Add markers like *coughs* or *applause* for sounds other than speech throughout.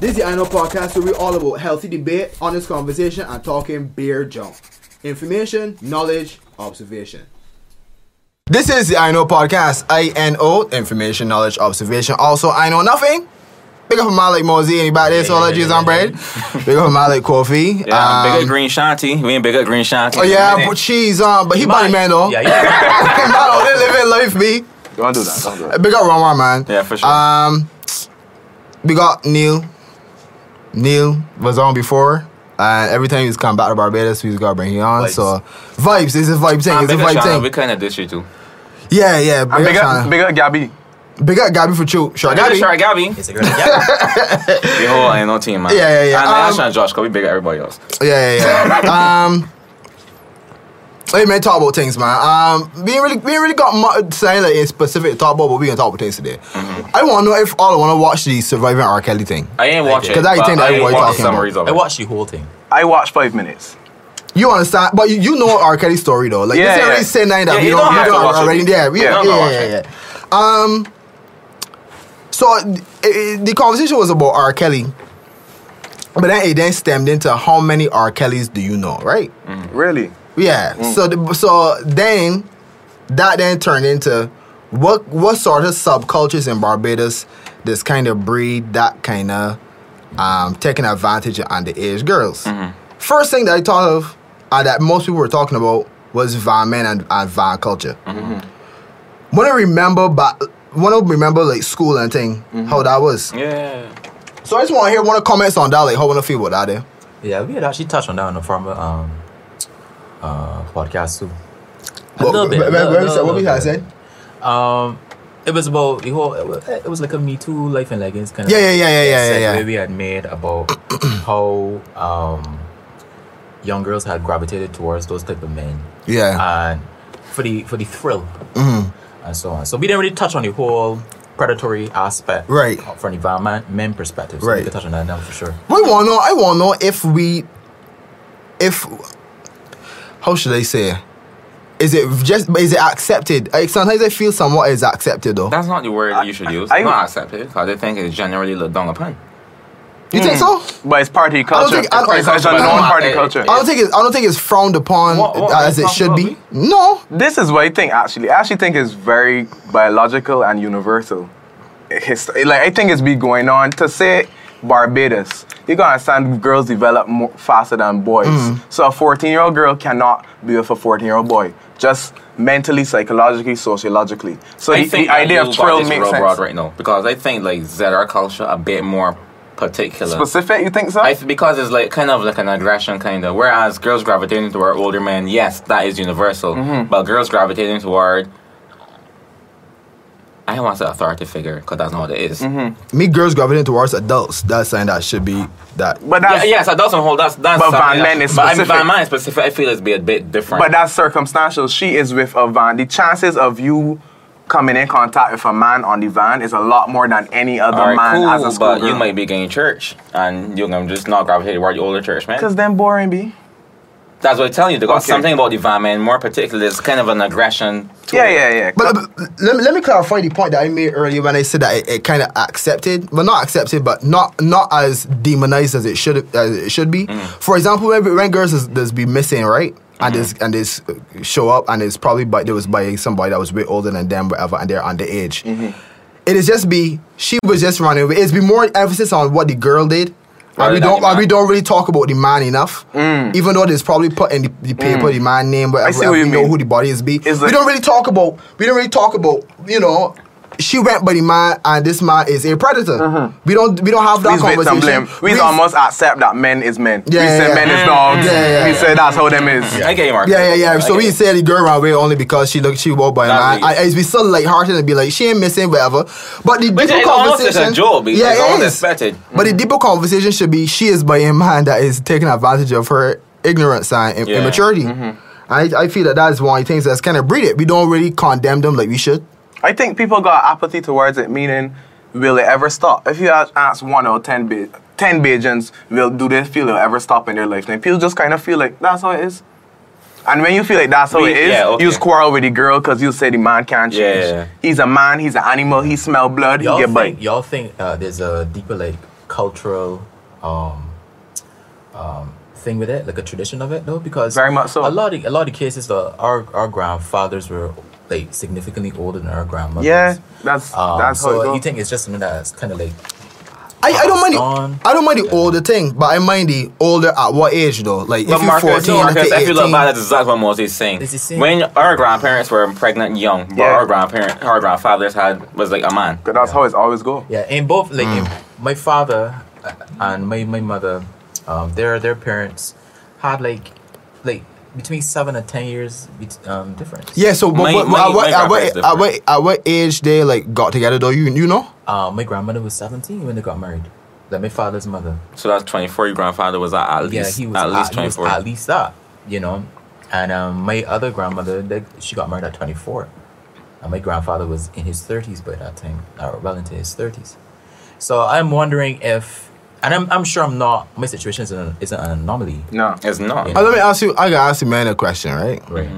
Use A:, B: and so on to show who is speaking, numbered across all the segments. A: This is the I Know Podcast where we all about healthy debate, honest conversation, and talking beer junk. Information, knowledge, observation. This is the I Know Podcast. I N O information, knowledge, observation. Also, I know nothing. Big up for Malik Mosey, anybody, it's all that juice on bread. Big up for Malik Coffee.
B: *laughs* Yeah, I'm big up Green Shanty. We ain't big up Green Shanty.
A: Um, Oh yeah, put cheese on, but he body man though.
C: Yeah, yeah.
A: Mano, they living life, me.
B: Don't do that. Don't do
A: Big up Roma, man.
B: Yeah, for sure.
A: Um, big up Neil. Neil was on before. And every time he's come back to Barbados, we just gotta bring him on.
C: Vibes.
A: So vibes, it's a vibe thing.
B: I'm
A: It's a
B: big up
A: vibe
B: Shauna. We
A: thing.
B: kind of dish you too.
A: Yeah, yeah. Big,
D: Big
A: up,
D: up,
A: Shauna.
D: big up Gabby.
A: big up Gabby for true. Sure, Gabby.
B: Gabby. Sure, Gabby.
C: It's a girl.
A: *laughs*
C: Yeah.
B: The whole I know team, man.
A: Yeah, yeah, yeah.
B: And um,
A: Um,
B: Nash and Josh, cause we big up everybody else.
A: Yeah, yeah, yeah. um, hey man, talk about things, man. Um, we ain't really, we ain't really got much saying like in specific to talk about, but we can talk about things today. I want to know if all I want to watch the Surviving R. Kelly thing.
B: I ain't watch it.
A: Cause I
B: but
A: think that
B: ain't
A: everybody
B: watch
A: talking about.
B: summaries of
C: I
B: it.
C: watched the whole thing.
D: I watched five minutes.
A: You understand, but you, you know R. Kelly's story though. Like
D: Yeah,
A: this ain't
D: yeah.
A: really saying nothing that
B: Yeah,
A: we
B: you
A: don't,
B: don't
A: we
B: have to
A: don't
B: watch it.
A: already. Yeah, we-
B: Yeah,
A: yeah,
B: you don't
A: yeah,
B: watch
A: yeah,
B: it.
A: yeah. Um, so th- eh, the conversation was about R. Kelly, but then it then stemmed into how many R. Kellys do you know, right?
D: Really?
A: Yeah. So the, so then that then turned into what what sort of subcultures in Barbados this kind of breed that kind of um, taking advantage of underage girls. First thing that I thought of uh, that most people were talking about was van men and, and van culture. When I remember, but when I remember like school and thing, how that was.
B: Yeah.
A: So I just want to hear one of the comments on that, like how wanna feel about that. There.
C: Yeah, we had actually touched on that on the former um, uh, podcast too. A
A: What-
C: little bit.
A: what-
C: a little-
A: what-
C: little-
A: What we
C: little
A: had
C: bit.
A: said?
C: Um, it was about the whole. It was, it was like a Me Too life and leggings kind of.
A: Yeah, yeah, yeah, yeah, yeah, yeah,
C: segue
A: yeah.
C: we had
A: *clears throat*
C: made about how um, young girls had gravitated towards those type of men
A: Yeah. Mm-hmm.
C: and for the for the thrill and so on. So we didn't really touch on the whole predatory aspect,
A: Right.
C: From the environment men perspective, so
A: Right.
C: We could touch on that now for sure.
A: We want to know. I want to know if we, if how should I say? it? Is it just? Is it accepted? Like sometimes I feel somewhat is accepted though.
B: That's not the word you should use.
D: I-
B: not accepted, because they think it's generally looked down upon.
A: you think so?
D: But it's party culture.
A: think- I don't-
D: it's, it's a
B: I don't-
D: known party
B: I-
D: culture.
A: I don't think it's. I don't think it's frowned upon
B: What- what are
A: as
B: you
A: it should
B: talking
A: be. No.
D: this is what I think actually. I actually think it's very biological and universal. It's, like I think it's been going on to say Barbados. You gotta understand girls develop more, faster than boys.
A: Mm-hmm.
D: So a 14 year old girl cannot be with a 14 year old boy. Just mentally, psychologically, sociologically. So the, the
B: that
D: idea of
B: youth got
D: thrill
B: this
D: makes
B: real
D: sense.
B: broad right now because I think like ZR culture a bit more particular.
D: Specific, you think so?
B: I th- because it's like kind of like an aggression kind of. Whereas girls gravitating toward older men, yes, that is universal.
D: Mm-hmm.
B: But girls gravitating toward I don't want to say authority figure because that's not what it is.
D: Mm-hmm.
A: Me girls gravitating towards adults. That's something that should be that.
D: but
B: Yeah,
D: that's
B: yes, that doesn't hold. That's that's.
D: But Van
B: something that-
D: Men is
B: but I mean,
D: specific.
B: Van Man is specific. I feel it's be a bit different.
D: But that's circumstantial. She is with a van. The chances of you coming in contact with a man on the van is a lot more than any other
B: All right,
D: man
B: cool,
D: as a school
B: but you might be getting church, and you're gonna just not gravitate toward the older church, man.
D: Because then boring be.
B: That's what I'm telling you. They got
D: Okay.
B: something about the van man, more particularly, it's kind of an aggression. To
D: Yeah, yeah, yeah.
A: But, but let, me- let me clarify the point that I made earlier when I said that it, it kind of accepted, well not accepted, but not not as demonized as it should as it should be.
D: Mm.
A: For example, when, when girls is, does be missing, right? And this and this show up, and it's probably by there was by somebody that was way older than them, whatever, and they're underage.
D: Mm-hmm.
A: It is just be she was just running. away. It's be more emphasis on what the girl did. And
B: Rather
A: we
B: than
A: don't
B: the
A: and we
B: man.
A: don't really talk about the man enough, even though there's probably put in the, the paper the man name, whatever.
D: Mm. see what
A: we
D: you
A: know
D: mean.
A: who the body is. Be
D: It's
A: we
D: like-
A: don't really talk about we don't really talk about you know she went but the man and this man is a predator
D: Mm-hmm.
A: we don't we don't have that
D: We's victim
A: conversation
D: blame. We almost accept that men is men.
A: Yeah,
D: we
A: yeah,
D: say
A: yeah.
D: men
A: Mm.
D: is dogs.
A: Yeah, yeah,
D: we
A: yeah.
D: say that's how them is.
B: I get you, Mark.
A: yeah, yeah, yeah. So
B: I
A: we
B: get
A: say the girl ran away only because she looked she walked by a
B: That's
A: man.
B: weird.
A: I, I be so lighthearted and be like she ain't missing whatever. But the
B: Which
A: deeper
B: is almost
A: conversation,
B: like a joke. because
A: yeah,
B: it's
A: it
B: almost
A: is.
B: expected.
A: But
D: Mm.
A: the deeper conversation should be she is by a man that is taking advantage of her ignorance and im-
B: Yeah.
A: immaturity.
D: Mm-hmm.
A: I, I feel that that's one of the things that's kind of breed it. We don't really condemn them like we should.
D: I think people got apathy towards it, meaning, will it ever stop? If you ask- ask one or ten, Be- 10 Bajans, will do they feel it'll ever stop in their lifetime? People just kind of feel like that's how it is. And when you feel like that's how
B: We-
D: it is,
B: yeah, okay.
D: you quarrel with the girl because you say the man can't
B: Yeah,
D: change.
B: yeah, yeah.
D: He's a man, he's an animal, he smell blood,
C: Y'all
D: he get
C: think
D: bite.
C: y'all think uh, there's a deeper like cultural um, um, thing with it, like a tradition of it, though, because
D: Very much so.
C: A lot of a lot of cases, the, our our grandfathers were like significantly older than our grandmothers.
D: Yeah, that's
B: Oh,
C: Um,
D: that's
C: so
D: how it goes.
C: you think it's just something that's kind of like
A: I, I don't mind
C: On.
A: the, I don't mind the older thing, but I mind the older at what age though. Like
B: But
A: if you're
B: Marcus,
A: fourteen,
B: Marcus,
A: to
B: if you look
A: 18,
B: back, that's exactly what Moses is saying.
C: This is saying-
B: When our grandparents were pregnant young, but
D: Yeah.
B: our grandparent, our grandfathers had was like a man.
D: 'Cause that's how it's always go.
C: Yeah, and both like in-
D: Mm.
C: my father uh, and my my mother, um, their their parents had like like between seven and ten years bet- um, difference.
A: yeah, so but,
B: My-
A: but,
B: my-
A: at, what,
B: my
A: at, what,
B: grandparents
A: at, what, at what age they like got together though? You you know?
C: Uh, my grandmother was seventeen when they got married. Like my father's mother.
B: So that's 24. Your grandfather was at, at least
C: yeah, he was
B: at least
C: he was
B: 24.
C: at least that, you know. And um, my other grandmother, they, she got married at twenty four, and my grandfather was in his thirties by that time, or well into his thirties. So I'm wondering if, and I'm, I'm sure I'm not. My situation isn't isn't an anomaly.
D: No.
B: it's not.
C: Yeah.
A: Uh, let me ask you. I gotta ask you man a question, right?
C: Right.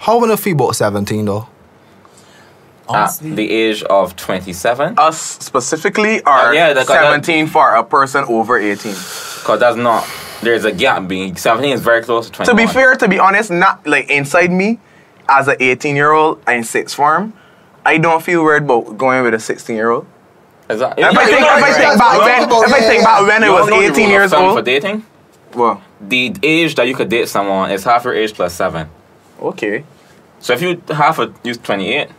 A: How when a fee bought seventeen though?
B: At
C: Honestly,
B: the age of 27,
D: Us specifically are
B: Uh, yeah, that- that-
D: 17 for a person over 18.
B: because that's not. There's a gap. Being 17 is very close to 20.
D: To be fair, to be honest, not like inside me, as an 18 year old in sixth form, I don't feel weird about going with a 16 year old.
B: exactly.
D: If I think, if I think back when, if I think back when I was 18 years
B: for
D: old,
B: dating,
D: well,
B: the age that you could date someone is half your age plus seven.
D: okay,
B: So if you half a you 28,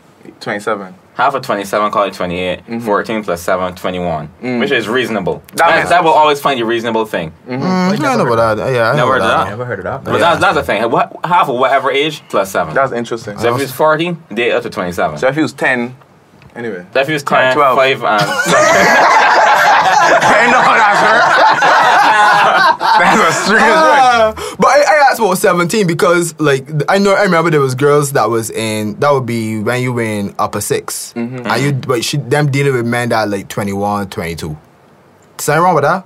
D: 27.
B: half of 27 call it 28
D: Mm-hmm.
B: 14 plus 7 21
D: Mm.
B: which is reasonable that,
D: makes
B: that
D: sense.
B: will always find you reasonable thing
D: Mm-hmm.
A: Mm, I know about that. Yeah, I know
B: Never
A: about
B: done.
A: that.
C: never heard of that.
B: but that's, that's the thing what, half of whatever age plus 7
D: That's interesting.
B: so if it's 40 date up to 27
D: So if he was 10, anyway.
B: That feels 10,
D: 12.
B: 5,
D: *laughs*
B: and
D: I know that's her. that's a strange one.
A: Uh, *laughs* but I, I asked about 17 because like th- I know I remember there was girls that was in that would be when you were in upper 6
B: Mm-hmm.
A: and you but she them dealing with men that are like 21 22 something wrong with that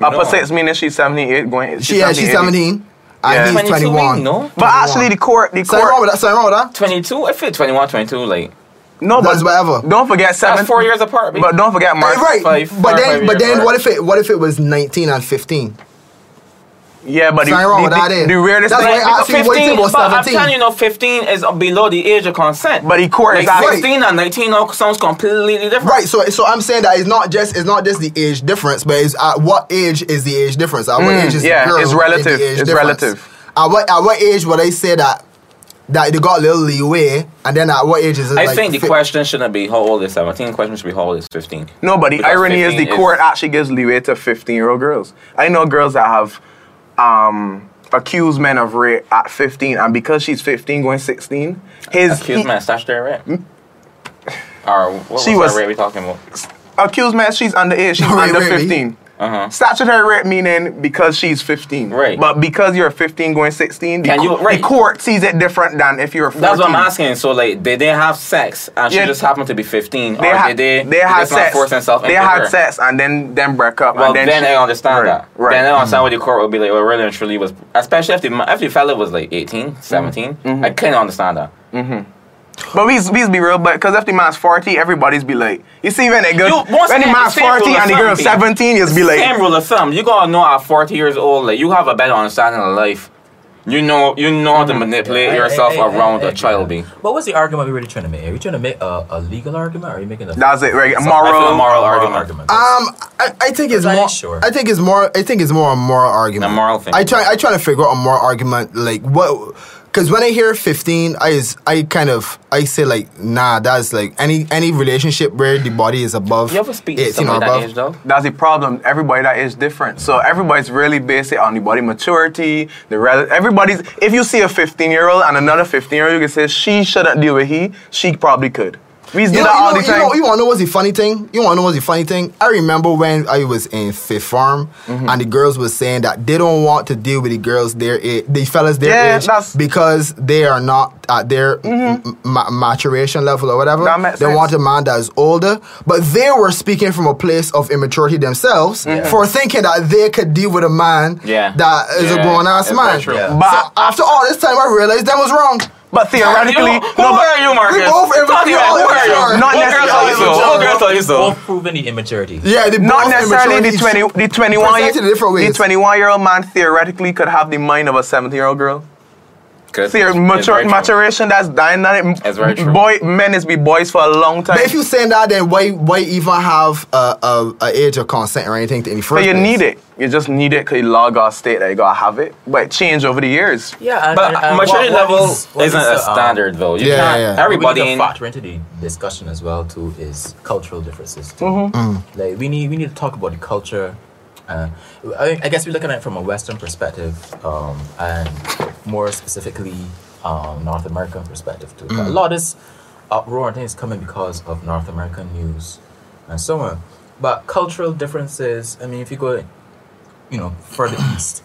D: Upper
B: No.
D: six meaning she's 78 going.
A: she yeah she's
D: 78.
A: 17
D: Yeah.
A: and he's 21
B: no?
D: But actually, the court, the
A: something wrong
D: court,
A: with that something wrong with that
B: 22? I feel 21, 22, like,
D: no, but
A: that's whatever
D: don't forget seven.
B: that's four years apart. babe.
D: But don't forget March.
A: Hey, right
B: five-
A: but
B: five
A: then but
B: years
A: then
B: apart.
A: what if it what if it was 19 and 15
D: Yeah, but the,
A: Something wrong with
D: the,
A: that
D: the,
A: then.
D: the weirdest
A: That's
D: thing,
A: why I-
B: Because
A: actually, what you think was
B: but I'm
A: 17?
B: telling you, no, 15 is below the age of consent.
D: but the court
B: like
D: is asking.
B: 16 and 19 now sounds completely different.
A: Right, so so I'm saying that it's not just it's not just the age difference, but it's at what age is the age difference? At what
D: Mm,
A: age is
D: yeah,
A: the girl
D: it's
A: in the
D: relative.
A: age
D: It's
A: difference?
D: relative.
A: At what at what age would I say that that they got a little leeway, and then at what age is it?
B: I
A: like
B: think the
A: fi-
B: question shouldn't be how old is 17. The question should be how old is 15.
D: No, but the
B: Because
D: irony is
B: 15
D: the
B: is-
D: court actually gives leeway to 15 year old girls. I know girls that have um, accused men of rape at 15, and because she's 15 going 16, his
B: Excuse
D: he-
B: me, stash there, right? Or what
D: Hmm? She
B: was
D: was-
B: that rate we talking about?
D: accused man, she's underage,
A: *laughs*
D: she's
A: Right,
D: under
A: right, right.
D: 15.
B: Uh-huh.
D: Statutory rape meaning because she's 15.
B: Right.
D: But because you're 15 going 16, the,
B: Can you-
D: co- the
B: right.
D: court sees it different than if you're 14.
B: That's what I'm asking. So like, did they have sex and she
D: Yeah.
B: just happened to be 15,
D: They,
B: or
D: ha-
B: did they?
D: they had
B: just not
D: sex.
B: force themselves
D: They
B: into
D: had
B: her?
D: sex and then then break up.
B: Well,
D: and then,
B: then,
D: she-
B: I understand
D: right,
B: that.
D: Right. Mm-hmm.
B: Then I understand what the court would be like. Well, really and truly was, especially if the ma- if the fella was like
D: Mm-hmm.
B: 18, 17. I couldn't understand that.
D: But we we be real, but because if the man's 40, everybody's be like, you see when a girl,
B: You- once
D: when the
B: again,
D: man's
B: the same
D: 40
B: rule of
D: and the girl's
B: thumb, Pete.
D: 17, just be
B: Same
D: like,
B: rule of thumb. You gotta know at 40 years old, like you have a better understanding of life. You know, you know
D: Mm-hmm.
B: how to manipulate
C: I- I-
B: yourself
C: I- I-
B: around
C: I-
B: a child. Be.
C: What was the argument we were really trying to make? Are we trying to make a, a legal argument? Or are you making a
D: that's it, right?
B: I feel
D: Moral.
B: moral
C: moral
B: argument.
C: argument? Ah,
A: Um, I, I think it's
C: I ain't
A: more.
C: sure.
A: I think it's more. I think it's more a moral argument.
B: A moral thing.
A: I try. I try to figure out a moral argument, like what. Because when I hear fifteen, I is I kind of I say like nah, that's like any any relationship where the body is above
B: You ever speak to
A: 18 or
B: somebody that
A: above.
B: age though?
D: That's the problem. Everybody that is different. So everybody's really based it on the body maturity. The rel- everybody's. If you see a 15 year old and another 15 year old, you can say she shouldn't deal with he. She probably could. We do
A: You know,
D: that all
A: you, know,
D: the
A: you
D: time.
A: know, you wanna know what's the funny thing? You wanna know what's the funny thing? I remember when I was in Fifth Farm
D: Mm-hmm.
A: and the girls were saying that they don't want to deal with the girls their age, the fellas their
D: Yeah,
A: age,
D: that's- Mm-hmm.
A: because they are not at their m- ma- maturation level or whatever.
D: That makes
A: they
D: sense.
A: want a man that is older, but they were speaking from a place of immaturity themselves for thinking that they could deal with a man
B: Yeah.
A: that is a
B: Yeah,
A: grown ass
B: it's
A: man.
B: very true.
C: Yeah.
A: So
D: But-
A: after all this time, I realized that was wrong.
D: But theoretically,
B: Who, who
D: no, but-
B: are you, Marcus?
A: We both immature,
B: Talk to me,
A: all
B: who are
A: immature.
B: you?
D: Not
B: what girls are you?
D: necessarily.
B: What girls are you? So?
C: Both proven the immaturity.
A: Yeah, the
D: not
A: both
D: necessarily the
A: immaturity
D: twenty,
A: is
D: the twenty-one, year,
A: presented in different
D: the
A: ways.
D: twenty-one year old man theoretically could have the mind of a seventeen-year-old girl. See,
B: It's
D: mature,
B: very true.
D: maturation that's dynamic.
B: That's very true.
D: Boy, men is be boys for a long time.
A: But if you saying that, then why why even have a, a, a age of consent or anything in the
D: But
A: first
D: you
A: place?
D: need it. You just need it because you log our state that you gotta have it. But it changed over the years.
C: Yeah, and,
B: But
C: and- and
B: maturity
C: what- what
B: level
C: is- what
B: isn't
C: is
B: a
C: the, um,
B: standard, though. You
A: Yeah,
B: can't-
A: yeah, yeah.
B: Everybody
C: we need
B: in
C: to factor into the discussion as well too is cultural differences. Too.
B: Mm-hmm.
C: Like we need we need to talk about the culture. Uh, I, I guess we're looking at it from a Western perspective, um, and more specifically um, North American perspective too. A lot of this uproar and things coming because of North American news and so on. But cultural differences. I mean, if you go, you know, further east,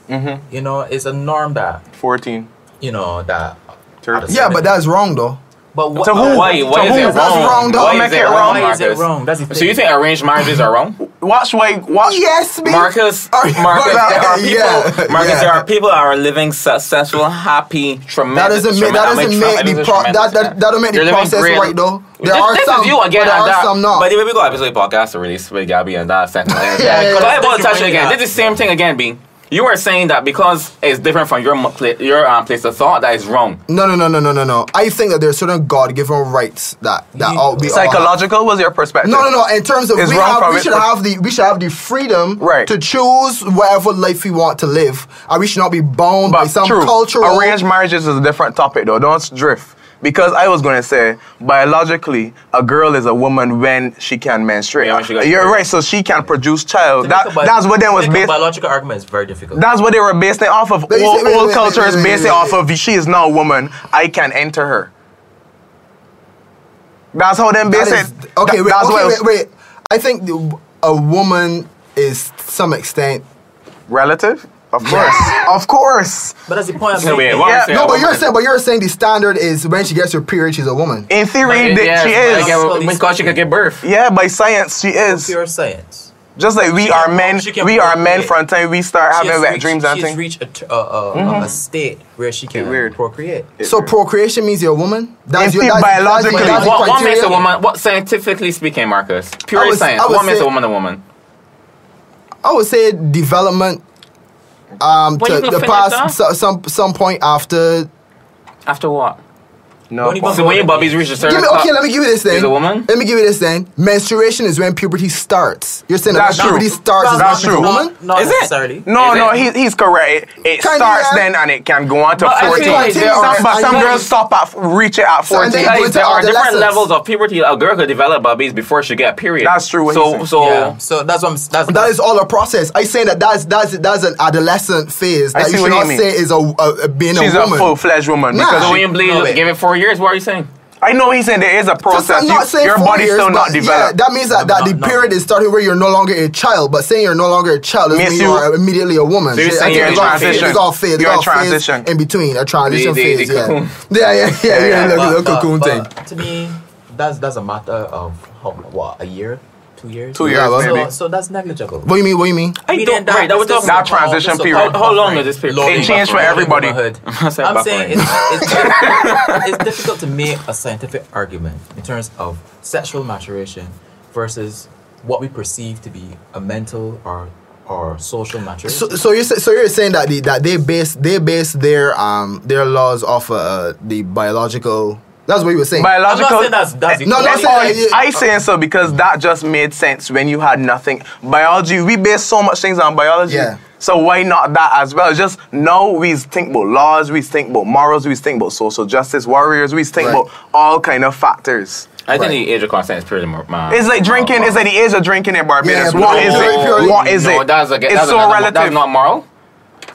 C: you know, it's a norm that
D: Fourteen.
C: you know that.
D: Sure.
A: Yeah, but that's wrong though.
C: But what,
D: To who?
B: Why? Why
D: To
B: is it
D: who?
B: wrong?
A: That's wrong, though.
B: Why
D: Make
B: is
D: it
B: it
D: wrong.
B: wrong,
C: Why is it
B: Marcus?
C: wrong? That's the
B: So you think arranged marriages are wrong?
D: Watch why. Watch.
A: Yes, me.
B: Marcus,
A: Are
B: Marcus,
A: you-
B: there are people.
A: Yeah,
B: Marcus,
A: yeah.
B: there are people that are living successful, happy,
A: That
B: tremendous.
A: doesn't make that doesn't
B: tremendous-
A: make the
B: tremendous-
A: pro- that
B: tremendous,
A: that
B: man.
A: that'll make
B: They're
A: the
B: living
A: process
B: great.
A: right though. There
B: This-
A: are
B: this
A: some,
B: is you again
A: but there
B: and
A: are
B: that.
A: some not.
B: But we go episode podcast to release with Gabby and that
A: *laughs*
B: second. yeah,
A: yeah, yeah.
B: Because I about to touch
C: Yeah.
B: it again. This is the same thing again, B. You were saying that because it's different from your mo- pla- your um, place of thought that
A: *laughs*
B: is wrong.
A: No, no, no, no, no, no, no. I think that there's certain God-given rights that that all we all have.
D: Psychological was your perspective.
A: No, no, no. In terms of
D: It's
A: we,
D: wrong
A: have,
D: from
A: we
D: it-
A: should have the we should have the freedom
D: Right.
A: to choose whatever life we want to live, and we should not be bound by
D: But
A: some
D: true.
A: cultural.
D: Arranged marriages is a different topic though. Don't drift. Because I was gonna say, biologically, a girl is a woman when she can menstruate.
B: Yeah, when she got-
D: You're right, so she can produce child.
C: To
D: That,
C: make a bi-
D: that's what they
C: to
D: was
C: make a
D: based.
C: biological argument is very difficult.
D: That's what they were basing it off of.
A: But you
D: old
A: said- wait,
D: old
A: wait,
D: culture
A: wait,
D: is
A: wait,
D: based
A: wait,
D: it off
A: wait.
D: of she is now a woman. I can enter her. That's how them
A: that
D: base
A: is-
D: it.
A: okay,
D: That-
A: wait,
D: that's
A: okay,
D: what it
A: wait,
D: was-
A: wait. I think the, a woman is to some extent.
D: Relative, of course, of course.
C: but that's the point I'm
B: No, wait,
C: making.
B: what
D: Yeah,
B: I'm saying,
A: no,
B: a
A: but you're
B: woman-
A: saying, but you're saying the standard is when she gets her period, she's a woman.
D: In theory, that
B: Yes,
D: she
B: but
D: is.
B: again, Because she could give birth.
D: Yeah, by science, she is.
C: Pure science.
D: Just like we are men,
C: she can
D: we are men
C: procreate.
D: from time we start
C: She
D: having
C: has
D: wet
C: reached-
D: dreams and
C: She has
D: things.
C: reached a, t- a- a- a- a state where she can
D: weird.
C: procreate.
A: So procreation means you're a woman. That's
D: If
A: your
D: the
A: that's,
D: biologically-
A: That's, that's the
B: What, what makes
A: criteria.
B: a woman? What scientifically speaking, Marcus? Pure
A: I would-
B: science.
A: I would
B: What makes
A: say-
B: a woman a woman?
A: I would say development. Um,
B: When you
A: to
B: gonna
A: the
B: finish that?
A: past so, some some point after
B: After what?
D: No,
C: Only
D: but-
B: So when your bubbies reach a certain
A: Give me, okay,
B: top-
A: let me give you this
B: Is
A: thing.
B: a woman?
A: Let me give you this thing. Menstruation is when puberty starts. You're saying that
D: That's
A: when puberty
D: true.
A: starts
D: That's
A: is when
D: true.
A: she's a woman?
C: Not, not
B: Is it?
C: necessarily.
D: no,
B: Is
D: no,
B: it?
D: he, he's correct. It, it
A: Kinda,
D: starts
A: yeah.
D: then and it can go on to
B: But I feel
D: 14.
B: like there
D: some,
B: are-
D: but some
A: I-
D: girls stop at, reach it at
A: So I
D: 14.
A: think-
B: Guys,
A: Going to
B: there are different
A: adolescence.
B: levels of puberty. A girl could develop babies before she get a period.
D: That's true, what he's
B: So,
D: saying.
B: so
C: Yeah. So that's what I'm. s- That's
A: That is all a process. I saying that that's that's that's an adolescent phase
D: I
A: that
D: see
A: you
D: what
A: should
D: you
A: not
D: mean.
A: say is a, a, a being
D: She's
A: a
D: a
A: woman.
D: full fledged woman.
A: Nah.
D: Because
B: so
D: she-
B: when you believe,
C: No, wait.
B: give it four years. What are you saying?
D: I know he's saying there is
A: Just,
D: a
A: I'm
D: process.
A: not
D: You,
A: saying
D: your
A: four
D: body's
A: years,
D: still not
A: but yeah,
D: developed.
A: that means that,
C: No,
A: that the
C: not- not-
A: period is starting where you're no longer a child, but saying you're no longer a child doesn't
D: Makes
A: mean
D: you-
A: you are immediately a woman.
B: So you're
A: I
B: saying
A: think
B: you're
A: it's
B: in
A: all
B: transition.
A: phase- It's all phase. it's
D: You're in
A: all phase
D: transition.
A: in between a transition
B: The- the-
A: phase.
B: the
A: yeah.
B: cocoon.
A: *laughs* yeah, yeah, yeah, yeah.
D: yeah,
A: look, the
C: but-
A: cocoon
C: but-
A: thing.
C: but To me, that's that's a matter of how, what a year, two years.
D: Two
A: Yeah,
D: years,
A: well,
D: maybe.
C: so, so that's negligible.
A: What do you mean? What do you mean?
B: I
C: We
B: don't.
C: didn't
B: Right. That
C: this
B: was
C: is
B: talking
D: That
C: about-
B: about.
D: transition
C: this is
D: period.
C: about
B: How- how long
C: buffering.
B: is this period?
C: Loading
B: It changed
C: buffering.
D: for everybody.
C: Womanhood.
B: I said
C: I'm
B: buffering.
C: saying it's, it's, it's difficult to make a scientific argument in terms of sexual maturation versus what we perceive to be a mental or or social maturation.
A: So, so you're sa- so you're saying that the, that they base they base their um their laws off uh, the biological. That's what you were saying.
D: Biological.
C: I'm not saying that's that's
A: No, no,
C: equal.
A: I'm saying- yeah, yeah.
D: I saying so because that just made sense when you had nothing. Biology, we base so much things on biology.
A: Yeah.
D: So why not that as well? Just now we think about laws, we think about morals, we think about social justice warriors, we think
A: Right.
D: about all kind of factors.
B: I think
A: Right.
B: the age of consent is pretty. mo- ma-
D: It's like drinking.
B: ma-
D: It's like the age of drinking in Barbados.
A: Yeah,
D: what
A: but
D: is
A: no,
D: it?
A: purely-
D: what is
B: no,
D: it?
B: That's, a,
D: it's
B: that's
D: so
B: a,
D: relative.
B: That's not moral.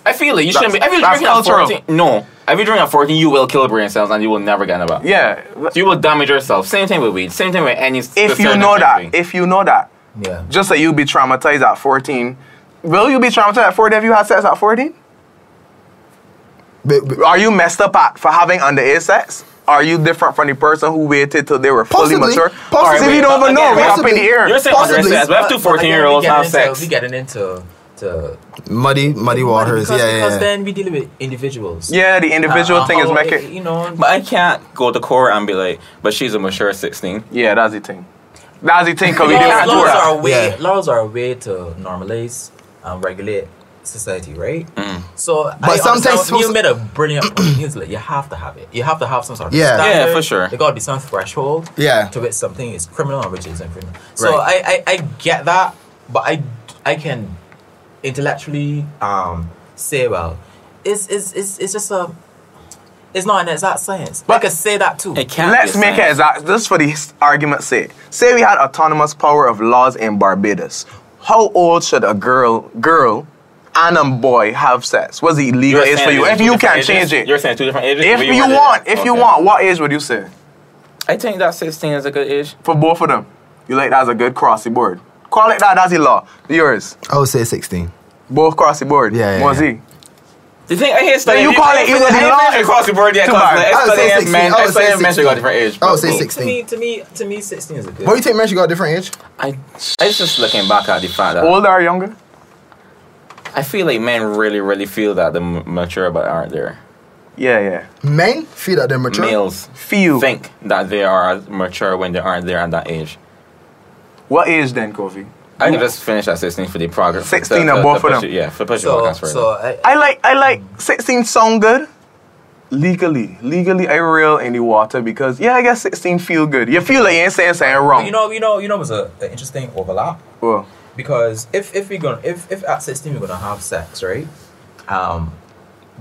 B: I feel it. You shouldn't be. If
D: That's-
B: you
D: that's
B: drinking at
D: cultural.
B: 14, no. If you drink at 14, you will kill brain cells and you will never get about.
D: yeah.
B: You will damage yourself. Same thing with weed. Same thing with any.
D: If you know that, if you know that,
C: Yeah.
D: just like you be traumatized at 14, will you be traumatized at 14 if you had sex at 14?
A: But- but-
D: Are you messed up at for having underage sex? Are you different from the person who waited till they were fully
A: Possibly.
D: mature?
A: Possibly.
D: Or if you don't even know,
B: Again,
D: we're up in the
A: possibly.
D: air.
B: you're saying
A: Possibly.
B: underage sex, but if
C: But-
B: two
C: but again,
B: 14 year olds
C: we
B: have
C: getting into-
B: sex,
C: We getting into to
A: Muddy, muddy waters.
C: because,
A: yeah, yeah,
C: because
A: yeah.
C: then we deal with individuals.
D: Yeah, the individual
C: Uh,
D: thing is
C: how,
B: oh,
D: make it.
C: You know,
B: But I can't go to court and be like, but she's a mature 16.
D: Yeah, that's the thing. That's the thing. Cause we
C: laws,
D: didn't have
C: laws are a
D: to.
C: way
A: Yeah.
C: laws are a way to normalize and regulate society, right? So
A: Mm. But
C: I
A: sometimes
C: understand what-
A: supposed-
C: you made a brilliant point. It's like you have to have it. You have to have some sort of
A: Yeah. Yeah,
C: standard.
B: for sure.
C: There got to be some threshold.
A: Yeah.
C: To which something is criminal and which isn't criminal. So
A: Right.
C: I, I I get that, but I I can intellectually um say well, it's it's it's, it's just a it's not an exact science. But I
D: But-
C: could say that too.
B: It can't
D: Let's
B: be
D: make it
B: science.
D: exact. Just for the s- argument's sake, say we had autonomous power of laws in Barbados. How old should a girl, girl, and a boy have sex? What's the legal
B: You're
D: age for
B: saying
D: you?
B: there's
D: If
B: two
D: you
B: different
D: can
B: ages?
D: change it,
B: You're saying two different ages?
D: if
B: What
D: you,
B: wanna do?
D: want, if you
B: Okay.
D: want, what age would you say
B: I think that 16 is a good age.
D: for both of them? You like that's a good cross the board. Call it that. That's the law. Yours,
A: I would say 16.
D: both cross the board.
A: Yeah, yeah,
D: Mozzie.
A: yeah.
B: The thing I hate is that
D: Then
B: if
D: you call it
B: if
D: either
B: if
D: the
B: you
D: law
B: mention
D: or-
B: across the board, yeah,
D: Too
B: cause
D: bad.
B: like,
D: I
A: would say
B: I would
A: 16.
B: men,
A: I
B: I
A: would say
B: say men should
A: 16.
B: got different age.
A: I would
B: but
A: say
B: cool.
A: 16.
C: To me, to me, to me, sixteen is a good.
A: What do you think, man? She got a different age?
B: I, I was just looking back at the fact that
D: Older or younger?
B: I feel like men really, really feel that they're m- mature but aren't there.
D: Yeah, yeah.
A: Men feel that they're mature.
B: Males
D: Feel.
B: think that they are mature when they aren't there at that age.
D: What age then, Kofi?
B: I can just finish at 16 for the progress.
D: 16 and both of
B: push
D: them.
B: it- Yeah, for pushing
C: So,
B: progress
C: so
B: further.
C: I,
D: I like I like 16 sound good. Legally, legally, I real in the water because yeah, I guess 16 feel good. You feel like you ain't saying something wrong.
C: you know, you know, you know, it was a, an interesting overlap
D: Well,
C: because if if we gonna if if at sixteen we're gonna have sex, right? Um,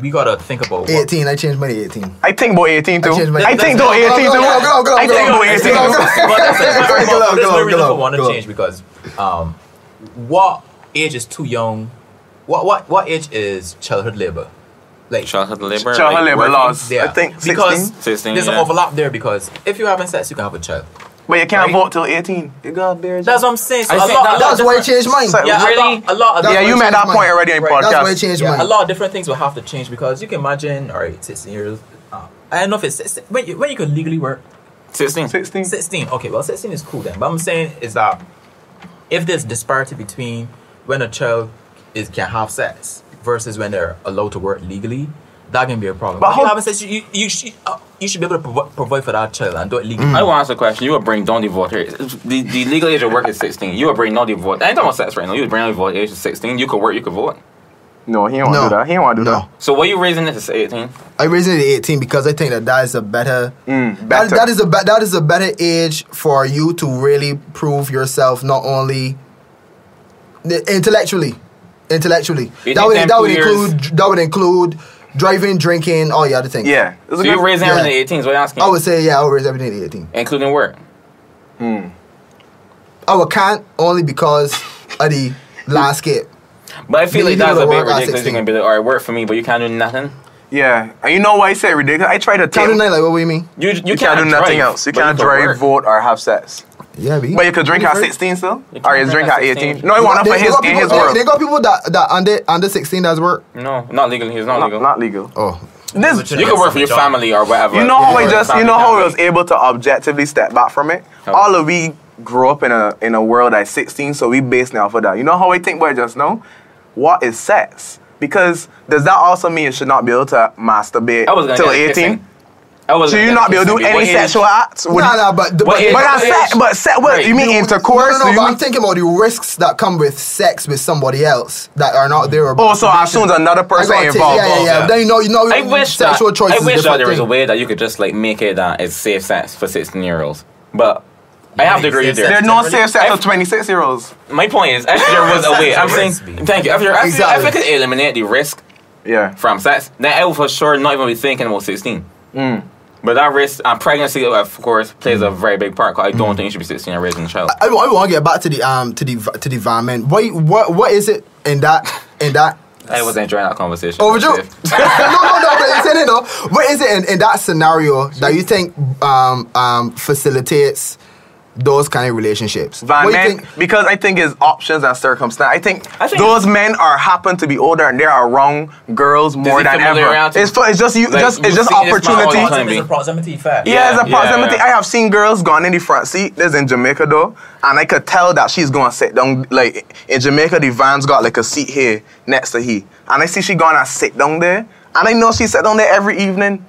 C: we gotta think about what,
A: 18. I changed my 18.
D: I think about 18 too.
A: I changed my-
D: I think about 18 too.
A: Go, go, go, go,
D: I think
A: go,
D: about 18
A: go, *laughs* go,
D: too.
A: go.
C: But that's it. But
A: Go on,
C: there's
A: go
C: no
A: on,
C: reason
A: go
C: for
A: on,
C: want to
A: go on.
C: change because um, what age is too young? What what what age is childhood labor? Like
B: Childhood labor.
D: Childhood
B: like
D: labor
B: working-
D: laws. I
C: there
D: think 16.
C: because
B: 16,
C: there's an
B: yeah.
C: overlap there because if you're having sex, you can have a child.
D: But you
C: Right.
D: can't vote till 18. You got bears.
C: That's what I'm saying. So
B: I
C: a
B: think
C: lot-
B: that-
C: a lot
A: That's why I
C: different-
A: changed mine.
D: So-
C: Yeah,
B: Really?
C: a lot, a lot of
A: That's
D: yeah,
A: why
D: you
A: I
D: made
A: changed
D: that
A: mine.
D: point already in
C: Right.
D: podcast.
A: That's why I changed
C: yeah, a
A: mine.
C: lot of different things will have to change because you can imagine, all right, 16 years. Uh, I don't know if it's six- when you, when you can legally work
B: 16.
D: 16.
C: 16. Okay, well, 16 is cool then. But I'm saying is that if there's disparity between when a child is can have sex versus when they're allowed to work legally, that can be a problem.
D: But
C: If you
D: how-
C: having sex, you you, you, should, uh, you should be able to provi- provide for that child and do it
D: Mm.
C: legally.
B: I want to ask a question. You would bring down the voter age. The, the legal age of work is 16. You would bring down the vote. I ain't talking about sex right now. You would bring down the voter age to 16. You could work, you could vote.
D: No, he don't want to
A: No.
D: do that. He don't want to do
A: No.
B: So what you raising it to 18?
A: I raised it to 18 because I think that that is a better,
D: Mm,
A: That,
D: better.
A: that is a be- that is a better age for you to really prove yourself not only the- intellectually, intellectually.
B: You
A: that
B: think
A: would
B: them
A: that would
B: two years-
A: include that would include driving, drinking, all the other things.
D: that. Yeah. It's a
B: So you're
D: good-
B: raising
A: yeah. Oh,
B: everything to 18 is what I'm asking.
A: I would say yeah, I would raise everything to 18.
B: Including work.
A: Oh, I would can't only because of the last skip.
B: But I feel
A: You
B: like
A: need
B: that's
A: to
B: a bit
A: work at
B: ridiculous. You're
A: 16.
B: going to be like, all right, work for me, but you can't do nothing.
D: Yeah. And you know why I said ridiculous? I tried to tell
A: Can't do nothing, like what do you mean?
B: You, you,
D: You can't do nothing
B: drive,
D: else. You
B: but
D: can't
B: can
D: drive,
B: work.
D: vote, or have sex.
A: Yeah, but,
D: But you could drink at
A: Pretty
D: 16 still?
B: You can't
D: Or you
B: drink
D: drink
B: at
D: at 18?
B: 16.
D: No, he
A: They-
D: want to
A: they
D: put his
A: got
D: in
A: people-
D: his
A: they-
D: world.
A: They got people that that under under 16 that's work.
B: No, not legally. It's not,
D: Not,
B: legal.
D: not legal.
A: Oh,
D: This,
B: you can work for your family or whatever.
D: you know how I
B: Your
D: just, you
B: family
D: know how I
B: can
D: was able to objectively step back from it.
B: How?
D: All of we grew up in a in a world at 16, so we based now for that. You know how I think about it just now? What is sex? Because does that also mean you should not be able to masturbate
B: I was gonna
D: till
B: get a
D: 18?
B: kissing. I was.
D: Should you not be able to do any sexual acts? Would
A: nah,
D: you-
A: nah, but the-
B: What
A: but-
B: age-
D: But
A: but
B: what
D: that's
B: age?
D: sex. But sex. What
B: Right.
D: you mean intercourse?
A: No, no,
D: Do
A: no,
D: you
A: but
D: mean-
A: I'm thinking about the risks that come with sex with somebody else that are not there.
D: Oh, so as soon as another
A: I
D: person
A: gotta take-
D: involved.
A: Yeah, yeah, yeah.
C: yeah.
A: Then you know, you know,
B: I wish
A: sexual
B: that,
A: choice
B: I
A: is
B: wish that
A: different
B: there was a
A: thing.
B: way that you could just like make it that it's safe sex for 16 year olds. But I have to agree with you.
D: There
B: there.
D: are no
C: Really?
D: safe sex for
B: I've-
D: 26 year olds.
B: My point is, if there was a way, I'm saying, thank you. If, you're, if, you- if I could eliminate the risk
D: Yeah.
B: from sex, then I would for sure not even be thinking about 16.
A: Mm.
B: But that risk, and pregnancy, of course, plays a very big part. 'cause I don't think you should be 16 and raising a child.
A: Mm. I, want to get back to the um to the v- to the van man. What what what is it in that in that?
B: I was enjoying that conversation.
A: Overjoyed. *laughs* no, no, no,
B: If-
A: but it's in it though. What is it in, in that scenario that you think um um facilitates those kind of relationships.
D: Van
A: What do you
D: men,
A: think-
D: because I think it's options and circumstance. I think,
B: I think-
D: those men are happen to be older and they are around girls more
B: it
D: than ever.
B: familiarity?
D: It's, fu- it's just you,
B: Like,
D: just
B: you
D: it's just
B: see this man all the
D: opportunity.
B: time.
C: It's a proximity fact.
D: Yeah, it's a
B: Yeah,
D: proximity.
B: yeah.
D: I have seen girls gone in the front seat. This in Jamaica though, and I could tell that she's gonna sit down. Like in Jamaica, the van's got like a seat here next to he, and I see she gone and sit down there, and I know she sit down there every evening,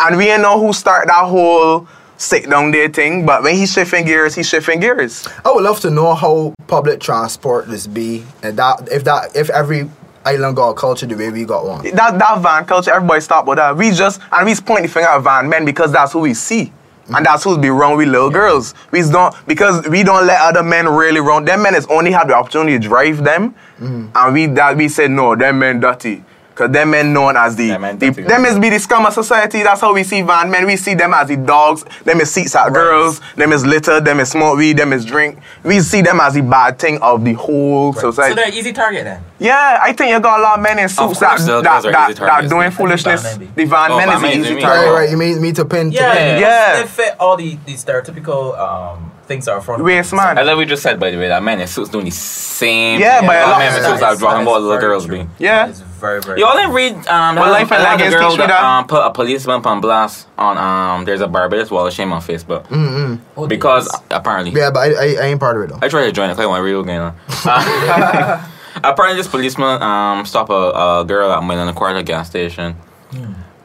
D: and we ain't know who start that whole sit down there thing. But when he shifting gears, he shifting gears.
A: I would love to know how public transport this be, and that if that if every island got a culture the way we got one.
D: That that van culture, everybody stop with that. We just and we just point the finger at van men because that's who we see. And that's who's be wrong with little girls. We don't because we don't let other men really run. Them men is only have the opportunity to drive them,
B: Mm.
D: and we that we say no. Them men dirty, cause them men known as the,
B: Them men
D: the-
B: dirty.
D: them is be the scum of society. That's how we see van men. We see them as the dogs. Them is seats at girls. Them is litter. Them is smoke weed. Them is drink. We see them as the bad thing of the whole
C: So
D: society.
C: they're an easy target then.
D: Yeah, I think you got a lot of men in suits that,
B: course, those
D: that, that,
B: guys are
D: that,
B: easy targets.
D: doing
B: That's
D: foolishness.
C: Van Men.
D: The van
B: Oh,
D: men
B: Van
D: is
B: Men,
D: an
B: you
D: easy
B: mean.
A: Right,
D: target.
A: right. You mean me to pin? To pin.
C: Yeah,
D: Yeah.
C: They fit all the, the stereotypical um, things that are from
D: Waste man.
B: I love what you just said, by the way, that man in suits doing the same
D: Yeah,
B: thing.
D: but a lot-
B: man in
D: That
B: suits are Dragon Ball little girls be.
D: Yeah.
C: It's very, very
B: Y'all
C: true.
B: didn't read um
D: Well,
B: that-
D: Life and
B: that
D: Legacy
B: girl
D: teach me
B: that,
D: that.
B: um, put a policeman on blast on um there's a Barbados wall of shame on Facebook.
D: Mm.
C: Oh,
B: Because
C: yes.
B: apparently
A: Yeah, but I, I, I ain't part of it though.
B: I tried to join. I played my real
D: *laughs*
B: game. Uh, *laughs* apparently, this policeman um stopped a, a girl at Milan Quarter gas station,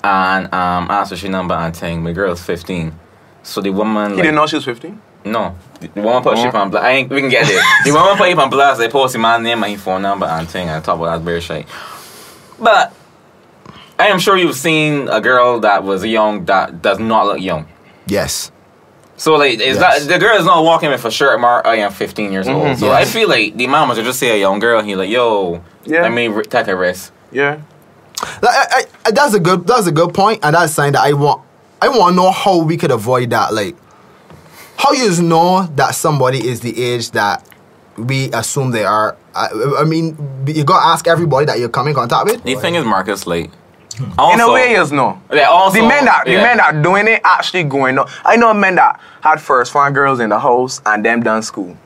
B: and um asked her she number and saying my girl's fifteen. So the woman
D: He
B: like,
D: didn't know she was 15.
B: no, the the woman put shit on blast. I ain't, we can get
D: *laughs*
B: it. The woman put it on blast. They posted my name and his phone number and thing and talk about that very shit. But I am sure you've seen a girl that was young that does not look young.
A: Yes.
B: So like, is
A: Yes.
B: that the girl is not walking with a shirt mark? I am 15 years
D: Mm-hmm.
B: old. So
A: Yes.
B: I feel like the mama should just say a young girl. And he like, yo,
D: Yeah.
B: let me re- take a rest.
D: Yeah.
A: Like, I, I, that's a good that's a good point, and that's something that I want. I want to know how we could avoid that. Like, how you just know that somebody is the age that we assume they are. I, I mean, you gotta ask everybody that you come in contact with.
B: The thing is, Marcus like,
D: In a
B: also-
D: way, yes, no.
B: yeah, also,
D: The men that
B: yeah.
D: the men that doing it actually going on. I know men that had first one girls in the house and them done school.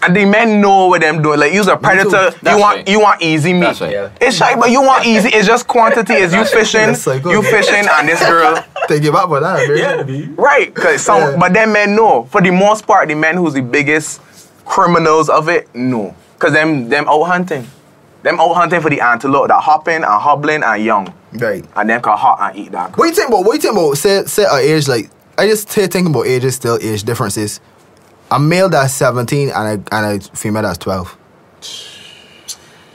D: And the men know what them doing. Like you's a predator.
B: That's
D: You want
B: right.
D: you want easy meat.
B: That's right.
C: Yeah.
D: It's shy, but you want easy. It's just quantity. It's you fishing,
A: That's like,
D: you
A: okay.
D: fishing, and this girl
A: Thank you back for that. baby.
D: Right, cause some,
A: Yeah.
D: but them men know. For the most part, the men who's the biggest criminals of it, no, cause them them out hunting, them out hunting for the antelope that hopping and hobbling and young,
A: Right.
D: and them can hop and eat that.
A: What you think about? What you think about? Say, say our age. Like, I just t- thinking about ages. Still, age differences. A male that's seventeen and a and a female that's twelve.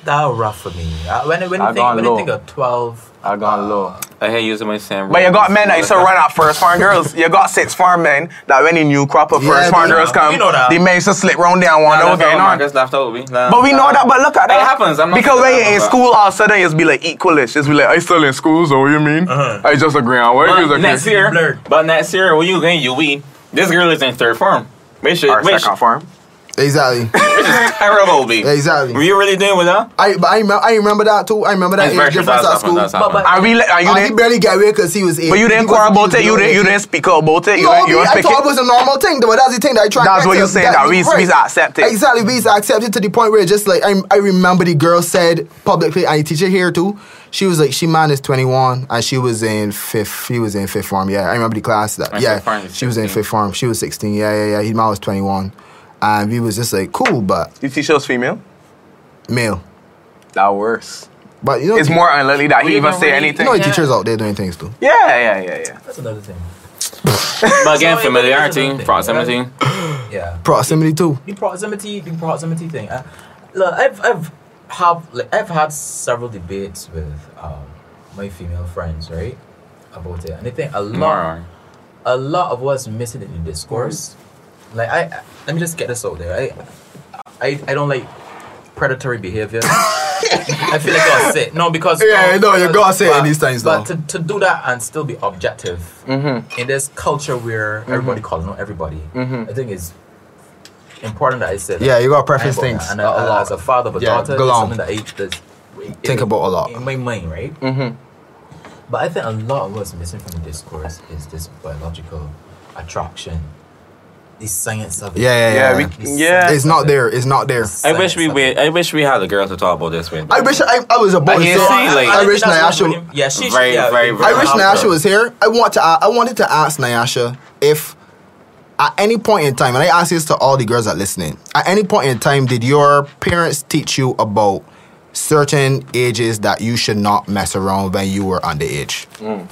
C: that rough for me. Uh, when when,
D: I
C: you think,
D: gone
C: when you
D: low.
C: think of 12,
D: I gone low.
B: I hate using my same.
D: But you got men that used to run out first farm girls. You got six farm men that when the new crop of
A: Yeah,
D: first farm
A: we know.
D: girls come,
C: We know that.
D: the men used to slip round there and wonder
B: Nah,
D: what's
B: that's
D: going
B: how
D: on.
B: Marcus laughed out with me. Nah,
D: But we know
B: nah.
D: that. But look at
B: It
D: that.
B: happens, I'm not
D: because when
B: saying
D: you're in
B: that, but-
D: school, all of a sudden it's be like equalish. It's be like I still in school, so what you mean? I just agree on what
B: But
D: you
B: Uh-huh. next
D: agree.
B: year,
C: Blurred.
B: but next year when you get UE, this girl is in third form. Which is
D: Our
B: which
D: second farm.
B: *laughs*
A: Exactly.
B: terrible, B.
A: Exactly.
B: Were you really doing with her?
A: I but I, remem- I remember that too. I remember that
B: That's very
A: age
B: true.
A: difference
B: That's
A: at
B: happened.
A: school.
B: That's happened.
C: But-
D: Are we? Are you?
A: And
D: there?
A: he barely get away because he was eight.
D: But you didn't quarrel about it. You didn't. You didn't speak up about it. You
A: No,
D: didn't-
A: me,
D: you didn't
A: I
D: speak
A: thought it
D: it.
A: was a normal thing, though, but that's the thing that I tried.
D: That's what you're saying, that we- we accept it.
A: Exactly, we accept it to the point where just like I, I remember the girl said publicly, and the teacher here too. She was like, she man is 21, and she was in fifth. She was in fifth form. Yeah, I remember the class that.
B: My
A: yeah,
B: fifth form is
A: she was in
B: 16.
A: fifth form. She was 16. Yeah, yeah, yeah. His man was 21, and we was just like cool, but
D: The teacher was female.
A: male.
D: That worse.
A: But you know,
D: It's more unlikely that he
B: We
D: even
B: don't
D: say
B: really-
A: you
D: anything.
A: know,
B: Yeah.
A: teachers out there doing things too.
D: Yeah, yeah, yeah, yeah.
C: that's another thing.
B: But again,
C: Sorry, but it's
B: familiarity,
C: a
B: proximity.
C: Yeah.
A: Proximity too.
C: the proximity the proximity thing uh, look i've i've have like, i've had several debates with um my female friends right about it and i think a lot
B: More.
C: a lot of what's missing in the discourse like i I- let me just get this out there i i, I don't like predatory
A: *laughs*
C: behavior i feel like you're sick no because
A: Yeah, no, you
C: because-
A: gotta say it
C: but-
A: these times,
C: but
A: though. Mm-hmm.
C: to, to do that and still be objective in this culture where everybody calling out everybody i think it's important that i said
A: Yeah, you gotta preference things
C: and uh,
A: a- a lot.
C: as a father of a
A: Yeah,
C: daughter,
A: go
C: it's
A: on.
C: something that I that's,
A: Think about a lot. Mm-hmm.
C: in my mind, right? But I think a lot of what's missing from the discourse is this biological attraction. the science of it.
A: Yeah, yeah,
D: Yeah,
A: yeah.
D: we-
C: The
D: yeah.
C: science
A: It's not
C: of it.
A: there. It's not there.
C: The
B: I
C: science
B: wish we
C: of
B: wait.
C: it.
B: I wish we had a girl to talk about this with.
A: I wish I, I was about
B: But
A: to
B: you
A: say.
B: see, like-
A: I,
B: I
A: wish
C: think that's what
A: Nyasha.
C: William- Yeah, she.
B: Very,
C: she- yeah,
B: very,
C: we-
A: I
B: very
A: wish
B: Help
A: Nyasha
B: her.
A: was here. I want to. I, I wanted to ask Nyasha if at any point in time, and I ask this to all the girls that are listening. At any point in time, did your parents teach you about certain ages that you should not mess around when you were underage?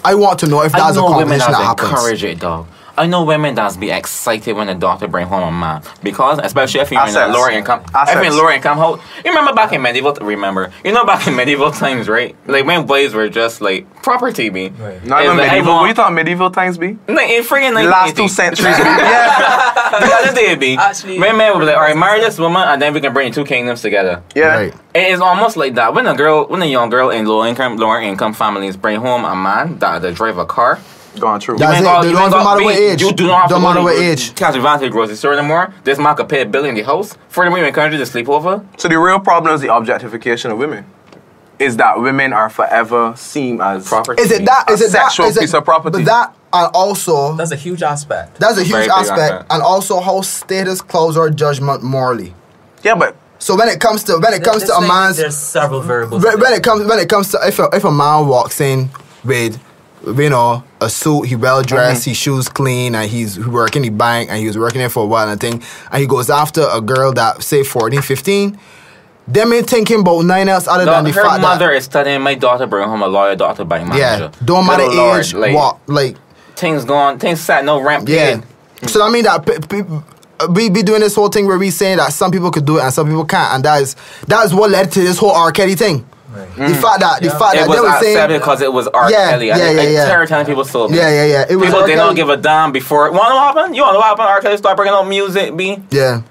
A: I want to know if
B: I
A: that's a
B: know women
A: conversation that
B: that
A: happens.
B: encourage it, dog. I know women that's be excited when the doctor bring home a man because, especially if you're in a
D: Assets.
B: lower income, if you're in
D: Assets.
B: lower income hold. You remember back in medieval? Remember, you know back in medieval times, right? Like when boys were just like property, be
C: Right.
B: It's
D: Not even
B: like, I
D: medieval.
B: want-
D: What you thought medieval times be?
B: Like, in freaking
D: The last
B: *laughs*
D: two centuries. be. yeah.
B: That's it, be.
C: Actually-
B: men, men would be like, all right, marry this woman, and then we can bring the two kingdoms together.
D: Yeah.
A: Right.
B: It is almost like that. When a girl, when a young girl in low income, lower income families bring home a man that that drive a car,
D: Gone true.
A: That's
B: Man,
A: it.
B: God,
A: They
B: you
A: don't
B: man,
A: even
B: God,
A: matter what
B: be-
A: age.
B: You do not have
A: Don't
B: to
A: matter
B: go
A: what
B: to
A: age.
B: Catch advantage of grocery store anymore. This man could pay a bill in the house. Furthermore, you encourage you to sleep over.
D: So the real problem is the objectification of women. Is that women are forever seen as
B: Property.
A: Is it that? Is
D: A
A: it that?
D: sexual
A: is it-
D: piece of property.
A: But that and also
C: That's a huge aspect.
A: that's a huge
B: Very big
A: aspect,
B: aspect.
A: and also how status clouds our judgment morally.
D: Yeah, but
A: So when it comes to when it comes to
C: This
A: a
C: thing,
A: man's
C: There's several variables.
A: when,
C: to
A: when
C: this.
A: it comes when it comes to if a, if a man walks in with you know a suit he well dressed
B: Mm-hmm.
A: his shoes clean and he's working the bank and he was working there for a while and thing and he goes after a girl that say 14 15 them ain't thinking about nine else other
B: No,
A: than the
B: her
A: fact
B: mother
A: that
B: is studying my daughter, bring home a lawyer, doctor, bank manager.
A: yeah don't matter
B: Good Lord,
A: age
B: like,
A: what like
B: Things gone, things sat no ramp.
A: yeah
B: paid.
A: so I mean that pe- pe- we be doing this whole thing where we saying that some people could do it and some people can't and that is that is what led to this whole R Kelly thing
C: Right.
B: Mm.
A: the fact that the
C: Yeah.
A: fact
B: It
A: that
B: was
A: they were saying
B: accepted because it was R.
A: Yeah,
B: Kelly.
A: yeah,
B: I,
A: yeah,
B: I,
A: yeah.
B: terror telling people so
A: Yeah, yeah, yeah. It was
B: People
A: R.
B: did
A: Kelly.
B: not give a damn before. Wanna know what happened? You wanna know what happened? R. Kelly started bringing out music, B.
A: yeah.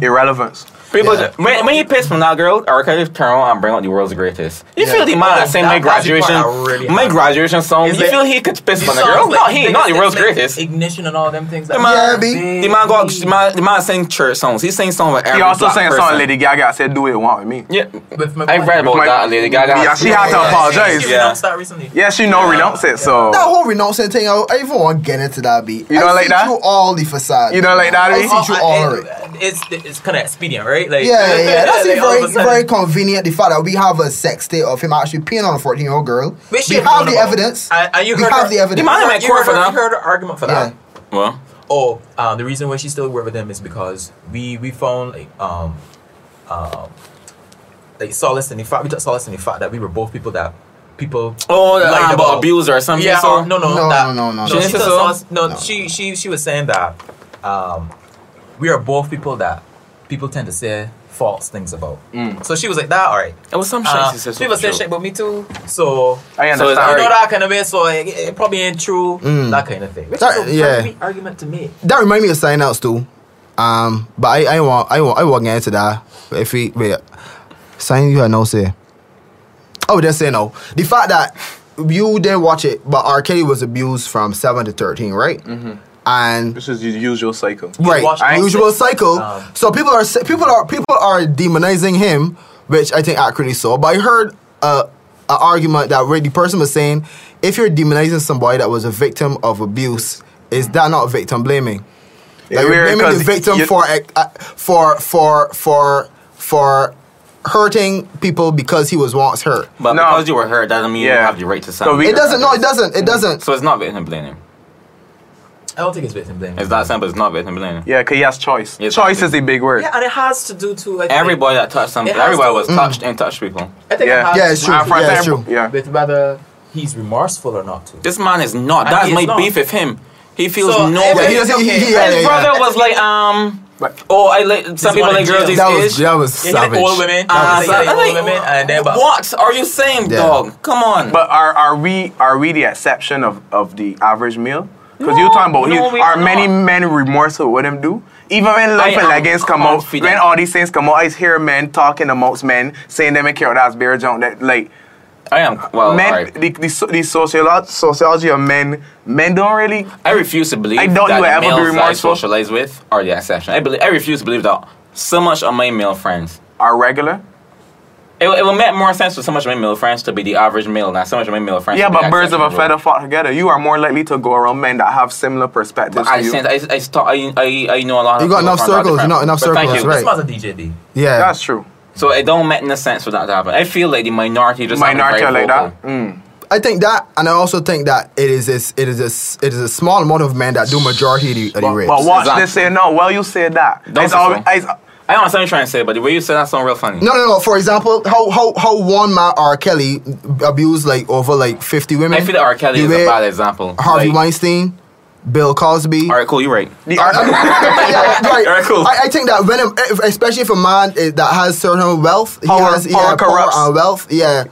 D: irrelevance.
B: People,
A: Yeah.
B: when, when he pissed from that girl, R. Kelly turn on and bring out the world's greatest. You
C: Yeah.
B: feel the
C: Oh,
B: man that saying my
C: that- that's the part
B: graduation,
C: I really
B: my
C: had.
B: graduation song.
C: It's
B: you
C: like-
B: feel he could piss
C: These
B: from the
C: songs
B: girl?
C: like
B: no, he
C: biggest
B: not the
C: hits,
B: world's
C: like
B: greatest.
C: Ignition and all them things.
B: The
A: Yeah,
B: man,
A: B.
B: the man got the man, the man sing church songs. He sing song with every
D: He also
B: black
D: sang a
B: person.
D: song Lady Gaga said do it want with me.
B: Yeah,
C: With my
B: I read about
D: My-
B: that. Lady Gaga.
D: Yeah, she had to
A: Yeah.
D: apologize.
C: She
D: Yeah,
B: Yeah.
C: announced that recently.
D: she no renounce it, so
A: That whole renouncing thing, I, I even want to get into that beat.
D: Oh. You don't
A: I
D: like
A: see
D: that?
A: through all the facade.
D: You don't like that,
A: I see
D: eh? Oh,
A: through
C: I-
A: all
C: it-
A: of it.
C: It's it's kind of expedient, right? Like
A: Yeah, yeah,
C: *laughs*
A: yeah. That's
C: like, all of a
A: very,
C: sudden.
A: very convenient. The fact that we have a sex tape of him actually peeing on a 14 year old girl. We
C: Which she
A: have
C: known
A: the
C: about.
A: evidence.
C: And, and you
A: We
C: heard
A: have
C: her-
A: the evidence.
C: You
B: Mine in my
C: heard, you
B: court
C: heard
B: for
C: her-
B: that.
C: you heard her argument for
A: Yeah.
C: that.
B: Well,
C: Oh, um, the reason why she still work with him is because we we found like um, um, like solace in the fact we took solace in the fact that we were both people that people
B: oh,
C: lied
B: uh, about abuser or something.
C: Yeah,
B: so.
C: or, no, no,
A: No,
C: that,
A: no, no, no,
B: no.
C: She,
B: She
C: took
B: said
C: solace- no,
A: No.
C: she she she was saying that um, we are both people that people tend to say false things about. So she was like that, all right.
B: it was some shit.
C: Uh,
B: she said
C: people say
B: so
C: shit about me too. So
D: I
B: So it's
D: understand.
B: Sorry.
C: you know that kind of way. So it, it probably ain't true.
A: Mm.
C: That kind of thing. Which
A: Sorry,
C: is a
A: yeah.
C: yeah. argument to me.
A: that reminds me of sign outs too. Um, but I, I want, I want, I want to get into that. If we wait, sign you had no say. Oh, just say no. The fact that you didn't watch it, but R. Kelly was abused from seven to thirteen, right? Mm-hmm. And
D: this is the usual cycle.
A: right
C: watch
D: it.
A: usual cycle
C: Um,
A: so people are sa- people are people are demonizing him which i think accurately so but i heard a, a argument that where the person was saying if you're demonizing somebody that was a victim of abuse is that not victim blaming like
D: weird,
A: you're blaming the
D: 'cause
A: victim
D: you-
A: for ex- uh, for for for for hurting people because he was once hurt
B: But
D: No.
B: because you were hurt, that doesn't mean you
D: Yeah.
B: have the right to
D: So we-
A: it
B: sound.
A: doesn't no it doesn't it doesn't
B: So it's not victim blaming.
C: I don't think it's victim blaming.
B: It's that simple. It's not victim blaming.
D: Yeah, cause he has choice.
B: Yes,
D: choice
B: I
D: is a big word.
C: Yeah, and it has to do too. I think-
B: Everybody that touched some,
C: It has
B: everybody
C: to-
B: was touched and touched people.
C: I think
D: Yeah.
C: it has
A: Yeah, it's
C: to
A: true.
C: do
D: And for
A: Yeah, it's
D: example-
A: true.
D: yeah.
C: With whether he's remorseful or not. Too.
B: This man is not.
C: And
B: That's
C: he
B: my
C: is not.
B: beef with him. He feels
C: So,
B: no.
C: every-
A: yeah,
B: way.
A: he doesn't, he-
C: Okay.
A: he-
C: And
A: yeah,
B: His
A: yeah, yeah.
B: brother was like, um,
D: But
B: oh, I like some people
C: one
B: like
C: in
B: girls
C: jail.
B: these
A: that
B: days.
A: was that was
C: Yeah, he like
A: savage
C: old women.
B: Ah,
C: he
B: so
C: like
B: I'm
C: old
B: like,
C: women, and then but
B: what are you saying,
A: Yeah.
B: dog? Come on.
D: But are are we are we the exception of, of the average male? Because you're
B: No,
D: talking about
B: no,
D: you-
B: we
D: are
B: are
D: many
B: not.
D: men remorseful with them do? Even when life
B: I
D: and
B: am
D: leggings come out,
B: confident.
D: when all these things come out, I hear men talking amongst men saying them and care that's bear junk that like
B: I am well.
D: men
B: alright.
D: the, the, so- the sociolo- sociology of men men don't really
B: I refuse to believe
D: I don't
B: that
D: you
B: the
D: ever be
B: males that I
D: remorseful.
B: socialize with are the exception. I believe I refuse to believe that so much of my male friends
D: are regular.
B: It, would- it would make more sense for so much of my male friends to be the average male, not so much of my male friends.
D: Yeah,
B: to be
D: but birds of a
B: acceptable.
D: feather flock together. You are more likely to go around men that have similar perspectives.
B: I
D: to you.
B: sense I I, st- I I I know a lot.
A: You
B: of
A: got
B: people
A: enough
B: from other
A: circles,
B: crap.
A: you know, enough
B: But thank
A: circles,
B: you.
A: right.
C: This man's a DJ, D.
A: Yeah.
D: That's true.
B: So it don't make no sense for that to happen. I feel like the minority just haven't
D: Minority
B: very
D: are like
B: vocal.
D: that. Mm.
A: I think that, and I also think that it is a, s- it is a, s- it is a small amount of men that do majority of the, of the
D: But,
A: rapes.
D: but watch
B: Exactly.
D: this say no. Well, you say that.
B: Don't
D: it's
B: say
D: always,
B: so.
D: it's,
B: I don't know what I'm trying to say, but the way you said that sounds real funny.
A: No, no, no. For example, how how how one man R. Kelly mm, abused like over like fifty women.
B: I feel that R. Kelly
A: The
B: is
A: way
B: a bad example.
A: Harvey
B: Like,
A: Weinstein, Bill Cosby.
B: All right, cool. You're right.
D: the
A: *laughs* Yeah, right.
B: All right, cool.
A: I, I think that when, a- if- especially if a man eh, that has certain wealth, he
D: Power-
A: has
D: power
A: yeah,
D: corrupts.
A: power and wealth. Yeah,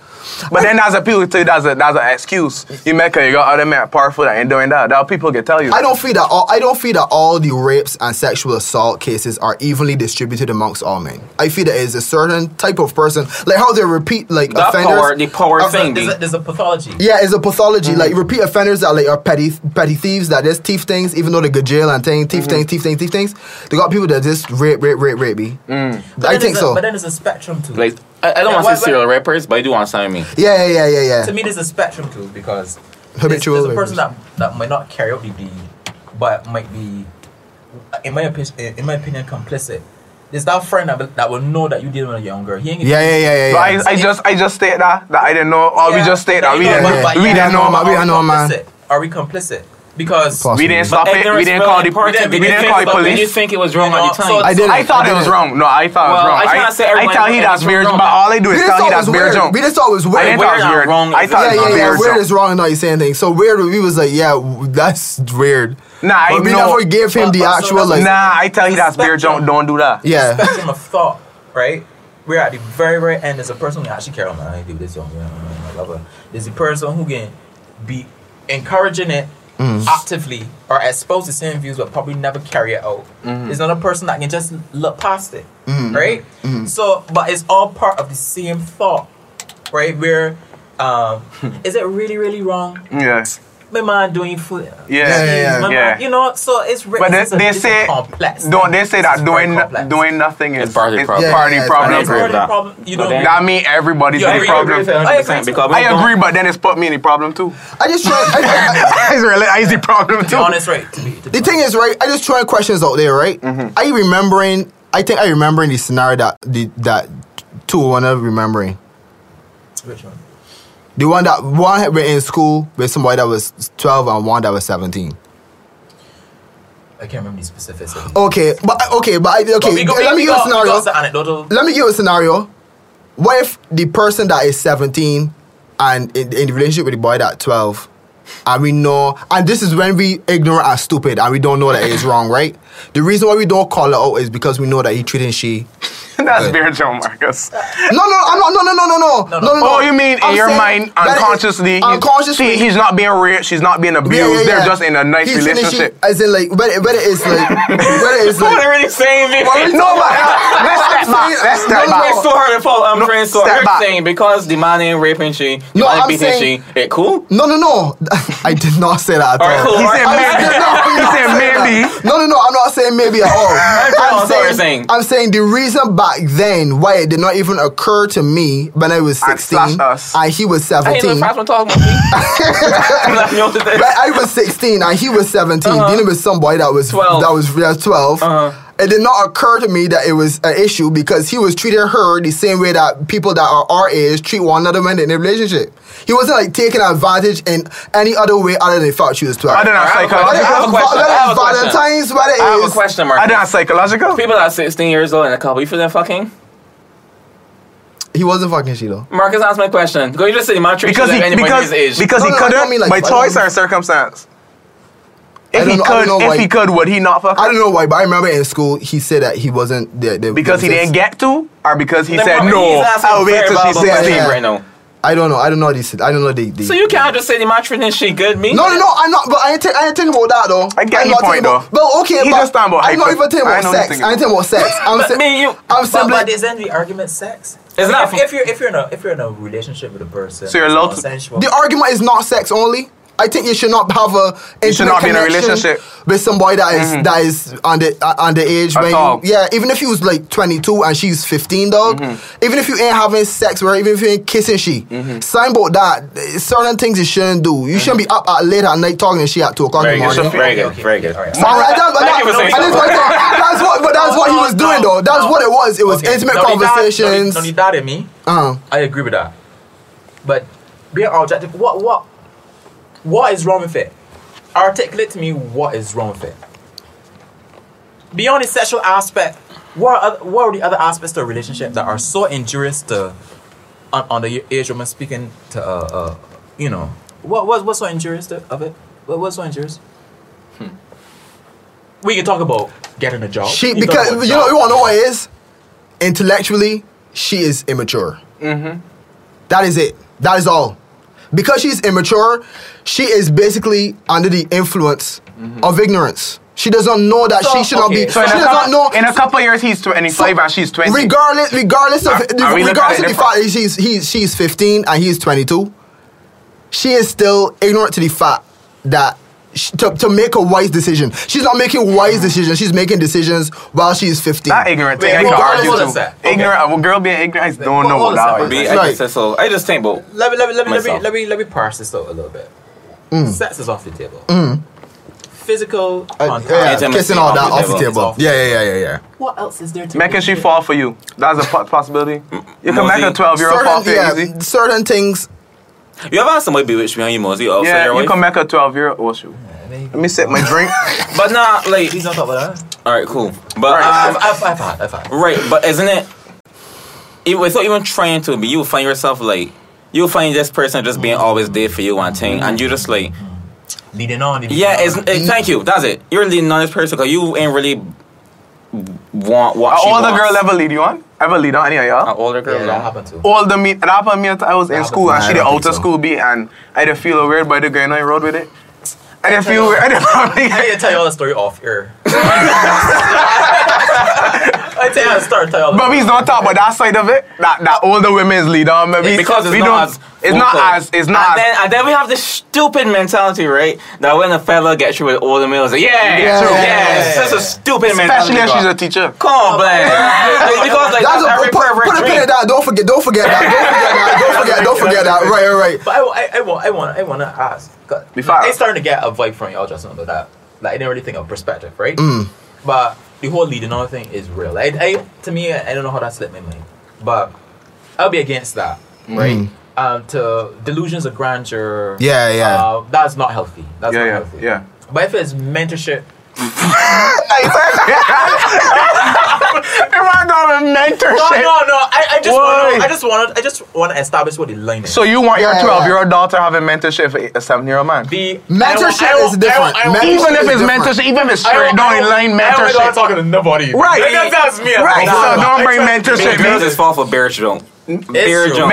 D: But then there's a people tell you that's a that's an excuse. You make a, you got other men powerful that ain't doing that. That people can tell you.
A: I don't feel that all. I don't feel that all the rapes and sexual assault cases are evenly distributed amongst all men. I feel that it's a certain type of person, like how they repeat like
B: That
A: offenders.
B: power, the power
A: Offend-
B: thing.
C: There's
B: the-
C: a, there's a pathology.
A: Yeah, it's a pathology.
D: Mm-hmm.
A: Like repeat offenders that like are petty petty thieves that just thief things, even though they go jail and thing,
D: Mm-hmm.
A: thief things, thief things, thief things. They got people that just rape, rape, rape, rape me.
D: Mm.
C: But
A: I think
C: then there's a-
A: so.
C: But then there's a spectrum too.
B: Like I, I don't
C: Yeah,
B: want
C: why-
B: to
C: why-
B: say serial rappers, but I do understand what you mean.
A: Yeah, yeah, yeah, yeah,
C: to
A: yeah.
C: me, there's a spectrum too because there's,
A: Habitual
C: there's a person
A: rapers.
C: that, that might not carry out the deed, but might be, in my opinion, in my opinion, complicit. There's that friend that, will- that will know that you did when a young girl. He ain't
A: Yeah, yeah, yeah, yeah.
D: But
A: yeah.
D: I, I just I just state that that I didn't know. Or we
C: Yeah,
D: just state that we
C: you know,
D: didn't
C: but- but
D: we
C: yeah,
D: didn't know.
A: man, we didn't know, man.
C: complicit. Are we complicit? Because
A: Possible.
D: We didn't stop
B: But
D: it. We
B: ignorance
D: didn't
B: fell
D: call
B: on
D: the
B: part of it.
D: we
B: Did you
D: didn't
B: think
D: call the
B: about- Did you
D: police.
B: think it was wrong
C: You
B: at
C: know, so-
B: the time?
A: I didn't.
D: I thought it was
A: didn't.
D: wrong. No, I thought
B: Well, I
D: it was wrong.
B: cannot say
D: I,
B: everybody
D: tell
B: was
D: he
B: wrong.
D: that's beer
B: Wrong,
D: junk, but
B: man.
D: all I do
A: We
D: is
A: just
D: tell
A: thought
D: he
A: it
D: that's
A: was
D: beer
A: weird.
D: junk.
A: We just thought it was
D: I
A: weird.
D: didn't
A: Yeah,
D: thought it
B: Weird
D: was
B: and
D: weird.
B: wrong
D: I
B: is
D: thought
A: yeah,
D: it was
A: yeah.
D: beer
A: Weird
D: junk.
A: is wrong. No, he's saying things. So weird. We was like, yeah, w- that's weird.
D: Nah, I
A: but we
D: know-
A: never gave him
C: but-
A: the
C: but so
A: actual
C: that's-
A: like.
D: Nah, I tell he that's beer junk.
C: Spectrum.
D: Don't do that.
A: Yeah,
C: spectrum of thought, right? We're at the very, very end. There's a person who actually care, oh, man, I ain't do this, young man, I love her. There's a person who can be encouraging it
D: Mm.
C: actively or expose the same views, but probably never carry it out.
D: Mm-hmm.
C: There's another person that can just look past it, right?
D: Mm-hmm.
C: So, but it's all part of the same thought, right? Where,
D: *laughs*
C: um, is it really, really wrong?
D: Yeah.
C: My man doing food.
D: Yeah.
A: Yeah,
C: My man-
D: yeah.
C: You know, so it's re-
D: But they,
C: it's a-
D: they
C: it's a
D: say
C: complex.
D: don't they say
C: It's
D: that
C: very
D: doing
C: complex.
D: doing nothing is
B: It's part of the problem.
A: Yeah,
D: party
A: yeah, it's
D: problem.
B: part
C: It's
B: of the
C: part of the
B: that.
C: problem. You
B: But
C: don't
B: then-
D: That mean everybody's
C: You
D: in
C: agree,
D: the
C: you agree
D: problem.
C: with that?
B: I agree. Because we
D: I
B: don't-
D: agree, but then it's put me in the problem too.
A: I just try. I, I,
C: *laughs*
D: it's really, I is the problem
C: To
D: too.
C: be honest, right? To be, to be
A: The thing is, right? I just throwing questions out there, right?
C: Mm-hmm.
A: I remembering. I think I remembering the scenario that the that two one of remembering
C: honest. Which one?
A: the one that one had been in school with somebody that was twelve and one that was seventeen.
C: I can't remember the specifics. of it.
A: Okay, but okay, but I,
C: But
A: okay.
C: we go-
A: let me
C: we- we
A: give you a
C: got- we
A: scenario.
C: got the anecdotal.
A: Let me give you a scenario. What if the person that is seventeen and in, in the relationship with the boy that twelve, and we know, and this is when we ignorant and stupid, and we don't know that it's wrong, right? The reason why we don't call it out is because we know that he treating she
D: *laughs* That's beer junk, Marcus.
A: No, no, I'm not. No, no, no, no, no, no, no. no.
D: Oh, you mean
A: I'm
D: in your
A: saying
D: mind,
A: that is-
D: unconsciously? he-
A: unconsciously.
D: see, he's not being raped. She's not being abused.
A: Yeah, yeah, yeah.
D: They're just in a nice
A: He's finishing-
D: relationship.
A: As in, like, whether, whether it's like, whether it's
B: What
A: like.
B: are you saying, Vic?
A: Well,
D: *laughs* No, but uh, let's step back. Let's step
A: No, no,
D: back.
A: no.
B: It's so hard to follow. I'm
D: No,
B: trying so
D: step
B: you're
D: back.
B: saying because the man ain't raping she, the
A: No,
B: man
A: I'm
B: ain't beating
A: saying-
B: she, it cool?
A: No, no, no. *laughs* I did not say that at all.
B: Alright, cool.
D: He
B: I-
D: said
A: I
D: maybe.
A: did not- I'm
D: He
A: not
D: said
A: saying that.
D: maybe.
A: No, no, no. I'm not saying maybe at all.
B: *laughs* I
A: I'm
B: saw what you're saying.
A: I'm saying the reason back then why it did not even occur to me when I was
D: And
A: 16
D: slash us.
A: and he was
B: I ain't
A: 17.
B: the first one talking about me.
D: *laughs*
B: I'm not new to this.
A: But I was 16 and he was 17,
B: Uh-huh.
A: dealing with somebody that was
B: 12.
A: that was, that was 12.
B: Uh-huh.
A: It did not occur to me that it was an issue because he was treating her the same way that people that are our age treat one another when in a relationship. He wasn't like taking advantage in any other way other than the fact she was 12.
D: Other than
B: I have a
A: Whether it's
B: question. I
A: Val-
B: have a question. I
D: psychological.
B: have a
A: whether it's
B: question.
A: Valentine's, whether
B: I have a
A: it's-
B: question,
D: Other
B: Mark.
D: than psychological.
B: People that are 16 years old and a couple, you feel that fucking?
A: He wasn't fucking she though.
B: Marcus asked my question. Go, you just say the man treats you
D: Because
B: like
D: he
B: anybody
D: because
B: his age.
D: because
A: No,
D: he
A: no, I don't mean
D: couldn't
A: like- I
D: by
A: don't
D: choice
A: mean-
D: or circumstance. If
A: don't
D: he
A: know- I
D: could,
A: don't know why-
D: if he could, would he not fuck?
A: I don't know why, but I remember in school he said that he wasn't the, the
D: Because he
A: the-
D: didn't get to, or because he
B: Then
D: said
B: Marcus,
D: no.
B: he's asking
D: I'll wait
B: very
D: till she's
B: valuable
A: says
B: questions
A: yeah.
D: sixteen.
B: right now.
A: I don't know. I don't know this. I don't know the. the
B: So you can't just say the man treating she good, me?
A: No, no, no. I'm not. But I ain't, think I ain't thinking about that though.
D: I get
A: I'm
D: your
A: not
D: point,
A: thinking about-
D: though.
A: But okay,
D: You
A: but
D: just stand by
A: I'm not
D: hyper-
A: even thinking
D: I
A: about
D: know
A: sex.
D: nothing
A: I ain't thinking about sex. I'm,
B: But
A: si-
B: me, you.
A: I'm
C: But,
A: simply.
C: but isn't the argument sex?
B: It's
C: Like,
B: not
C: If,
B: from-
C: if you're if you're in a if you're in a relationship with a person,
D: So you're
C: it's
D: allowed
C: not
D: to-
C: sensual.
A: the argument is not sex only. I think you should not have a
D: You
A: intimate
D: should not be in a
A: connection
D: relationship.
A: with somebody that is- that is under uh, underage.
D: At
A: when you-
D: all.
A: yeah, even if you was like twenty two and she's fifteen, dog. Even if you ain't having sex with her, even if you ain't kissing she, sign about that. There's Certain things you shouldn't do. You shouldn't be up at late at night talking to she at two o'clock in
B: Very
A: the
B: good.
A: morning.
D: Sophia.
B: Very good.
C: Okay,
B: Very good.
C: all right.
A: All right, that,
B: Thank you for saying
A: that- and that's, what, that's what, but that's what he was doing though. That's what it was. It was
C: Okay,
A: intimate
C: no, they doubt-
A: conversations.
C: No, they- no, they doubted me.
A: Uh,
C: I agree with that. But being objective, what what what is wrong with it? Articulate to me what is wrong with it. Beyond the sexual aspect, what are, oth- what are the other aspects to a relationship that are so injurious to on, on the age woman speaking to uh, uh you know what was what's so injurious to, of it? What what's so injurious? We can talk about getting a job.
A: she
C: We can talk about
A: because you know
C: job.
A: you want to know what it is. Intellectually, she is immature. Mm-hmm. is it. That is all. Because she's immature, she is basically under the influence of ignorance. She does not know that
C: So,
A: she should
C: okay,
A: not be.
D: So in
A: she
D: a,
A: does not
D: couple,
A: know.
D: in a couple years, he's 25 and she's 20.
A: Regardless, regardless of
D: Are- are we looking
A: regardless
D: at
A: of
D: it
A: the fact that she's he's she's 15 and he's 22, she is still ignorant to the fact that sh to, to make a wise decision. She's not making wise decisions. She's making decisions while she's 15.
D: Not ignorant thing.
C: Wait,
D: I can
A: hold on,
D: argue
A: hold
C: on
D: too.
C: a sec. Okay.
D: Ignorant. A girl being ignorant, I don't know
C: Hold
D: what
C: on a
D: that
C: sec.
D: is.
B: I
A: Right.
B: just said so. I just think, but
C: let me let me let me let
B: Myself.
C: me let me let me parse this out a little bit. Sex is off the table. Physical
A: Mm. Uh,
C: contact.
A: yeah,
B: Intimacy
A: kissing all that
B: off
A: off
B: the
A: the
B: table.
A: table. Yeah, yeah, yeah, yeah, yeah.
C: What else is there to
D: Making she fall for you. That's a po- possibility. You can make a
B: Mosey.
D: 12 year old fall for
A: Certain,
D: you
A: yeah,
D: easy.
A: certain things.
B: you ever had somebody bewitched behind you, Mosey? Also,
D: Yeah,
B: your
D: you
B: wife?
D: can make a 12 year old. shoot. Let me sip *laughs* my drink.
B: But not like.
C: Please don't talk about that.
B: All right, cool. But
D: Right.
B: um,
C: I've, I've, I've had I've had.
B: Right, but isn't it? it without even trying to be, you will find yourself like you'll find this person just being always there for you one thing, and you just like,
C: Leading on. Leading
B: yeah,
C: on.
B: it's, it, thank you. That's it. You're leading on this person because you ain't really want what
D: An
B: she Oh.
D: older
B: wants.
D: girl ever lead you on? Ever lead on any of
B: An
D: y'all?
B: older girl.
C: yeah, that happened too.
B: Oh.
D: Older me, that happened me. until I was in
C: That
D: school and
A: happened- Nah,
D: she the
A: I don't think
D: outer
A: so.
D: school beat and I didn't feel weird by the girl I rode with it. I didn't feel weird. I didn't
C: I need to
D: probably.
C: tell you all the story off
B: *laughs*
C: air. *laughs* I tell you, I start tell you all.
D: But
C: The,
D: we don't talk about that side of it. That that older women's lead on. Maybe
B: because it's
D: we
B: not
D: don't-
B: as
D: It's not
B: vocal.
D: as. It's not
B: And
D: as.
B: then, and then we have this stupid mentality, right? That when a fella gets you with older males, like, yeah, yeah,
A: Yeah,
B: yeah,
A: yeah,
B: it's
C: yeah,
B: just a
C: yeah.
B: stupid mentality.
D: Especially if she's
B: bro.
D: a teacher.
B: Come
D: *laughs*
B: on, Blaine. Like, because like
A: That's
B: that's,
A: a,
B: every
A: put, put,
B: pervert
A: a pin
B: dream.
A: in that. Don't forget. Don't forget that. Don't forget that. Don't forget. Don't forget that. Right, right, right.
C: but I, wa- I, I want I want I want to ask. 'cause
D: Before-
C: I starting to get a vibe from y'all just know that. Like I didn't really think of perspective, right? But the whole leading on thing is real. I, I to me I don't know how that slipped my mind, but I'll be against that, right? Um, to delusions of grandeur.
A: Yeah, yeah.
C: Uh, that's not healthy. That's
D: Yeah,
C: not
D: yeah,
C: healthy.
D: yeah.
C: But if it's mentorship,
D: Am I not a mentorship?
C: no, no, no. I, I just
D: Why?
C: want I just want I just want to establish what the line is.
D: So you want your
A: Yeah, yeah,
D: 12 year old daughter having mentorship for a 7 year old man?
C: the
A: Mentorship
C: I don't- I
A: is
C: don't-
A: different.
C: I don't- I don't-
A: Mentorship
D: Even if
A: is
D: it's
A: different.
D: mentorship, even if it's
C: I
D: straight down the line
C: I don't
D: mentorship.
C: talking to nobody.
D: Right.
C: That, that's me.
D: Right,
C: Nah,
D: so
C: nah.
D: don't bring
C: I try-
D: mentorship.
B: Big
D: *laughs*
B: Bills is fall for Bear Jones. Bear
C: true.
B: Jones.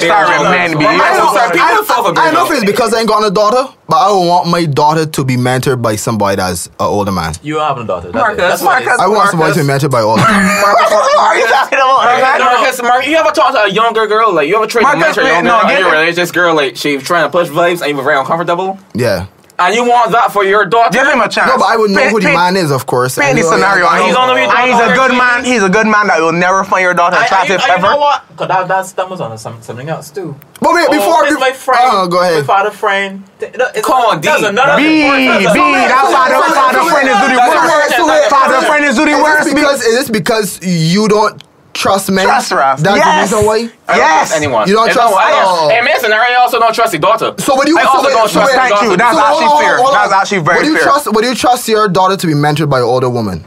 B: Bear
D: starring
B: Jones.
D: men, B.
B: Well,
A: I
B: men
A: know,
B: don't start- people
A: I,
B: don't fall for
A: I
B: Bear
A: know if
B: Jones.
A: it's because I ain't got no daughter, but I would want my daughter to be mentored by somebody that's an older man.
C: You have a daughter. That's
B: Marcus,
C: it. That's what it is.
B: Marcus.
A: I want somebody to be mentored by older.
D: *laughs* Are you talking about?
B: Marcus, Marcus, Marcus, you ever talk to a younger girl? Like, you ever try to
D: Marcus,
B: mentor a
D: wait,
B: younger
D: no,
B: girl?
D: get
B: and you're
D: it.
B: a religious girl, like, she's trying to push vibes and you're very uncomfortable?
A: yeah.
B: And you want that for your daughter?
D: Give him a chance.
A: No, but I would know
D: Paint-
A: who the
D: paint-
A: man is, of course.
D: Paint
A: And
D: the
A: you know,
D: scenario.
A: I-
D: and
B: He's
D: He's,
B: on the way to
D: and he's a
B: college.
D: good man. He's a good man that will never find your daughter
C: I, I,
D: attractive
C: I, you know
D: ever.
C: what? Cause that, that's that was on some, something else too.
A: But wait, before
C: oh, it's my friend.
A: Oh, go
C: My
A: ahead.
C: father friend. Th- no, it's-
B: Come on,
C: that's
B: D.
C: another
D: B,
C: important- that's
D: B,
C: another-
D: that father,
A: That's
D: father
A: another-
D: friend is do the
A: that's
D: worst.
A: another- that's
D: Father
A: another-
D: friend is do the
A: Is
D: worst.
A: this because is this because you don't trust men?
D: Trust Ralph.
A: That's
D: Yes.
A: the reason why.
B: I don't
D: Yes.
B: trust anyone.
A: You don't
B: It's
A: trust-
B: not- I don't-
A: oh.
B: In this scenario, I also don't trust your daughter.
A: So what do you?
B: I
A: so
B: also
A: wait,
B: don't
A: so
B: trust
A: wait,
B: your
D: Thank
B: daughter.
D: you. That's
A: so hold
D: actually
A: on, hold
D: fair.
A: on, hold on.
D: That's actually very
A: Would you
D: fair.
A: trust? Would you trust your daughter to be mentored by an older woman?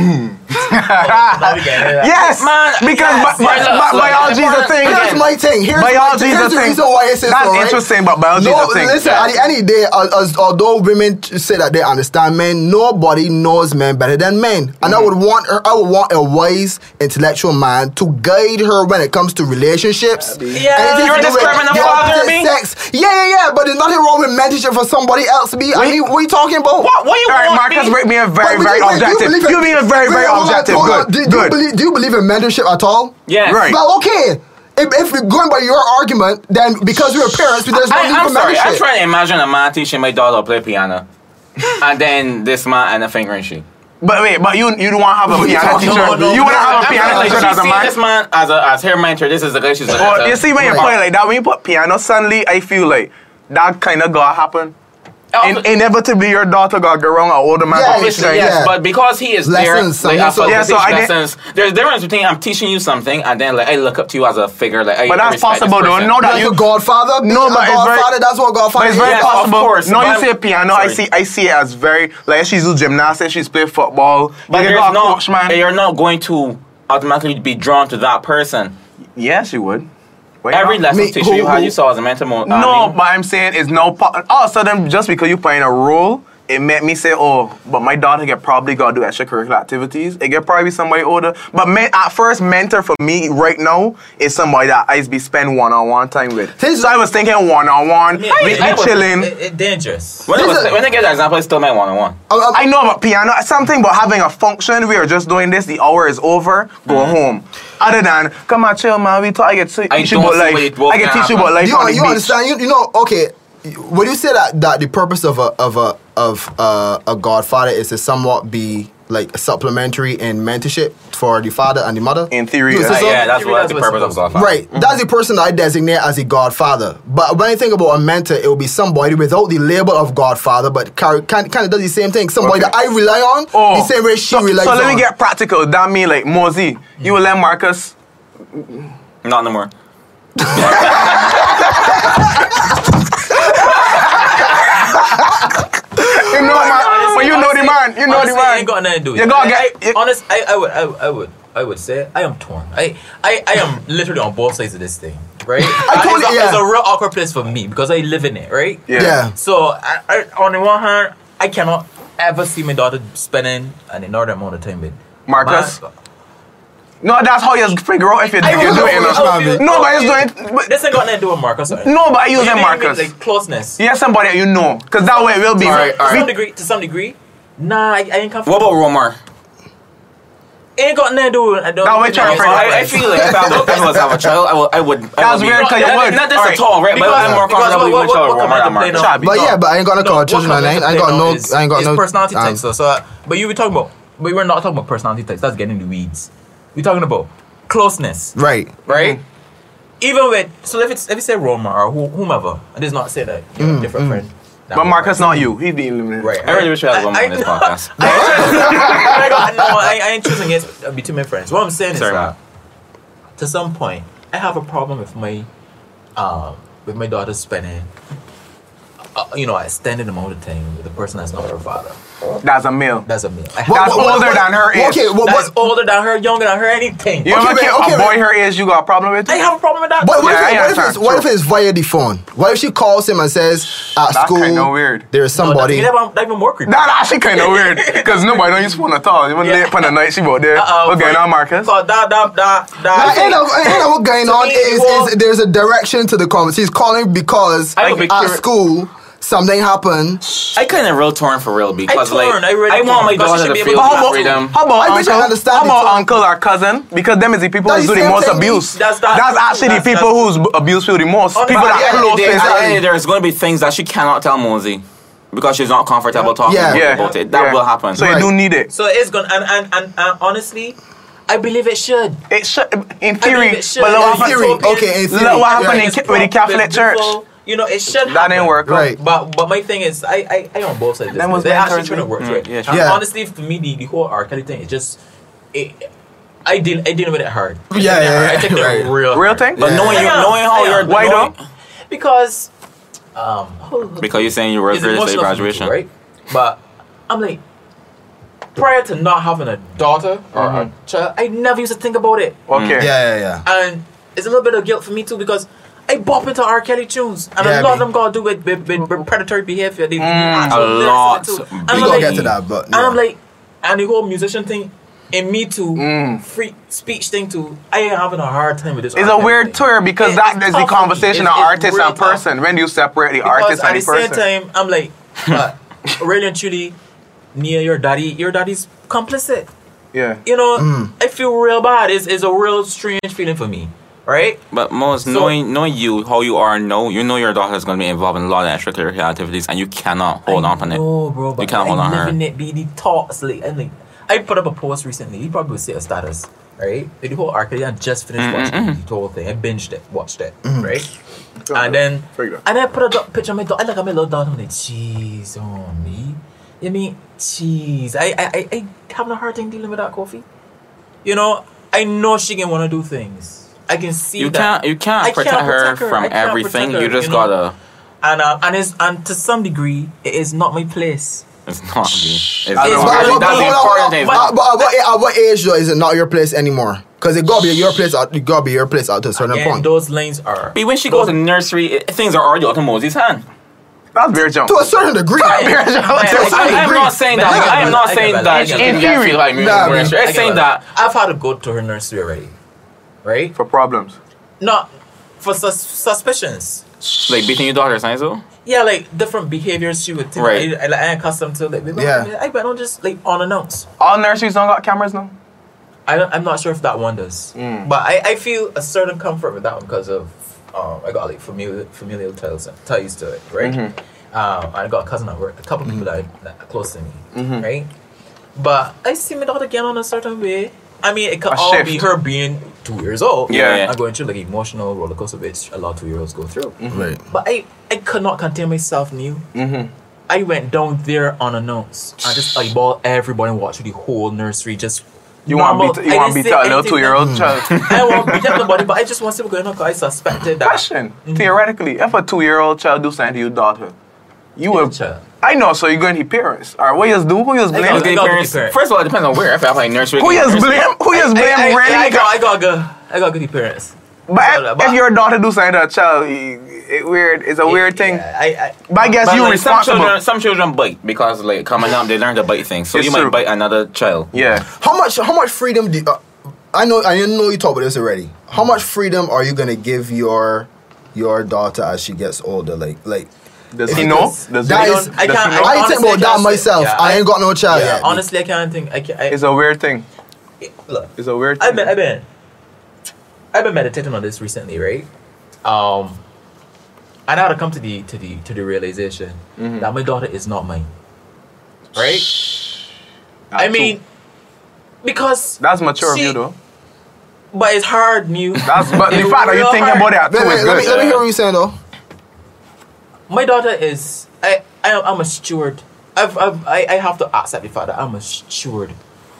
D: *laughs*
C: Now we get it.
D: Yes,
B: Man,
D: because
B: yes,
D: bi-
B: yes,
D: bi-
B: look,
D: bi-
B: look,
D: biology is a
B: look,
D: thing.
A: Here's my thing. Here's my
D: Biology
A: thing.
D: is
A: Here's
D: a
A: the
D: thing.
A: reason why it's
D: That's
A: so, right?
D: interesting, but biology
A: No,
D: is a thing.
A: listen. At the end of the day, as, as- although women t- say that they understand men, nobody knows men better than men. And
D: Mm-hmm.
A: I would want her. I would want a wise, intellectual man to guide her when it comes to relationships.
C: Yeah,
A: Anything
B: you're
A: to do with
B: describing a
A: the
B: father,
A: opposite
B: me?
A: Sex. Yeah, yeah, yeah. But there's nothing wrong with mentorship for somebody else. Me. I mean, what you talking about?
B: What, what do you
D: All right,
B: want,
D: Marcus,
B: B?
D: make me a very,
A: Wait,
D: very
A: wait, wait, do
D: objective.
A: believe in-
D: You mean a very,
A: wait,
D: very
A: hold on,
D: objective.
A: hold on.
D: Good,
A: Do, do you
D: good.
A: believe, do you believe in mentorship at all?
B: Yes.
D: Right.
A: Well, okay. If, if we're going by your argument, then because we're parents, there's no
B: I,
A: need
B: I'm
A: for
B: sorry. I'm
A: membership.
B: trying to imagine a man teaching my daughter to play piano, and then this man and a fingering she.
D: But wait, but you you don't want to have a piano teacher.
C: no, no,
D: you want to
C: no,
D: have a
C: I'm
D: piano
C: not-
B: Like, she
D: teacher as a
B: see
D: man.
B: this man as a, as her mentor. This is the guy she's looking
D: Or
B: at.
D: you see when you
A: Right.
D: put it like that, when you put piano, suddenly I feel like that kind of got happen.
B: Also-
D: In, inevitably, your daughter got to go wrong or older man.
A: Yeah,
D: got
A: it's-
D: pushed
B: Obviously,
D: down.
B: yes,
A: yeah.
B: but because he is
A: Lessons,
B: there,
A: son,
B: like,
A: yeah,
B: I
A: so-
B: so,
D: yeah, so I did-
B: lessons. There's a difference between I'm teaching you something and then like I look up to you as a figure, like I
D: But that's
B: respect this
D: possible, though.
B: person.
D: No, that
A: Like
D: you.
A: a godfather?
D: No,
A: a
D: but it's very-
A: godfather, that's what godfather
D: But it's very
A: is.
B: Yes, of
D: possible.
B: course,
D: no, you
B: but-
D: say piano. I
B: Sorry.
D: see. I see it as very like she's do gymnastics. She's play football.
B: but
D: you
B: there's
D: got a
B: no,
D: coach, man.
B: you're not going to automatically be drawn to that person.
D: yeah, she would. Why
B: Every
D: not?
B: lesson
A: Me-
B: teacher
A: who-
B: you how
A: who-
B: you saw as a mentor. mo- I
D: No,
B: mean,
D: but I'm saying it's no. Po- all of a sudden, just because you're playing a role, it made me say, oh, but my daughter get probably gotta do extracurricular activities. It get probably somebody older. But men, at first, mentor for me right now is somebody that I be spend one on one time with.
A: This-
D: so I was thinking one on one, we
C: I-
D: we
B: I was-
D: chilling.
C: It, it dangerous.
B: when, I
A: This
B: was,
A: is-
B: when I get that example, it's still my one on one.
A: Um, um,
D: I know about piano, something, but having a function, we are just doing this, the hour is over, go
C: Mm-hmm.
D: home. Other than, come on, chill, man, we talk, I get to
B: I
D: teach you
B: don't
D: about
B: see
D: life.
B: where it will
D: I get teach
B: happen.
D: you about life.
A: you,
D: on the
A: you
D: beach.
A: understand? You, you know, okay. Would you say that, that the purpose of a of a of uh, a godfather is to somewhat be like supplementary in mentorship for the father and the mother?
D: In theory,
A: You
D: yeah.
A: say so?
B: Uh, yeah, that's
C: Maybe
B: what
C: that's
B: the
C: what's
B: purpose of
C: supposed
B: God.
A: Right,
D: Mm-hmm.
A: that's the person that I designate as a godfather. But when I think about a mentor, it will be somebody without the label of godfather, but kind kind of does the same thing. Somebody
D: Okay. Oh.
A: that I rely on the same way she
D: so,
A: relies
D: so
A: on.
D: let me get practical. That mean like Mosey, you will let Marcus.
B: Not no more.
D: You know man, but you know the man. You know
C: honestly,
D: the man.
C: I ain't got nothing to do with
D: You
C: it.
D: gotta
C: I,
D: get-
C: I, honest, I, I would, I, would- I would, I would say I am torn. I, I, I am literally on both sides of this thing,
D: *laughs*
C: right? I
A: told
C: it's,
A: you,
C: a, it's
A: yeah.
C: a real awkward place for me because I live in it, right?
A: yeah.
C: So I, I, on the one hand, I cannot ever see my daughter spending an inordinate amount of time with
D: Marcus?
C: My,
D: No, that's how you figure out if you
C: I
D: think you
C: was
D: do
A: know what
D: it. enough.
A: you're talking about.
D: No, but it's doing. But,
C: this ain't got nothing to do with Marcus. Sorry.
D: no, but I
C: You
D: use them
C: know what I mean?
D: Marcus.
C: Like closeness.
D: Yeah, somebody that you know, cause that way it will be.
B: All right,
C: To
B: all right.
C: some degree, to some degree. Nah, I, I ain't
B: What
C: comfortable.
B: about Romar?
C: It ain't got nothing to do with I don't
D: Nah,
C: know.
D: we're trying to
B: So I, I feel like if
C: *laughs*
B: I was, if I was have a child, I would. I would. I would
D: That's
B: be-
D: weird, 'cause you
B: Not-
D: would.
B: Not this
D: Alright.
B: at all, right? But
C: Because-
B: I'm more
C: because
B: comfortable
C: what-
B: with my
C: what-
B: child
C: what
B: over
C: come out
B: Romar
C: the
B: than Marcus.
C: play now?
D: Chubby.
A: But
D: No.
A: yeah, but I ain't got no call children.
C: what
A: I ain't, I ain't
C: comes
A: got
C: up
A: no.
C: is-
A: I ain't got
C: is
A: no
C: personality
A: um,
C: types. So, so, uh, but you were talking about, but we're not talking about personality types. That's getting in the weeds. We're talking about closeness,
A: Right.
C: right? Even with so if it's if you say Roma or who, whomever, I did not say that
A: Mm,
C: you're a different friend. Nah,
D: But
C: Roma.
D: Marcus, not you. He's the eliminator.
C: Right.
B: I really wish I had Romar on this podcast.
C: I ain't- I got- no, I, I ain't choosing against uh, between my friends. What I'm saying
B: Sorry,
C: is
B: man.
C: that to some point, I have a problem with my, um, with my daughter spending, uh, you know, extended amount of time with a person that's not her father.
D: That's a male.
C: That's a male. I
A: What-
C: have-
D: That's
A: what- what-
D: older
A: what-
D: than her age.
A: Okay. What,
C: that's
A: what,
C: older than her, younger than her, anything.
D: You ever
A: wait,
D: get
A: okay,
D: a boy
A: wait.
D: her age? You got a problem with?
C: I have a problem with that.
A: But what,
D: Yeah,
A: if,
D: I
A: what, if it's,
D: understand,
A: what if
D: true.
A: it's via the phone? What if she calls him and says, at
D: That's
A: school,
D: kinda weird.
A: there is
C: No,
A: somebody.
C: That's, even- that's even more creepy.
D: That actually kind *laughs* of weird, cause nobody don't use phone at all. Even
C: Yeah.
D: late upon the night, she out there.
C: Uh-oh,
D: okay,
C: but-
D: now Marcus.
C: So that, that, that,
A: I
C: that.
A: ain't know, I ain't know what going
C: To
A: on
C: me, it
A: is,
C: was-
A: is there's a direction to the comment. She's calling because
B: I
A: at
B: would be curious-
A: school something happened.
B: I kind of real torn for real because
C: torn,
B: like
C: I really
B: I want my
C: torn, 'cause she
B: daughter
C: should
B: to
C: be
B: feel
C: able to
B: that
C: talk to
B: freedom.
D: How about
A: I wish I
D: uncle?
A: understand
D: how about
A: the-
D: uncle or cousin? Because them is the people
A: That's
D: who do
A: the
D: the
A: same
D: most
A: thing.
D: abuse.
C: That's that-
D: actually
C: that's-
D: the people who's b- abuse you the most.
C: Oh,
D: people
C: but
D: that
A: yeah,
D: close
A: they-
D: to
A: I-
D: exactly.
A: Exactly.
B: there's going to be things that she cannot tell Mosey because she's not comfortable talking
A: Yeah.
D: Yeah.
B: about it. That
D: yeah.
B: will happen.
D: So
A: Right.
D: you do need it.
C: So it's gonna and and, and and honestly, I believe it should.
D: It should, in
C: I
D: theory,
C: believe it should.
D: but
A: In
D: look what
C: It's
A: theory,
D: happened.
C: utopian.
A: okay, in
D: Look
A: theory.
D: what
A: yeah.
D: happened in
C: It's
D: Ca- with the
C: proper,
D: Catholic
C: it's
D: Church.
C: beautiful. You know, it should.
D: That didn't
C: happen.
D: work.
A: Right.
C: But but my thing is, I I, I on both sides. of this
D: That was Mm,
C: thing. They're actually
D: mentoring.
C: trying to work through it.
B: yeah,
C: And
A: yeah.
C: Honestly, for me, the, the whole R. Kelly thing is just it. I deal I deal with it hard. I deal
A: Yeah,
C: with it
A: yeah,
C: hard.
A: yeah.
C: I take it
A: Right.
C: real
D: Real
C: hard.
D: thing?
B: but
A: Yeah.
B: knowing you,
C: Yeah.
B: knowing how
C: Yeah.
B: you're
D: Why
B: knowing-
C: because um
B: because you're saying you were
C: it's
B: ready to say
C: emotional for me too,
B: graduation.
C: right? But I'm like, prior to not having a daughter or
D: Mm-hmm.
C: a child, I never used to think about it.
A: Yeah,
D: Okay.
A: Mm, yeah, yeah.
C: and it's a little bit of guilt for me too because I bop into R. Kelly tunes, and
A: Yeah,
C: a lot
A: me.
C: of them gotta do with, with, with, with predatory behavior.
D: Mm,
C: They, they
B: A
C: actual lyrics in it
B: lot.
C: too.
B: We
C: And
B: gonna
C: I'm
A: We
C: like,
A: gonna get to that, but
C: And I'm
A: yeah.
C: like, and the whole musician thing, and me too, free speech thing too. I am having a hard time with this.
D: Mm. It's
C: R.
D: a
C: Kelly
D: weird
C: thing.
D: tour because
C: It-
D: that
C: it's
D: is the
C: tough for me.
D: conversation
C: It's-
D: of
C: it's
D: artist
C: really
D: and
C: tough.
D: person. When do you separate the
C: Because
D: artist
C: at
D: and
C: the
D: the person?
C: same time, I'm like, uh, really and truly, Nia, your daddy, your daddy's complicit
D: Yeah.
A: Mm.
C: you know, I feel real bad. It's, it's a real strange feeling for me. right?
B: But most
C: So-
B: knowing knowing you how you are, know you know your daughter is going to be involved in a lot of extracurricular activities, and you cannot hold on to it.
C: No, bro, but
B: can't
C: I
B: hold on
C: live
B: her.
C: in it, be the talks. Like, I think I put up a post recently. You probably would see a status, right? Like, the whole arcade. I just finished watching the whole thing. I binged it, watched it, right? And then,
D: Figure.
C: and then I put a do- picture of my daughter. I look at my little daughter. I'm like, jeez, oh me. You mean, jeez, I, I, I, I having a hard time dealing with that coffee. You know, I know she can want to do things. I can see
B: You
C: that.
B: can't you
C: I
B: can't
C: can't
B: protect her
C: protect her.
B: from
C: I can't
B: everything.
C: protect her,
B: You just
C: you know?
B: gotta.
C: And uh, and it's, and to some degree, it is not my place.
B: It's not. It's, it's
A: But,
D: I don't
B: not.
D: know.
A: but, but,
B: That's the important
A: hold on,
B: thing.
A: but, but at what a- at what age though is it not your place anymore? Because it gotta be your place. At, it gotta be your place at a certain
C: Again,
A: point.
C: those lanes are.
B: But when she goes to nursery, it, things are already out of Moses' hand.
D: That's very jump.
A: to a certain
C: *laughs*
A: degree.
D: Yeah.
B: I,
A: I
B: I'm
A: agree.
B: not saying that.
A: Man,
B: I am not
C: I
B: saying
C: get
B: that.
C: that.
B: She
C: I
B: can
D: get that.
B: feel like me.
A: Nah, man.
B: nursery. I'm saying that.
C: I've had to go to her nursery already, right?
D: For problems.
C: Not for sus- suspicions.
B: Like beating your daughter, sign so.
C: Yeah, like different behaviors she would take.
B: Right.
C: I, I, I accustomed to like,
A: Yeah.
C: yeah. I, but don't just like unannounced.
D: All nurseries don't got cameras now.
C: I don't, I'm not sure if that one does,
D: Mm.
C: but I, I feel a certain comfort with that one because of um, I got like familial familial ties ties to it, right?
D: Mhm.
C: Um, and I got a cousin at work, a couple people that
D: Mm.
C: are, that are close to me,
D: Mm-hmm.
C: right? But I see my daughter again on a certain way. I mean, it could
D: A
C: all be
D: shift.
C: her being two years old.
B: Yeah, yeah.
C: and going through like emotional roller coaster, which a lot of two year olds go through.
A: Right.
C: But I, I could not contain myself, new.
D: Mm-hmm.
C: I went down there unannounced. I just eyeball everybody and watched through the whole nursery. Just
D: You want
C: normal.
D: to beat you
C: I
D: want
C: didn't
D: to beat
C: say
D: up a little
C: anything.
D: two year old child.
C: I want to beat up nobody, but I just want to see what's going on because I suspected that.
D: Question.
C: Mm-hmm.
D: Theoretically, if a two year old child do something to your daughter, you will.
C: Child.
D: I know. So you going to parents. All right. What you do? Who you
C: I
D: blame?
C: got-
B: Your
C: gotta be
B: parents-
C: fair.
B: First of all, it depends on where. If I play nursery,
D: Who you
B: nursery.
D: blame? Who you blame?
C: I, I, I,
D: Really?
C: got, I got good. I got good parents.
D: But if, if your daughter do something to a child, it, it weird. It's a weird thing.
C: Yeah, I, I,
D: But I guess
B: But
D: you
B: like, some
D: responsible.
B: children, some children bite because like coming up, they learn to bite things. So
D: It's
B: you
D: true.
B: might bite another child.
D: yeah.
A: How much? How much freedom do? You, uh, I know. I know you talked about this already. How much freedom are you gonna give your your daughter as she gets older? Like, like
D: Does
A: If
D: he
A: it
D: know?
A: is-
D: Does
A: that
D: he
A: is-
D: know?
C: I
D: Does
C: can't-
D: he
C: I
D: know?
A: I ain't think
C: honestly,
A: about that
C: I just-
A: myself.
C: yeah,
A: I,
C: I-
A: ain't got no child
C: oh, yeah,
A: yet.
C: honestly, I can't think. I can't. I,
D: It's a weird thing.
C: look,
D: It's a weird thing.
C: I've been, I've been, I've been meditating on this recently, right? Um, and I had to come to the to the to the realization
D: Mm-hmm.
C: that my daughter is not mine, right? I
D: That's
C: mean, because
D: That's mature
C: See-
D: of you, though.
C: but it's hard, new.
D: That's but the
C: *laughs* It's
D: fact that you
C: real
D: think
C: hard.
D: about it at two
A: Wait, wait,
D: is
A: let, me, let me
D: good.
A: hear what you're saying though.
C: my daughter is I, I am- I'm a steward. I've, I've I, I have to accept the fact that I'm a steward,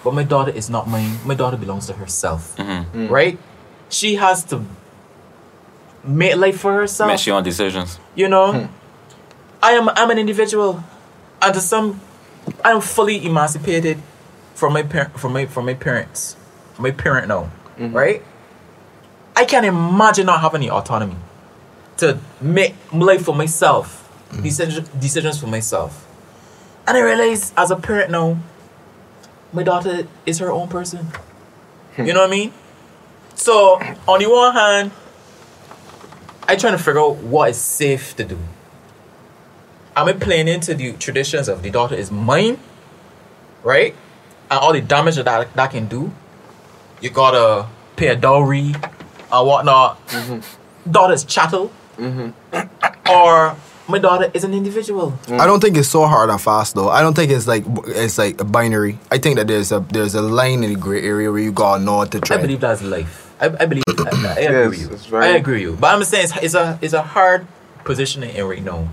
C: but my daughter is not mine. My daughter belongs to herself, right? She has to make life for herself.
B: Make your own decisions.
C: You know, I am I'm an individual, and to some, I'm fully emancipated from my parent from my from my parents, from my parent now, right? I can't imagine not having the autonomy to make life for myself, decision, decisions for myself, and I realize as a parent now, my daughter is her own person. You know what I mean? So on the one hand, I trying to figure out what is safe to do. Am I playing into the traditions of the daughter is mine, right? And all the damage that that, that can do. You gotta pay a dowry and whatnot. Daughter's chattel, or my daughter is an individual.
A: I don't think it's so hard and fast though. I don't think it's like it's like a binary. I think that there's a there's a line in the gray area where you gotta know what to
C: I
A: tread.
C: believe that's life. I, I believe. I, I agree
D: Yes,
C: with you.
D: it's very-
C: I agree with you. But I'm saying it's, it's a it's a hard position in right now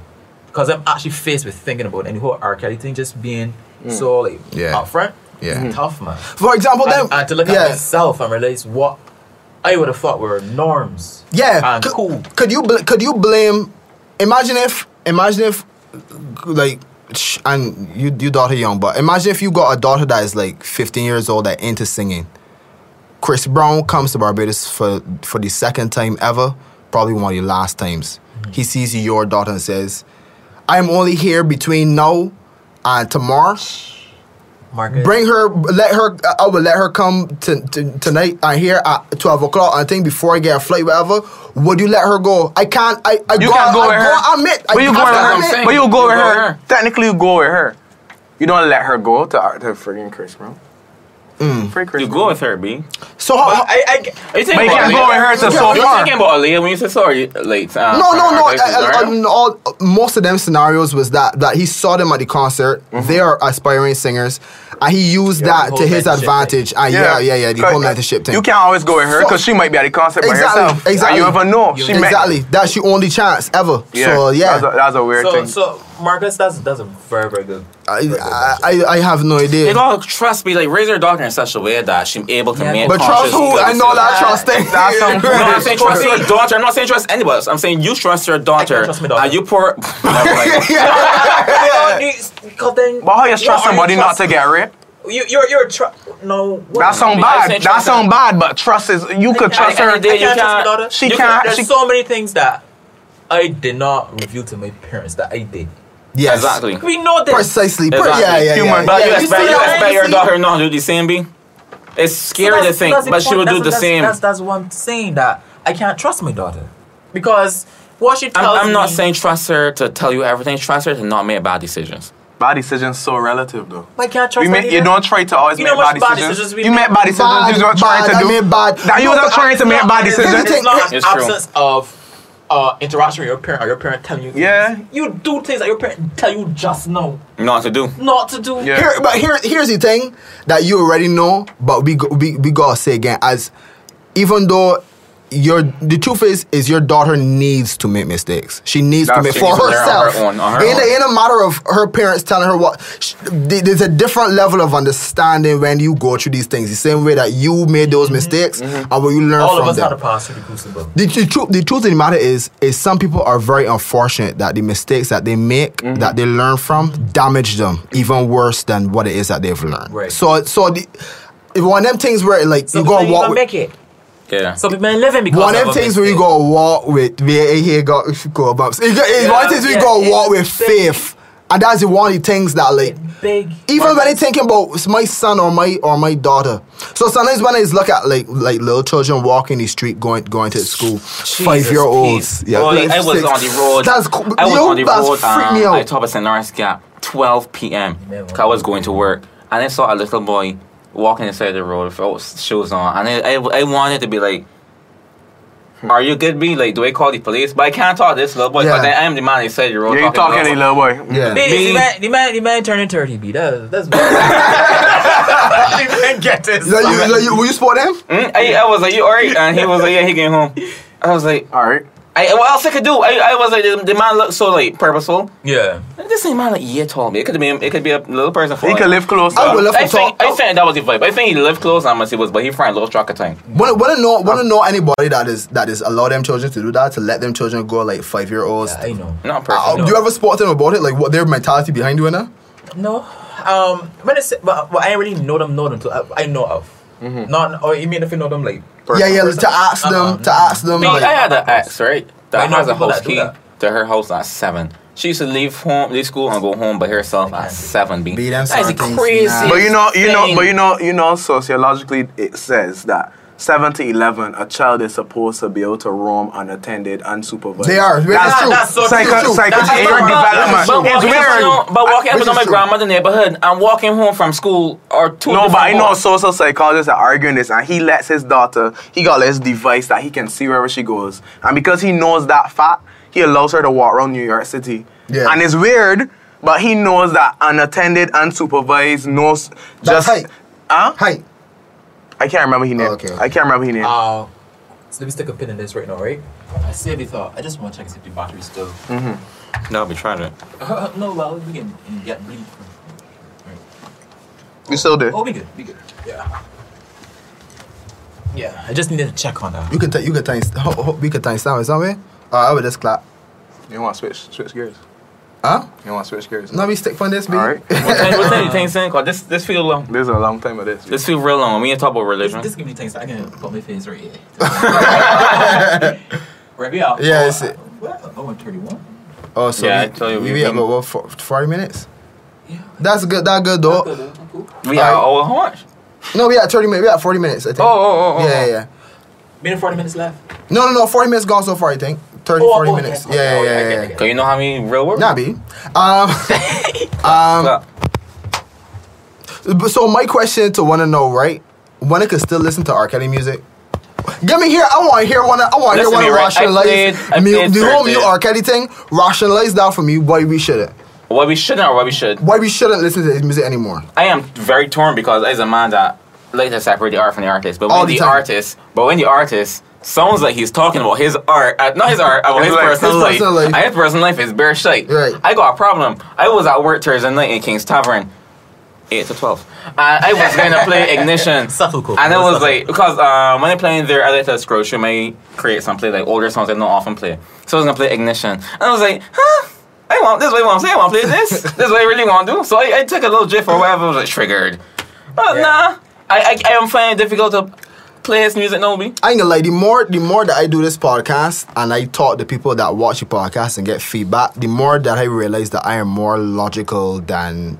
C: because I'm actually faced with thinking about it and the whole R. Kelly thing just being
D: Mm.
C: so like
A: Yeah.
C: upfront.
A: Yeah.
D: Mm-hmm.
C: It's tough man.
A: For example, then
C: And, and to look
A: yeah,
C: at myself and realize what I would have thought were norms.
A: yeah.
C: and
A: could,
C: cool.
A: could you bl- could you blame? Imagine if imagine if like sh- and you you daughter young, but imagine if you got a daughter that is like 15 years old that into singing. Chris Brown comes to Barbados for for the second time ever, probably one of the last times. He sees your daughter and says, "I'm only here between now and tomorrow."
C: Margaret.
A: Bring her, let her. I will let her come to, to tonight. I here at twelve o'clock. I think before I get a flight, whatever. Would you let her go? I can't. I, I
D: You
A: go,
D: can't go
A: I
D: with her.
A: I admit. I
D: But you
A: have
D: go
A: to
D: with
B: what I'm
A: admit.
D: her.
B: saying.
D: But you go with
B: You go with
D: her.
B: her.
D: Technically, you go with her. You don't let her go to to freaking Chris Brown.
A: Mm.
D: Free Chris.
B: You go in therapy.
A: So how, how-
B: I, I, are you
D: But
B: thinking
D: you
B: about
D: can't go with
B: Aaliyah?
D: her to
A: Okay,
D: so
A: okay.
B: You're
A: Sorry.
B: thinking about Aaliyah when you said sorry late. Uh,
A: no, no, uh, um, no. I,
B: Alexis
A: I,
B: Dario?
A: I- all, most of them scenarios was that that he saw them at the concert.
D: Mm-hmm.
A: They are aspiring singers, and he used
C: the
A: that
C: whole
A: to his
C: mentorship thing.
A: advantage. Ah, yeah, yeah, yeah. The
D: Cause
A: whole mentorship thing.
D: You can't always go with her because she might be at the concert by
A: Exactly,
D: herself. And
A: exactly.
D: you never know. She may-
A: exactly. That's your only chance ever.
D: Yeah,
A: so yeah,
D: That's a, that's a weird
C: So,
D: thing. Uh,
C: so Marcus, that's that's a very very good.
A: I, I I have no
B: They
A: idea.
B: gotta trust me, like raise their daughter in such a way that she's able to
C: Yeah,
B: make.
A: But trust
B: conscious
A: who? I
B: decisions.
A: know that
C: Yeah,
A: trust thing. *laughs*
D: that's some-
B: No, I'm saying trust your daughter. I'm not saying trust anybody. else. I'm saying you trust your daughter.
C: trust my daughter.
B: And you *laughs* pour. Never mind.
C: Yeah. Because oh, then,
D: but how you
C: Yeah,
D: trust
C: or you
D: somebody
C: trust-
D: not to get raped?
C: You, you're you're tr- no. what-
D: That sound
B: I
D: bad.
B: said
D: That
B: trust
D: sound bad. But trust is you could
C: I-
D: trust
C: I- I
D: her.
C: can't
B: did. you
C: trust my
B: can't-
C: daughter.
D: She
C: You
D: can't-
C: There's
D: she-
C: so many things that I did not reveal to my parents that I did.
A: Yes.
B: Exactly.
C: We know this.
A: Precisely. Per-
B: Exactly.
A: Yeah, yeah, yeah.
D: Human.
B: But
A: yeah,
B: you
A: yeah.
B: expect,
C: see
B: you
C: that?
B: expect your
C: See?
B: daughter not to do the same, B? It's
C: So
B: scary to
C: that's-
B: think,
C: that's the
B: but she
C: point-
B: will do
C: that's-
B: the
C: that's-
B: same.
C: That's that's what I'm saying. That I can't trust my daughter because what she tells
B: I'm, I'm not
C: me-
B: saying trust her to tell you everything. Trust her to not make bad decisions.
D: Bad decisions so relative though.
C: I can't trust.
D: You,
C: my
D: make, you
C: leader.
D: don't try to always
C: You know
D: make
C: what
D: bad
C: bad
D: decisions.
C: decisions we
D: you
C: make?
D: make bad decisions.
A: Bad,
D: you don't try
A: bad,
D: to
A: I
D: do.
A: mean bad.
D: That you
C: No,
D: not
C: but
D: trying to
C: it's
D: make
C: not-
D: bad
C: it's-
D: decisions.
C: It's not
B: It's true.
C: absence of uh, interaction with your parent or your parent telling you. things.
D: Yeah.
C: You do things that your parent tell you just now
B: Not to do.
C: not to do.
D: Yeah.
A: Here, but here, here's the thing that you already know, but we go- we we gotta say again as even though. Your the truth is is your daughter needs to make mistakes. She needs to
D: That's
A: make
D: it.
A: for
D: On
B: her
A: herself.
B: own, on her
A: in,
B: own.
A: A, in a matter of her parents telling her what, sh th- there's a different level of understanding when you go through these things. The same way that you made those mistakes, and when you learn
C: All
A: from
C: of us
A: them.
C: had to pass through the crucible.
A: The, the, truth, the truth of the matter is, is some people are very unfortunate that the mistakes that they make,
C: Mm-hmm.
A: that they learn from, damage them even worse than what it is that they've learned.
C: Right.
A: So, so the, it one of them things where like
C: So
A: you gotta
C: people
A: walk.
C: even
A: With,
C: make it.
B: Yeah.
C: So people ain't living because
A: one of
C: of
A: them
C: a
A: things where you
C: mistake.
A: gotta walk with. Yeah, here go go bumps. It, it's one of the things we
C: yeah,
A: gotta
C: it's
A: walk with
C: big.
A: faith, and that's the one of the things that like.
C: Big.
A: Even when they thinking about it's my son or my or my daughter, so sometimes when I just look at like like little children walking the street going going to school, five year olds,
B: Pete. Boy, Oh, I was on the road.
A: That's co-
B: I was
A: yo,
B: on the
A: that's
B: road.
A: freak
B: um,
A: me
B: I
A: out.
B: top of St. Lawrence Gap, 12 p.m. 'cause I was going to work, and I saw a little boy walking inside the road with all shoes on, and I, I, I wanted to be like.
A: Hmm.
B: Are you good, B? Like, do I call the police? But I can't talk to this little boy.
A: Yeah.
B: But then I am the man inside the road.
D: Yeah, you talking
B: to
D: to
B: the
D: little boy. Mm.
A: Yeah.
C: Big,
B: Big.
C: The man, the man, the man turning thirty. B.
A: *laughs*
C: That, that's. the man get this.
A: Like you, like you, will you support them?
B: Mm, *laughs* I, I was like, you alright? And he was like, yeah, he came home. I was like,
D: All right.
B: I, what else I could do? I, I was like, the, the man looked so like purposeful.
C: Yeah.
B: This ain't man like year tall. Me, it could be, it could be a little person. For
D: He
B: like-
D: could live close.
A: I would love
B: I
A: to talk.
B: think I think that was the vibe. I think he lived close. I must say was, but he friend lost track of time.
A: Want to know want to know anybody that is that is allow them children to do that to let them children go like five year olds.
C: I know.
B: Not
A: Uh,
B: personal.
A: Do you ever spot them about it? Like what their mentality behind doing that?
C: No. Um. When it's but, but I already know them. Know them. Too. I, I know of. Not or you mean if you know them like.
A: Yeah, yeah.
C: person.
A: To ask them,
C: Uh-uh.
A: to ask them.
B: Me,
A: like,
B: I had an ex right
C: I
B: that
C: know
B: has a
C: people
B: house
C: that do
B: key
C: that.
B: to her house at seven. She used to leave home, leave school, and go home by herself at seven. B.
A: Be them
B: that is
A: sort of things,
B: crazy.
A: nah.
D: But you know, you know,
B: thing.
D: but you know, you know. Sociologically, it says that seven to eleven, a child is supposed to be able to roam unattended, unsupervised.
A: They are. That's
C: Nah,
A: true.
C: that's so true.
A: That's
D: Psycho,
A: true.
D: psycho,
A: That's
D: it's
A: true.
D: your
A: That's
D: development.
A: true.
B: But
D: It's
B: walking, up
D: weird.
B: and down, but walking up
A: Which
B: and down
A: is
B: my
A: true.
B: grandmother's neighborhood and walking home from school are two.
D: No, but I
B: different
D: know a
B: walks.
D: social psychologists are arguing this, and he lets his daughter, he got this device that he can see wherever she goes. And because he knows that fact, he allows her to walk around New York City.
A: Yeah.
D: And it's weird, but he knows that unattended, unsupervised, no. s-
A: That's
D: Just.
A: height.
D: Huh?
A: Hi.
D: I can't remember his name.
A: okay, okay.
D: I can't remember his name.
C: Uh, so let me stick a pin in this right now, right? I saved the thought. I just want to check and see if the battery's still.
B: No, we tried it.
C: Uh, *laughs* no, well, we can mm, get really.
D: you still there?
C: Oh, we good. We good. Yeah. Yeah, I just needed to check on that.
A: You can t- you can time ho- ho- we can time stamp it somewhere. Uh, I would just clap.
D: You want to switch, switch gears?
A: Huh?
D: You want to switch gears?
A: Now we stick on this, B.
D: All right.
B: What time- what time you think, son? 'Cause This this feel long.
D: This is a long time of this.
B: This feel real long. We ain't talk about
C: This,
B: religion.
C: this give me things I can put my face right here. right, we out.
A: Yeah,
C: oh,
A: it's-
C: uh, what? Oh, I'm 31.
A: Oh, so
B: Yeah,
A: we,
B: I tell you,
A: we,
B: we've
A: we have
B: been-
A: about what, for, forty minutes.
C: Yeah.
A: That's good. That good though.
C: Good, uh, cool.
B: We are
A: Alright.
B: oh how much?
A: No, we at thirty minutes. We at forty minutes. I think.
B: Oh, oh, oh,
A: yeah,
B: oh, oh.
A: yeah, yeah.
C: Minute 40 minutes left.
A: No, no, no. Forty minutes gone so far. I think 30,
C: Oh,
A: 40
C: oh,
A: minutes.
C: yeah,
A: Yeah, yeah,
C: okay,
A: yeah,
C: okay,
A: yeah.
C: okay.
B: Do you
A: *laughs*
B: know how many real words?
A: Nah, B. Um,
B: Clap.
A: but so my question to want to know, right? One could still listen to R. Kelly music. Give me here. I want to hear one. Of, I want to hear
B: Listen
A: one
B: to
A: of
B: me, right? I
A: rationalize.
B: played- I
A: mu-
B: played
A: the whole new
B: Thursday.
A: R. Kelly thing. Rationalize that for me. Why we shouldn't.
B: Why we shouldn't or why we should.
A: Why we shouldn't listen to his music anymore.
B: I am very torn because as a man that like to separate the art from the artist, but
A: All
B: when
A: the
B: the,
A: time.
B: artist, but when the artist sounds like he's talking about his art, uh, not his art, about his,
D: life.
B: personal,
A: His
B: life.
A: personal life.
B: And his personal life is bare shite.
A: Right.
B: I got a problem. I was at work Thursday night in King's Tavern, eight to twelve, and I was going to
A: *laughs*
B: play Ignition.
C: Subtle cool.
B: And it was
C: Subtle.
B: like because um, when I playing there, I like to scroll through my create some play like older songs I don't often play. So I was gonna play Ignition, and I was like, huh. I want this. Way I want to say. I want to play
D: *laughs*
B: this. this is what I really want to do. So I, I took a little jiff or whatever. I was like triggered. But
C: Yeah.
B: nah, I, I I am finding it difficult to play this music. No, me.
A: I ain't gonna lie. The more the more that I do this podcast and I talk to people that watch the podcast and get feedback, the more that I realize that I am more logical than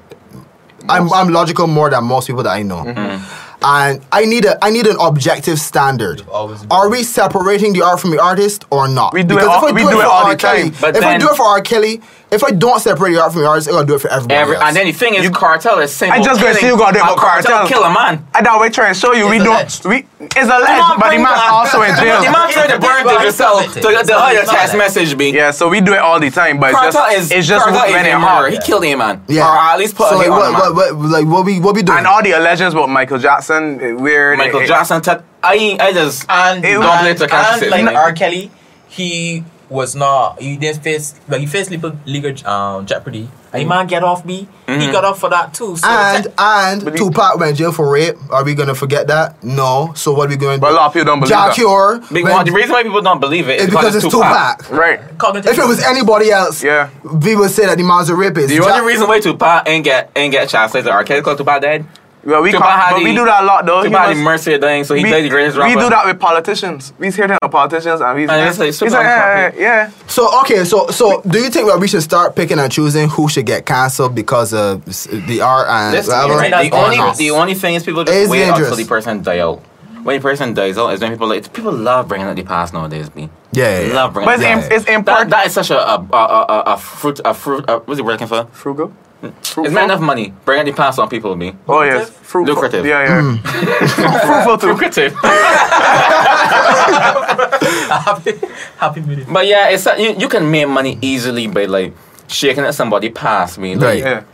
A: I'm, I'm logical more than most people that I know.
D: Mm-hmm.
A: And I need a I need an objective standard.
C: always been-
A: Are we separating the art from the artist or not?
D: We do it all- we do it all the time,
A: Kelly,
B: but
A: if
B: then-
A: we do it for R. Kelly, if I don't separate the art from the artist, I'm gonna do it for everybody.
B: Every,
A: else.
B: and then the thing is, cartel is saying.
D: I just gonna
B: killing-
D: say you gotta do it
B: a
D: about Cartel.
B: Kill a man.
D: I know we're trying to show you we
C: It's
D: don't.
C: alleged.
D: We it's alleged,
B: man
D: but the
B: bring
D: man's
B: that.
D: also in jail.
B: The man tried to burn
C: It's
B: to yourself to
C: violated.
B: to-
C: It's
B: to hide your
C: violated.
B: text message, be.
D: Yeah, so we do it all the time, but it's
B: Cartel
D: just
B: is
D: it's just
B: Cartel is
D: movement
B: a
D: and
B: murderer.
D: heart.
B: He killed a man. Or at least put
A: so
B: a
A: like,
B: hit on a
A: what,
B: man.
A: what, what, like what we what we doing?
D: And all the allegations about Michael Jackson, it- weird.
B: Michael
D: it- it-
B: Jackson. T- I I just
C: and
D: It
C: and,
D: was-
B: Don't let the country
C: and
B: sit
C: like
B: down.
C: R. Kelly, he was not. He didn't face like he faced legal, legal um, jeopardy. And
D: Mm-hmm.
C: the man get off me. He got off for that too. So
A: And
C: that-
A: and
D: But he-
A: Tupac went jail for rape. Are we gonna forget that? No. So what are we going to
D: But a
A: do?
D: lot of people don't believe
A: Jack
D: that.
A: Cure
B: Big
A: went-
B: one, the reason why people don't believe it
A: is
B: is
A: because it's Tupac.
D: Right.
C: cognitive.
A: If it was anybody else,
D: Yeah.
A: we would say that the man's a rapist.
B: The only reason why Tupac ain't get ain't get translated to R. Kelly because Tupac dead.
D: Well, we
B: Tupac
D: can't,
B: had
D: but we
B: the-
D: do that a lot though. You
B: Tupac the
D: Oh, must-
B: mercy of dying, so he
D: we,
B: died the greatest rapper.
D: we do that with politicians. We hear them with politicians, and he's
B: And
D: like,
B: it's like
D: he's
B: super
D: like, yeah,
B: unpopular.
D: yeah,
A: So okay, so so do you think that we should start picking and choosing who should get canceled because of s- the art and
B: Listen,
A: whatever?
B: right,
C: That's
B: the only
C: dangerous.
B: the only thing is people
A: It's
B: just wait until
A: dangerous.
B: the person die out. When the person dies out, is when people like people love bringing up the past nowadays. Me,
A: Yeah, yeah, yeah.
B: love bringing.
D: But it's,
A: Yeah.
B: up.
D: im- it's
B: That,
D: important.
B: that is such a a, a, a, a fruit a fruit. A, what's it working for?
D: frugal.
B: It's not enough money. Bringing the past on people, me.
D: Oh yes, fruitful.
B: Lucrative.
D: Yeah, yeah.
A: Mm.
D: *laughs* fruitful too.
B: Lucrative.
C: *laughs* happy, happy meeting.
B: But yeah, it's you, you can make money easily by like shaking at somebody past me. Like,
A: Right.
D: Yeah.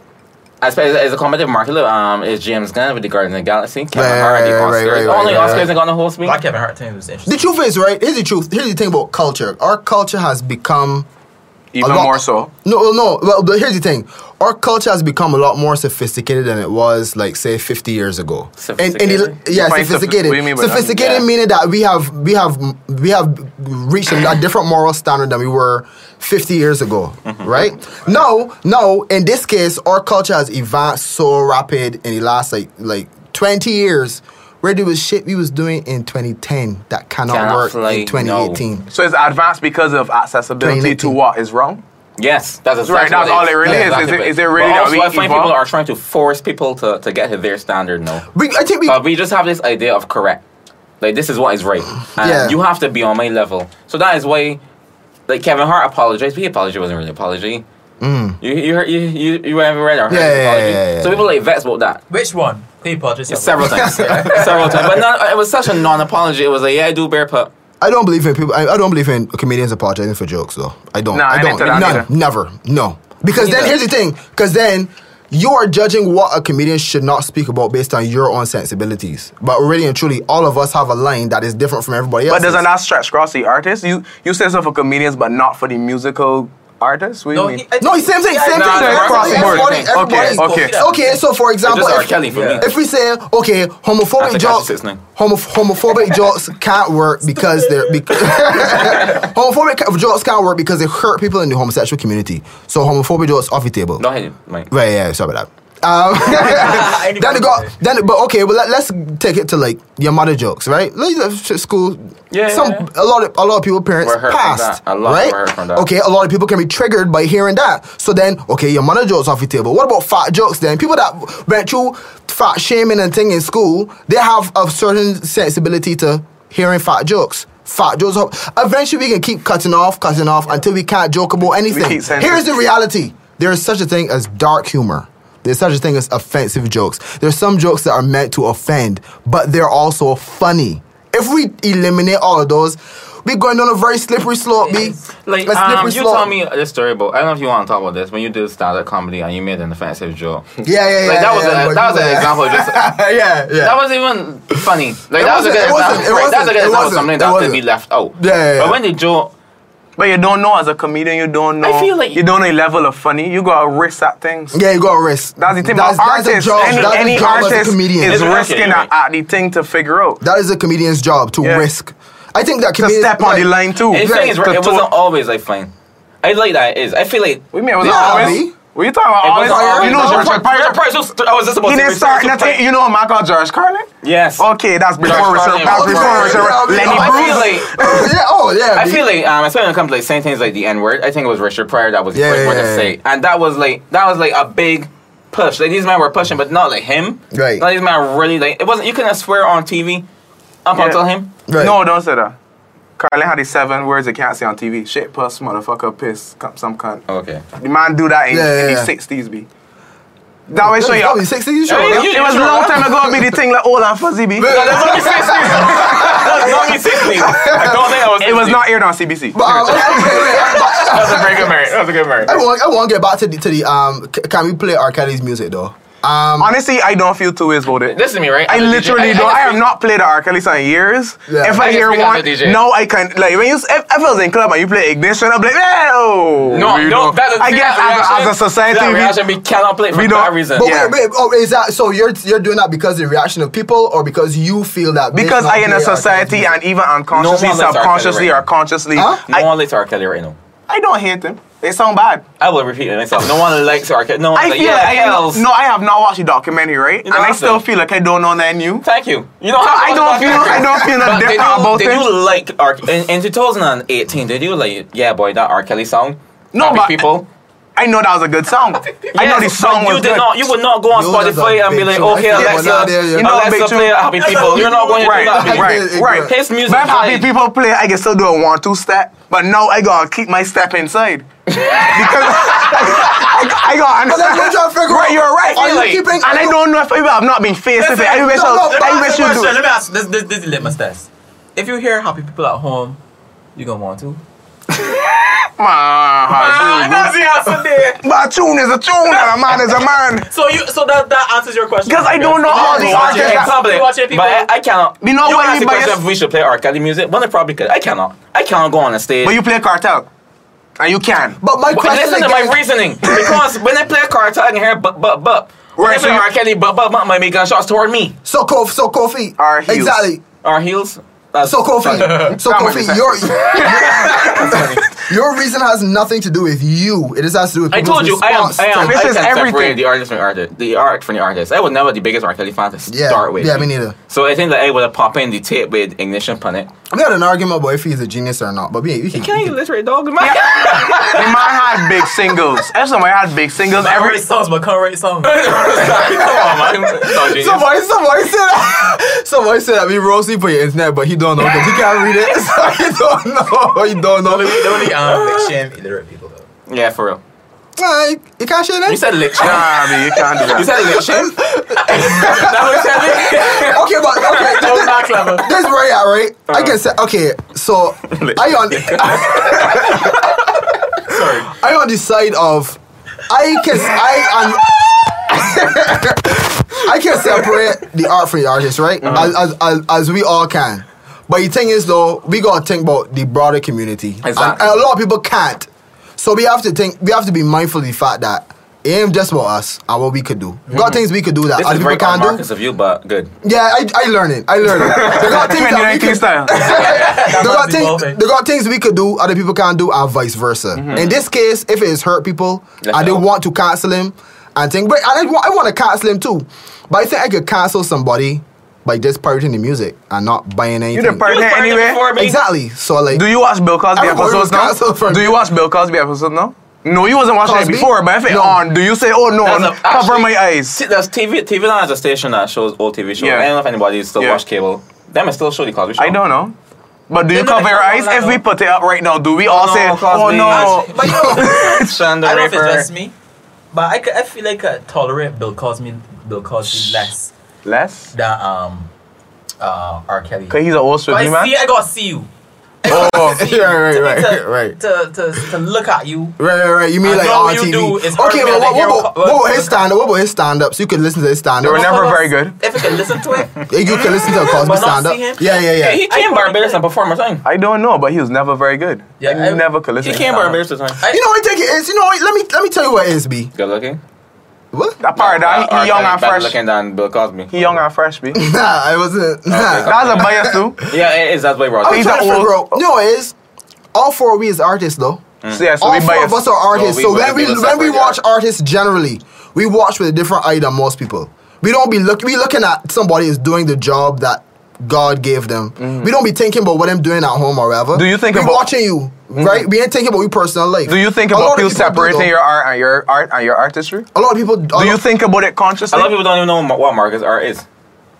B: I suppose as a competitive market, look, um, it's James Gunn with the Guardians of the Galaxy, Kevin
A: Right,
B: Hart, the
A: right, right,
B: Oscars.
A: right, right,
B: Only
A: right,
B: Oscars
A: right.
B: ain't gonna host me.
C: Black Kevin Hart thing was
A: The
C: interesting.
A: truth is, right? Here's the truth. Here's the thing about culture. Our culture has become
D: Even
A: lot-
D: more so.
A: No, well, no. Well, but here's the thing: our culture has become a lot more sophisticated than it was, like say, 50 years ago. And-
B: Sophisticated?
A: And, the, yeah,
D: Define sophi-
A: sophisticated.
D: what do you mean by that?
A: sophisticated
B: Yeah.
A: meaning that we have we have we have reached a
D: *coughs*
A: a different moral standard than we were 50 years ago,
D: Mm-hmm.
A: right? No, no. In this case, our culture has advanced so rapid in the last like like 20 years. Where there was shit we was doing in 2010 that cannot
B: Cannot
A: work
B: fly,
A: in 2018.
D: So it's advanced because of accessibility to
A: 2019.
D: what is wrong.
B: Yes, that's exactly
D: Right, that's
B: what
D: all it really
B: That's
D: is.
B: exactly
D: Is it-
B: what
D: is it really
B: But
D: that
B: also,
D: we
B: I find
D: evolve?
B: people are trying to force people to, to get to their standard now.
A: We, I think we
B: But we just have this idea of correct. Like this is what is right, and
A: Yeah.
B: you have to be on my level. So that is why, like Kevin Hart apologized, but he apologized wasn't really an apology. You you heard, you you you haven't read or heard
A: Mm. Yeah,
B: his
A: yeah,
B: apology.
A: yeah, yeah,
B: So
A: yeah.
B: people like vexed about that.
C: Which one? People just
B: Yeah, *laughs* several times. several times. But not, it was such a non apology. It was like, yeah, I do bear pup.
A: I don't believe in people. I, I don't believe in comedians apologizing for jokes, though. I don't.
D: Nah, I
A: I
D: ain't
A: don't.
D: into that
A: None.
D: either.
A: Never. No. Because then
B: Neither.
A: here's the thing. Because then you are judging what a comedian should not speak about based on your own sensibilities. But really and truly, all of us have a line that is different from everybody else.
D: But doesn't that stretch across the artist? You you say so for comedians, but not for the musical artists. What do you
C: No,
D: mean?
C: he, I
A: No,
C: think-
A: same thing.
C: yeah,
A: Same
B: no,
A: thing.
B: no,
A: Everybody-
B: across the board.
A: everybody-
B: Okay,
A: everybody's-
D: okay.
A: Okay. So for example,
B: Just R.
A: if,
B: Kelly for
C: yeah.
B: me.
A: if we say okay, homophobic
B: That's a
A: jokes,
B: classic name.
A: homo- homophobic jokes can't work because they're because *laughs* homophobic ca- jokes can't work because they hurt people in the homosexual community. So homophobic jokes off the table.
B: Go ahead, Mike.
A: Right, yeah, sorry about that. Um, then they got then, but okay, well let, us take it to like your mother jokes, right? Like uh, sh- school,
B: Yeah,
A: Some
B: yeah,
A: a lot of a lot of people parents
B: We're hurt from
A: passed,
B: that. A lot
A: right?
B: were hurt from that.
A: Okay, a lot of people can be triggered by hearing that. So then, okay, your mother jokes off the table. What about fat jokes? Then people that went through fat shaming and thing in school, they have a certain sensibility to hearing fat jokes. Fat jokes. Eventually, we can keep cutting off, cutting off until we can't joke about anything.
D: keep censoring.
A: Here's the reality: there is such a thing as dark humor. There's such a thing as offensive jokes. There's some jokes that are meant to offend, but they're also funny. If we eliminate all of those, we're going on a very slippery slope, B.
B: Like,
A: a
B: um,
A: slippery
B: you told me this story about. I don't know if you want to talk about this when you did stand-up comedy and you made an offensive joke. Like
A: Yeah, yeah, yeah.
B: that was
A: yeah,
B: a, that was an example. of Just
A: yeah, yeah.
B: that wasn't even funny. Like
A: It
B: that was a
A: wasn't-
B: good
A: it wasn't- it
B: example. Right, That's a
A: wasn't- it
B: good example. of
A: wasn't-
B: Something
A: it
B: that could
A: wasn't.
B: be left out.
A: Yeah, yeah, yeah.
B: But when the joke,
D: But you don't know as a comedian, you don't know.
B: I feel like-
D: you don't know the level of funny. You gotta risk that things.
A: yeah, you got to risk.
D: That's the thing.
A: That's,
D: about
A: that's
D: artists,
A: a job.
D: any,
A: that's
D: any
A: a job as
D: artist
A: a comedian.
D: is
B: It's a
D: risking
B: racket,
D: at,
B: right?
D: at the thing to figure out
A: that is a comedian's job to
D: Yeah.
A: risk. I think that
D: to
A: comedians
D: step on the
A: like-
D: line too.
B: and the thing is,
D: To
B: right, it
D: to-
B: wasn't always like fine. I like that it is. I feel like.
D: We mean it was
A: Yeah,
D: always.
A: Abby.
D: What you talking about?
B: It
D: Always,
B: wasn't always-
D: you know,
B: No,
D: George
B: George
D: Carlin-
B: Price was- I was just about
D: He
B: to
D: didn't
B: say
D: start
B: George
D: nothing.
B: Price.
D: You know, a man called George Carlin.
B: Yes.
D: Okay, that's before
B: George
D: Richard.
B: Carlin
D: That's
B: was
D: before
A: George
D: Richard.
A: Carlin.
D: Lenny
A: I
B: I
D: Bruce.
B: feel like.
A: *laughs* yeah, oh yeah.
B: I
A: B.
B: feel like um, especially when it comes to like saying things like the N word, I think it was Richard Pryor that was the
A: Yeah,
B: first
A: yeah,
B: one
A: yeah,
B: to say, and that was like that was like a big push. Like these men were pushing, but not like him.
A: Right.
B: Like these men really like it wasn't. You couldn't swear on TV up
D: Yeah.
B: until him.
A: Right.
D: No, don't say that. Carlin had the seven words you can't say on TV. Shit, puss, motherfucker, piss, cum- some cunt.
B: Okay.
D: The man do that in,
A: Yeah, yeah,
D: in
A: yeah.
D: the sixties, b. That way show you.
A: Probably 60 you sure?
B: Yeah,
A: Yeah,
B: you-
D: It was a
B: sure.
D: long time ago. Be the thing like old and fuzzy, b.
B: No, that's only six That's only six I don't think I was.
D: It was
B: 16.
D: not aired on
A: *laughs*
D: CBC.
A: But, um, wait, wait, wait, I-
B: That was a very good merit. That was a good merit.
A: I want, I want to get back to the, to the um. c- Can we play R. Kelly's music though? Um,
D: Honestly, I don't feel two ways about it.
B: Listen to me, right?
D: I
B: As a DJ,
D: literally don't. I,
B: just
D: have
B: feel-
D: not played the R. Kelly song in years.
A: Yeah.
D: If
A: I
B: just
D: I, hear
B: think as a
D: one,
B: DJ.
D: now I can like when you s- if, if I was in club and you play Ignition, I'm like, oh.
B: No,
D: you
B: no,
D: know.
B: that's the
D: I
B: thing,
D: guess
B: that's the
D: as, a-
B: reaction.
D: as a society,
B: That
D: we-
B: reaction, we cannot play it for
D: we
B: that
D: don't-
B: reason.
A: but
D: yeah.
A: wait, wait. Oh, is that so? You're you're doing that because of the reaction of people, or because you feel that they
D: because
A: cannot
D: I in
A: play
D: a
A: R. Kelly's
D: society
A: music?
D: and even unconsciously,
B: No one likes R. Kelly
D: subconsciously,
B: right
D: or consciously,
A: Huh?
B: No
D: I,
B: one likes R. Kelly right now.
D: I don't hate them. They sound bad.
B: I will repeat it myself. No one likes R. Kelly. No one
D: I
B: like,
D: feel
B: yeah,
D: like I,
B: Kells.
D: no, I have not watched the documentary, right?
B: You
D: and I
B: have
D: still
B: to.
D: feel like I don't know that new.
B: Thank you. You know,
D: I don't feel I don't feel no
B: did you,
D: different about
B: did
D: it.
B: you like R. In, in 2018, did you like, yeah, boy, that R. Kelly song?
D: No,
B: Happy
D: but-
B: people.
D: I know that was a good song. I know the
B: Yes,
D: song
B: but you
D: was
B: did
D: good.
B: not. You would not go on
A: You was a
B: Spotify and be
A: big
B: like,
A: tune.
B: okay,
A: Yeah, but
B: Alexa,
A: now there, yeah.
D: You know, big
B: Alexa,
D: tune.
B: play Happy People. You're not going to
D: Right,
B: do that.
D: right, right.
B: His music
D: But
B: died.
D: if happy people play, I can still do a one two step. But now I gotta keep my step inside because *laughs* I, I gotta
A: But that's what I'm
D: understand.
A: trying to figure
D: Right,
A: out.
D: you're right.
A: Are
D: Like,
A: you keeping?
D: and I don't know if people have not been faced with it. I wish,
A: no,
D: I,
A: no,
D: I
A: but
C: Let me
D: wish
C: ask
D: you
C: you a
D: do.
C: question. Let me ask this this this is litmus test. If you hear happy people at home, you gonna want to.
A: Ah,
D: Man, dude.
C: the answer there.
D: But a tune is a tune, and a man is a man.
C: *laughs* So you so that that answers your question.
D: Because I don't know
C: Oh,
D: how
A: You
D: the
A: watch
B: Watch
A: it, yeah.
B: it, I
D: artist.
B: can't play.
C: You watch it, people.
B: But I, I cannot.
D: You know
B: you
D: what
B: ask the
D: everybody
B: question
D: is-
B: if we should play R. Kelly music? Well, I probably could. I cannot. I cannot go on a stage.
D: But you play cartel, and you can.
A: But my
B: But
A: question
B: listen to
A: again-
B: my reasoning. Because when I play a card, I can hear but but but. When I
D: Right,
B: play
D: so you-
B: R. Kelly but but but, might be gunshots toward me.
A: So Kofi, so Kofi,
D: Our heels.
A: exactly.
B: Our heels. uh, That's-
A: So
B: *laughs*
A: Kofi, so
D: That might be
A: Kofi, your your reason has nothing to do with you. It just has to do with
B: I
A: people's
B: told you, I am,
A: response
B: I am,
A: to-
D: This
B: I
D: is
B: can
D: everything.
B: separate the artist from the artist, the art from the artist. I was never the biggest R. Kelly fan to
A: Yeah,
B: start with.
A: yeah, me neither.
B: So I think that I would have popped in the tape with ignition on it.
A: We had an argument about if he's a genius or not, but we, we can.
B: Can you literate dog? Man? *laughs*
D: The man had big singles. If somebody had big singles,
C: I
D: every
C: write songs, but can't write
B: *laughs*
C: songs.
B: Come on, man.
A: *laughs*
B: No,
A: *laughs*
B: genius.
A: Somebody, somebody said that. *laughs* Somebody said that we roasting for your internet, but he don't know because he can't read it. *laughs* So he don't know. He don't
B: *laughs*
A: know.
C: They only um like shame illiterate people though.
B: Yeah, for real.
A: Like, you can't share
B: You
A: that.
C: *laughs*
B: said lick. You
D: nah, man, you can't do that.
B: said lick. That what you said. lick?
A: *laughs* Okay, but
B: *laughs*
A: okay,
C: That was
A: this,
C: not clever.
A: this right, all right? I
B: Uh-huh.
A: can say okay.
B: *laughs*
A: So I on.
C: Sorry.
A: *laughs* I on the side of I can I am *laughs* I can separate the art from the artist, right?
B: Uh-huh.
A: As, as, as, as we all can. But the thing is though, we gotta think about the broader community. And- And,
B: Exactly.
A: a lot of people can't. So we have to think we have to be mindful of the fact that it ain't just about us and what we could do. We Got things we could do that
B: Mm-hmm. This
A: other people
B: is very
A: can't
B: kind
A: do.
B: Marcus of you, but good.
A: Yeah, I I learn it. I learn it. There got things that we
D: 2019
A: could,
D: style.
A: there got
C: must be
A: things
C: evolving.
A: there got things we could do other people can't do and vice versa. In this case, if it is hurt people
B: Let
A: and
B: it
A: they
B: out.
A: want to cancel him and think but I, want- I want to cancel him too. But I think I could cancel somebody by just pirating the music and not buying
D: You
A: anything.
D: the
B: You
D: partner
B: was burning
D: anyway.
B: before me.
A: exactly. So like *laughs*
D: Do you watch Bill Cosby
A: I don't know
D: episodes
A: where it was canceled
D: now?
A: from.
D: Do you watch Bill Cosby episodes now? No, you wasn't watching
A: Cosby?
D: it before, but if it
A: No.
D: on, do you say, oh no,
B: That's a-
D: cover my eyes?
B: See, there's TV. TV Land is a station that shows old TV shows.
D: Yeah.
B: I don't know if anybody still
D: Yeah.
B: watch cable. Them is still show the Cosby Show.
D: I don't know. But do you
B: They're not
D: cover your
B: gonna
D: eyes?
B: allow
D: If we
B: that.
D: put it up right now, do we all
B: no,
D: say,
B: Cosby.
D: oh no?
B: *laughs*
C: But you know,
B: Shonda
C: I don't know if it's
B: Rhiper.
C: just me. but I, ca- I feel like I tolerate Bill Cosby Bill Cosby less
D: Less?
C: than um uh R Kelly.
D: Cause he's an old
C: But I
D: street man.
C: see, I gotta see you.
A: *laughs*
D: Oh,
A: right, right,
C: To-
A: right,
C: to,
A: right.
C: To, to, to look at you.
A: Right, right, right. You mean
C: I
A: like
C: know
A: on
C: you
A: TV?
C: do. It's hard
A: okay,
C: for me
A: well,
C: to
A: what,
C: hear
A: what,
C: what-
A: about- what, about his stand up? What about his stand ups? You could listen to his stand
D: They were
A: up.
D: never-
C: Some of us,
D: very good.
C: If you can listen to
A: *laughs*
C: it,
A: You could listen to a Cosby
C: But not
A: stand up.
C: see him?
A: Yeah, yeah,
B: He
A: yeah.
B: came to Barbados and performed a thing.
D: I don't know, but he was never very good.
C: Yeah,
D: Yeah, I,
C: I-
D: never could listen.
B: He
D: to
B: came to
D: him.
B: Barbados a time.
A: You know what I think it is? You know what? Let me let me tell you what it is, B.
B: Good looking.
A: What?
D: That part, that he,
B: R.
D: he young
B: Kelly
D: and
B: better
D: fresh.
B: looking than Bill Cosby.
D: He young and fresh, be.
A: Nah, I wasn't. Nah.
D: That's a bias too.
B: Yeah, it is. That's way
A: I
B: wrong.
A: was
D: Oh, He's
A: trying
D: an
A: to figure
D: old-
A: out. You know what it is? All four of we is artists though.
D: So yeah, so
A: All
D: we
A: four of
D: biased.
A: us are artists.
B: we
A: So, when
B: wouldn't
A: we
B: be able to
A: when we
B: separate
A: watch
B: art.
A: artists generally, we watch with a different eye than most people. We don't be look we looking at somebody who's doing the job that God gave them. We don't be thinking about what I'm doing at home or whatever.
D: Mm-hmm. Do you think
A: we
D: about- Mm-hmm.
A: watching you, right? We ain't thinking about your personal life.
D: Do you think
A: A lot of
D: about you
A: people do,
D: separating
A: though.
D: your art and your art and your artistry?
A: A lot of people.
D: Do you think about it
B: A
D: consciously?
B: lot of people don't even know ma- what Marcus R is.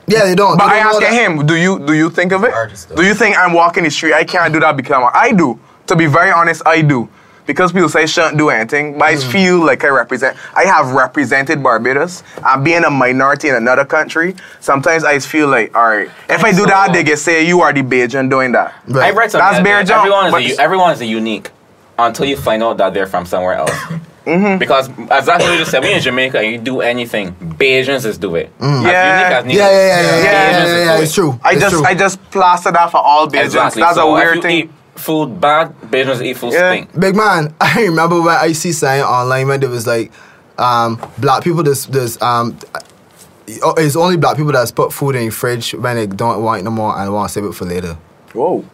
A: Yeah, they don't.
D: But
A: they
D: I
A: don't know
D: ask
A: that.
D: him, do you do you think of it?
C: Artist, though.
D: Do you think I'm walking the street? I can't do that because I'm a, I do. To be very honest, I do. Because people say shouldn't do anything, but
A: Mm.
D: I feel like I represent. I have represented Barbados. I'm being a minority in another country. Sometimes I feel like, all right, if I do that, they can say you are the Bajan doing that.
A: Right.
B: I read something.
D: That's
B: the
D: bare
B: other day.
D: jump,
B: Everyone is
D: but-
B: a, u- everyone is a unique until you find out that they're from somewhere else.
D: *laughs*
B: Mm-hmm. Because as that's what you just said, we in Jamaica and you do anything, Bajans is do it. As
D: Mm. Yeah.
B: unique as
A: Yeah, yeah, yeah, yeah, yeah,
D: Yeah,
A: yeah,
B: Bajans
A: yeah,
B: is
A: yeah,
B: do
A: yeah,
B: it.
A: It's true.
D: I
A: it's
D: just
A: true.
D: I just plastered that for all Bajans.
B: Exactly.
D: That's
B: So
D: a
B: if
D: weird
B: you
D: thing.
A: *laughs*
B: Eat food bad, Bajans eat food
D: Yeah. *laughs*
B: stink.
A: Big man, *laughs* I remember when I see something online when it was like, um, black people this this um, uh, it's only black people that's put food in the fridge when they don't want it no more and want to save it for later.
D: Whoa.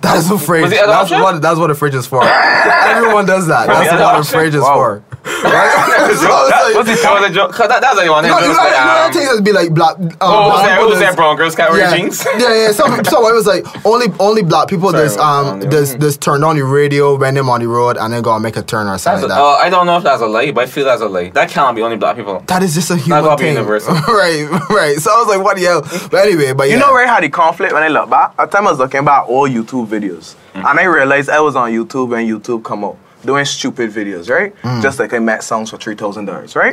A: That's the fridge.
B: the other
A: that's
B: option?
A: what that's what the fridge is
D: *laughs*
A: for. Everyone does that. That's
B: the other
A: what the
B: option?
A: fridge is
D: Wow.
A: for. Right? So I was
B: That
A: like-
B: was a- *laughs* that was a joke. 'Cause That, that was like one of
A: you know, you know, you
B: those.
A: know,
B: like,
A: that
B: um,
A: thing that's be like black. Um, black
B: Oh, who's that?
A: people
B: Who's
A: that's-
B: that? Brown girls can't wear
A: yeah.
B: jeans.
A: *laughs* yeah, yeah. Some, so it was like only only black people
B: Sorry,
A: that's um
B: I was on the-
A: that's that's turned on the radio when them on the road and then gonna make a turn or
B: That's
A: something
B: a-
A: like that.
B: uh, I don't know if that's a lie, but I feel that's a lie. That cannot be only black
D: *laughs*
B: people.
A: that is just a human
B: gotta be
A: thing,
B: universal.
A: *laughs* right? Right. So I was like, what the hell? But anyway, but
D: You
A: yeah.
D: know where I had the conflict when I look back? At the time I was looking back all YouTube videos. And I realized I was on YouTube when YouTube come out. Doing stupid videos, right? Just like I met songs for three thousand dollars, right?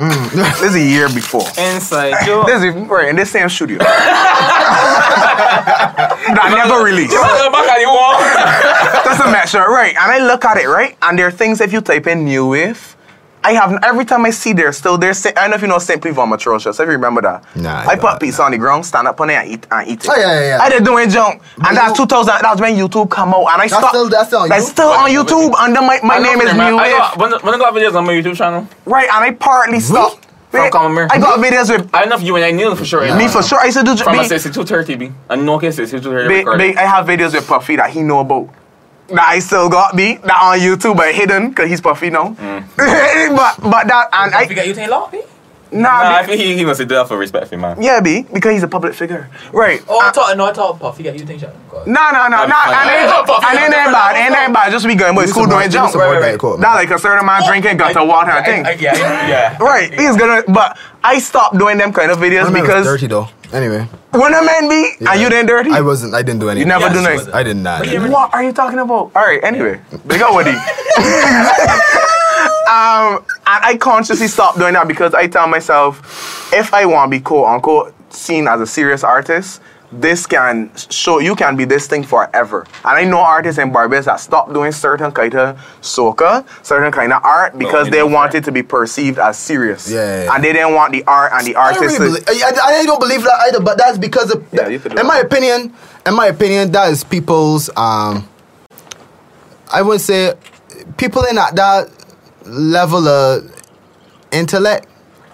D: this is a year before.
B: Inside joke.
D: This is right in this same studio. that never released.
B: Look back at the wall.
D: Doesn't matter, right? And I look at it, right? And there are things if you type in new wave. I have every time I see there still there's I don't know if you know Simply Vom Atrocious, if you remember that.
A: Nah, I
D: I, put
A: don't,
D: a piece on the ground, stand up on it and eat and eat it.
A: Oh, yeah, yeah, yeah.
D: I did doing junk.
A: But
D: and that's
A: you-
D: two thousand that's when YouTube come out and I stopped
A: still- that's still on
D: that's
A: YouTube?
D: still on YouTube under my,
B: *laughs*
D: my
B: I
D: name
B: know
D: is
B: from there,
D: New
B: man.
D: Wave.
B: I got, when, when I got videos on my YouTube channel,
D: Right, and I partly stopped.
B: From
D: Right?
B: Common Mirror.
D: I got videos with
B: I don't know if you and I knew for sure. uh,
D: me for sure. I used to do j-
B: From
D: me-
B: a 6230 B. A Nokia 6230
D: Big,
B: recording.
D: big, I have videos with Puffy that he know about. That I still got me that on YouTube but hidden because he's Puffy now. *laughs* but but that and
C: I, if you
D: I
C: get you think long, eh?
D: nah,
B: Nah, I
D: B,
B: think he, he must do that for respect for man.
D: yeah B because he's a public figure right.
C: Oh, I
D: Uh,
C: thought, no, I thought Puff. You get you think shot.
D: Nah, nah, nah,
B: I'm
D: nah,
B: fine.
D: and ain't,
C: Puffy,
D: and ain't
C: I'm
D: that
C: fine.
D: bad, ain't that bad. Just be going, but it's cool doing jump.
A: Right,
C: right,
A: right,
C: right.
A: right.
D: Not like a certain man drinking got to water
C: I, I,
D: and thing.
C: yeah, I-
D: *laughs*
C: yeah.
D: Right, he's gonna, but I stopped doing them kind of videos because
A: dirty though. Anyway,
D: when a man be
A: Yeah.
D: and you didn't dirty,
A: I wasn't. I didn't do anything.
D: never
C: Yeah,
D: do
C: she
D: nothing.
C: wasn't.
A: I did not.
C: But you ever-
D: What are you talking about? All right, anyway, big up *laughs* Woody. um, and I consciously stopped doing that because I tell myself, if I want to be quote unquote seen as a serious artist, this can show you can be this thing forever. And I know artists in Barbados that stopped doing certain kind of soca, certain kind of art because
B: it
D: they
B: is
D: wanted to be perceived as serious.
A: Yeah, yeah, yeah.
D: And they didn't want the art and the
A: I, don't
D: artist.
A: really
D: to-
A: believe, I, I- I don't believe that either, but that's because of,
D: Yeah, you could do
A: in
D: that.
A: my opinion, in my opinion, that is people's um I would say people in at that level of intellect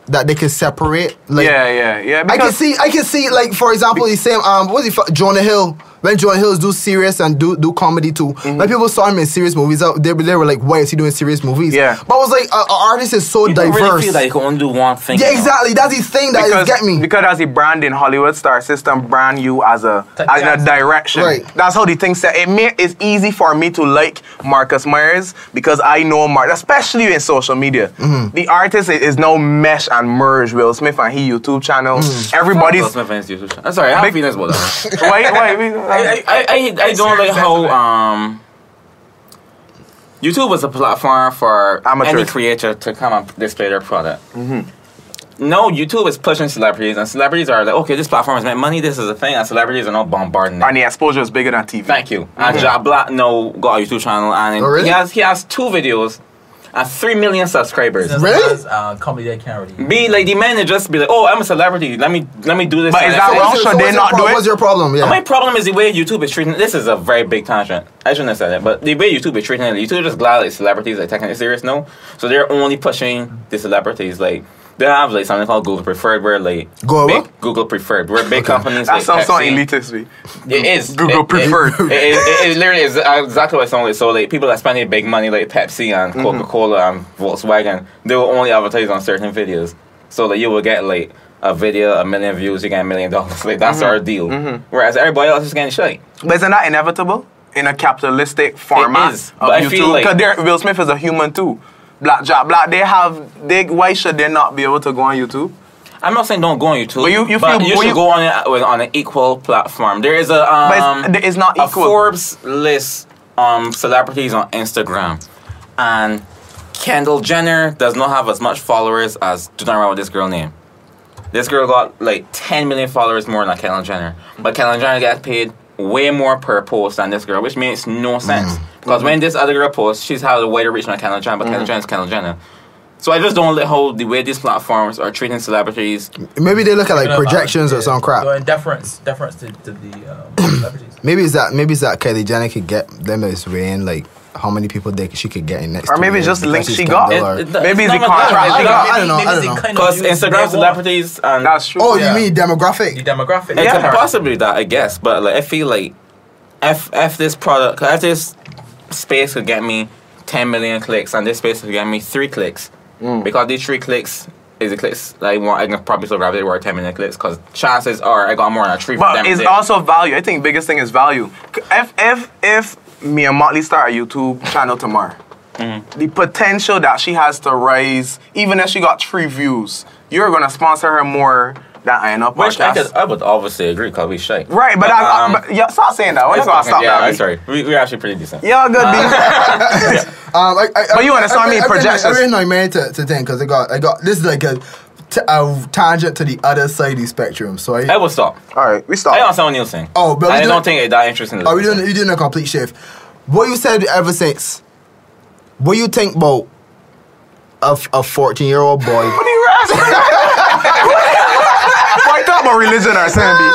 A: that they can separate. Like
D: Yeah, yeah, yeah.
A: I can
D: because-
A: see I can see like for example the same um what's he fu- Jonah Hill when Jonah Hill's do serious and do do comedy too
D: Mm-hmm.
A: when people saw him in serious movies uh, they, they were like why is he doing serious movies
D: Yeah.
A: but I was like an artist is so
B: People
A: diverse
B: really feel that you can only do one thing.
A: yeah
B: you know?
A: exactly that's the thing that is
D: because,
A: get me
D: because as a brand in Hollywood star system brand you as a
C: Th-
D: as in
C: yeah.
D: a direction.
A: Right.
D: That's how the thing said. It may, it's easy for me to like Marcus Myers because I know Mark, especially in social media.
A: Mm-hmm.
D: The artist is, is now mesh and merge Will Smith and his YouTube channel.
A: Mm.
B: Will
D: Everybody's
B: Smith and his YouTube channel. I'm sorry, I have
D: Big-
B: feelings about that. *laughs*
D: *laughs* wait, wait, wait.
B: I, I, I, I don't like how um YouTube was a platform for
D: Amateurs.
B: any creator to come and display their product.
D: Mm-hmm.
B: No, YouTube is pushing celebrities, and celebrities are like, okay, this platform has made money. This is a thing, and celebrities are not bombarding. it.
D: And the exposure is bigger than TV.
B: Thank you. And
D: Mm-hmm.
B: Ja Black now got a YouTube channel, and
A: Oh, really?
B: he has he has two videos and three million subscribers.
C: Since
A: Really?
C: I was, uh, comedy that can't really.
B: Be like the man to just be like, oh, I'm a celebrity. Let me let me do this.
D: But
B: and
D: is that
B: that's it.
D: wrong? should they
A: what's your
D: not do
A: prob-
D: it?
A: What's your problem? Yeah.
B: My problem is the way YouTube is treating. This is a very big tangent. I shouldn't have said that, but the way YouTube is treating it, YouTube is just glad like celebrities are taking it serious now. So they're only pushing the celebrities like. They have like something called Google Preferred, where like
A: Go
B: big,
A: what?
B: Google Preferred, where big companies
D: That
B: like
D: sounds so
B: Pepsi-
D: elitist, me.
B: It is
D: Google
B: It- it- It,
D: Preferred.
B: it, it, it literally is exactly what it sounds like. So like people that spend their big money like Pepsi and
D: Mm-hmm.
B: Coca Cola and Volkswagen, they will only advertise on certain videos. So that you will get like a video, a million views, you get a million dollars. *laughs* Like
D: Mm-hmm.
B: that's our deal. Whereas everybody else is getting shit.
D: But isn't that inevitable in a capitalistic format
B: is,
D: of
B: but I feel
D: YouTube?
B: like-
D: Because they're- Will Smith is a human too. Black Jack Black, they have. They why should they not be able to go on YouTube?
B: I'm not saying don't go on YouTube,
D: But you- you feel-
B: you
D: when
B: should
D: you-
B: go on it with- on an equal platform. There is a
D: But it's-
B: um,
D: it's not
B: a
D: equal.
B: Forbes list um celebrities on Instagram, and Kendall Jenner does not have as much followers as do not remember this girl name. This girl got like 10 million followers more than Kendall Jenner, but Kendall Jenner gets paid way more per post than this girl, which makes no sense because when this other girl posts, she's had a wider reach than Kendall Jenner, but Kendall Jenner is Kendall Jenner. So I just don't like how the way these platforms are treating celebrities
A: Maybe they look at like
C: Kind of, uh,
A: projections or
C: yeah,
A: some crap.
C: So in deference, deference to, to the um, *coughs* celebrities.
A: Maybe it's that maybe it's that Kylie Jenner could get them as weighing like how many people they she could get in next.
D: Or
A: two
D: maybe
A: years
D: just the
A: because
D: link
A: she's
D: she got.
A: Kendall or-
B: It- it-
D: Maybe it's
B: not
D: the
B: about that.
D: contract.
B: Maybe
A: I
B: it's
A: don't know,
C: Maybe
A: I
C: it's
A: don't
C: the
A: know.
C: kind of
B: Because
C: views they
B: Instagram
C: want.
B: celebrities and
D: That's true.
A: Oh,
C: Yeah.
A: you mean demographic?
C: the demographic.
B: it
D: Yeah.
B: could possibly that I guess, but like I feel like if if this product if this space could get me ten million clicks and this space could get me three clicks
D: Mm.
B: because these three clicks is the clicks I want I can probably still grab it worth ten million clicks because chances are I got more than a three from
D: But
B: them.
D: it's
B: there.
D: also value. I think biggest thing is value. C- If if if me and Motley start a YouTube channel tomorrow,
B: Mm-hmm.
D: the potential that she has to raise, even if she got three views, you're gonna sponsor her more than I know
B: which I, could,
D: podcast.
B: I would obviously agree because we shite.
D: Right, but, I,
B: um,
D: I, but yeah, stop saying that. Why you gonna stop
B: yeah,
D: that?
B: I'm sorry. We, we're actually pretty decent.
D: Y'all good, *laughs* B.
A: Um, I, I,
D: But you
A: I,
D: understand me,
A: I,
D: projections.
A: I, really know man to, to think because I got I got this is like a, t- a tangent to the other side of the spectrum. So I,
B: I will stop.
D: All right, we
B: I don't
D: stop.
B: sound Nielsen.
A: Oh, but we
B: I
A: do-
B: don't think it's that interesting. to
A: are we
B: listen
A: doing
B: *laughs* to.
A: you doing a complete shift? What you said ever since? What you think about a f- a fourteen year old boy?
D: Why you talk about religion or something?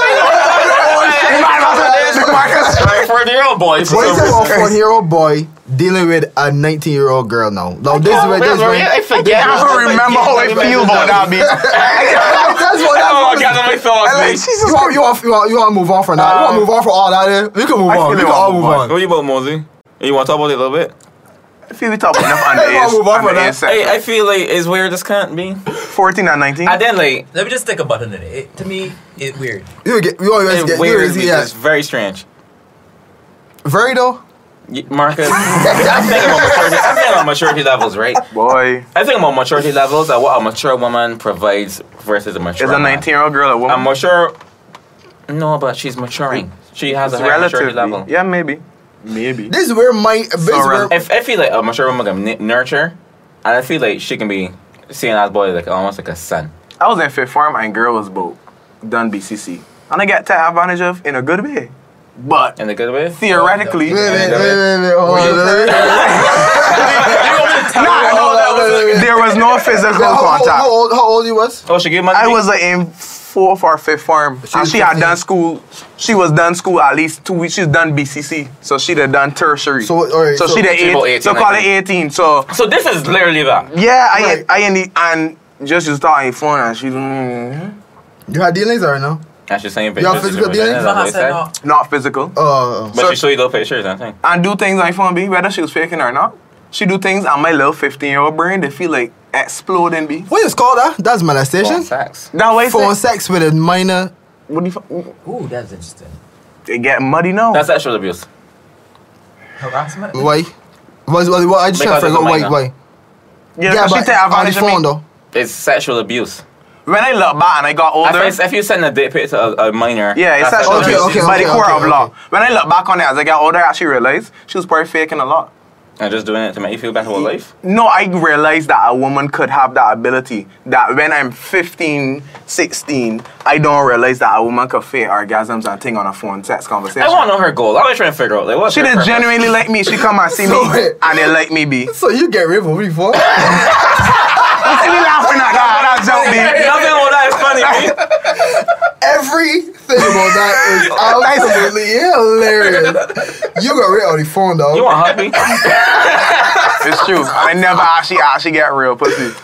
B: Right, for the old
D: *laughs*
B: boys.
A: What you think about a fourteen year old boy dealing with a nineteen year old girl now? Now this
B: Oh,
A: is where this is where-
B: I forget.
D: *laughs* I don't remember how I feel about that, B.
A: That's what
B: *laughs*
A: that
B: Oh, I got my thoughts,
D: Like,
B: man.
A: You
D: Jesus
A: want, you, want, you, want, you want to move on from that? you want to
D: Um,
A: move on from all that? eh? We can move
D: I
A: on.
D: feel
A: We
D: it
A: can all move on.
B: What you about, Mosey? You want to talk about it a little bit?
D: I feel we talk about enough
A: Hey, man, move on
D: underage,
A: from that.
D: underage
B: Hey, I
D: sex.
B: feel like it's weird this can't be.
D: 14 and 19.
B: And then, like,
C: Let me just think about it. a minute. It, to me, it weird.
A: You get, you always
B: it's
A: get, you
B: weird.
A: always, yeah.
B: It's very strange.
A: Very though.
B: Y- Marcus, *laughs* I'm thinking about maturity. I'm thinking about maturity levels, right?
D: Boy.
B: I think about maturity levels and what a mature woman provides versus a mature
D: Is a
B: man.
D: 19 year old girl a
B: A
D: woman?
B: mature. No, but she's maturing. She has a
D: It's
B: high maturity
D: relative.
B: level.
D: Yeah, maybe. Maybe.
A: This is where my this is where,
D: relative.
B: if I feel like a mature woman can n- nurture, and I feel like she can be seeing that boy like almost like a son.
D: I was in fifth form and girl was both done BCC. And I got taken advantage of in a good way. But
B: In a good way.
D: theoretically,
A: Wait, wait, wait,
D: *laughs* there
A: wait, wait, hold on, let me-
D: was *laughs* no physical
A: How how- how
D: contact.
A: old? How old you was?
B: Oh, she gave money.
D: I was like in fourth or fifth form.
A: She
D: and
A: was
D: she had
A: 15.
D: done school. She was done school at least two weeks. She's done BCC. So she'd have done tertiary.
A: So, alright,
D: so,
A: so-
D: she'd have
B: She about
D: eight,
B: 18,
D: so
B: I
D: call it
B: think.
D: 18. So
B: So this is literally that.
D: Yeah, I
A: Right.
D: I in the and just you start on your phone and she mm,
A: You had dealings or no?
B: And she's saying
A: You
B: pictures.
A: have physical
B: Is
A: dealings?
B: that what it said?
D: not physical
A: Uh,
B: But
D: So-
B: she showed you little pictures, I think.
D: and do things on your phone. Be whether she was faking or not, she do things on my little fifteen year old brain. They feel like exploding. Be
A: what is called that? That's
B: Phone
A: molestation.
B: sex.
D: that way.
A: Phone
D: say-
A: sex with a minor.
D: What do you? fu-
C: Ooh, that's interesting.
D: It get muddy now.
B: That's sexual abuse.
C: Harassment.
A: Why? Was was what? I just trying
B: Because
A: to figure
B: it's a
A: out why
B: minor.
A: why.
D: yeah, yeah she
A: but
D: take
A: on the
D: advantage of
A: phone
D: me.
A: though.
B: It's sexual abuse.
D: When I look back and I got
B: If,
D: older,
B: it's, if you send a dick pic to a, a minor,
D: yeah, it's
B: that's
D: actually
A: okay, okay,
D: by the
A: okay,
D: core
A: okay,
D: of law. When I look back on it as I got older, I actually realized she was probably faking a lot.
B: And just doing it to make you feel better about life.
D: No, I realized that a woman could have that ability. That when I'm 15, 16, I don't realize that a woman could fake orgasms and thing on a phone text conversation.
B: I want to know her goal. I was trying to figure out like what's
D: She
B: her
D: did
B: purpose?
D: genuinely like me. She come and see me,
A: *laughs* So wait.
D: and they like me. Be
A: So you get rid of me for?
D: see me laughing at that. That
B: *laughs*
D: joke,
B: Nothing
D: be.
B: about that is funny. B.
A: *laughs* Everything about that is absolutely hilarious. You got rid of the phone though.
B: You want to hug me?
D: It's true. I never actually actually get real pussy.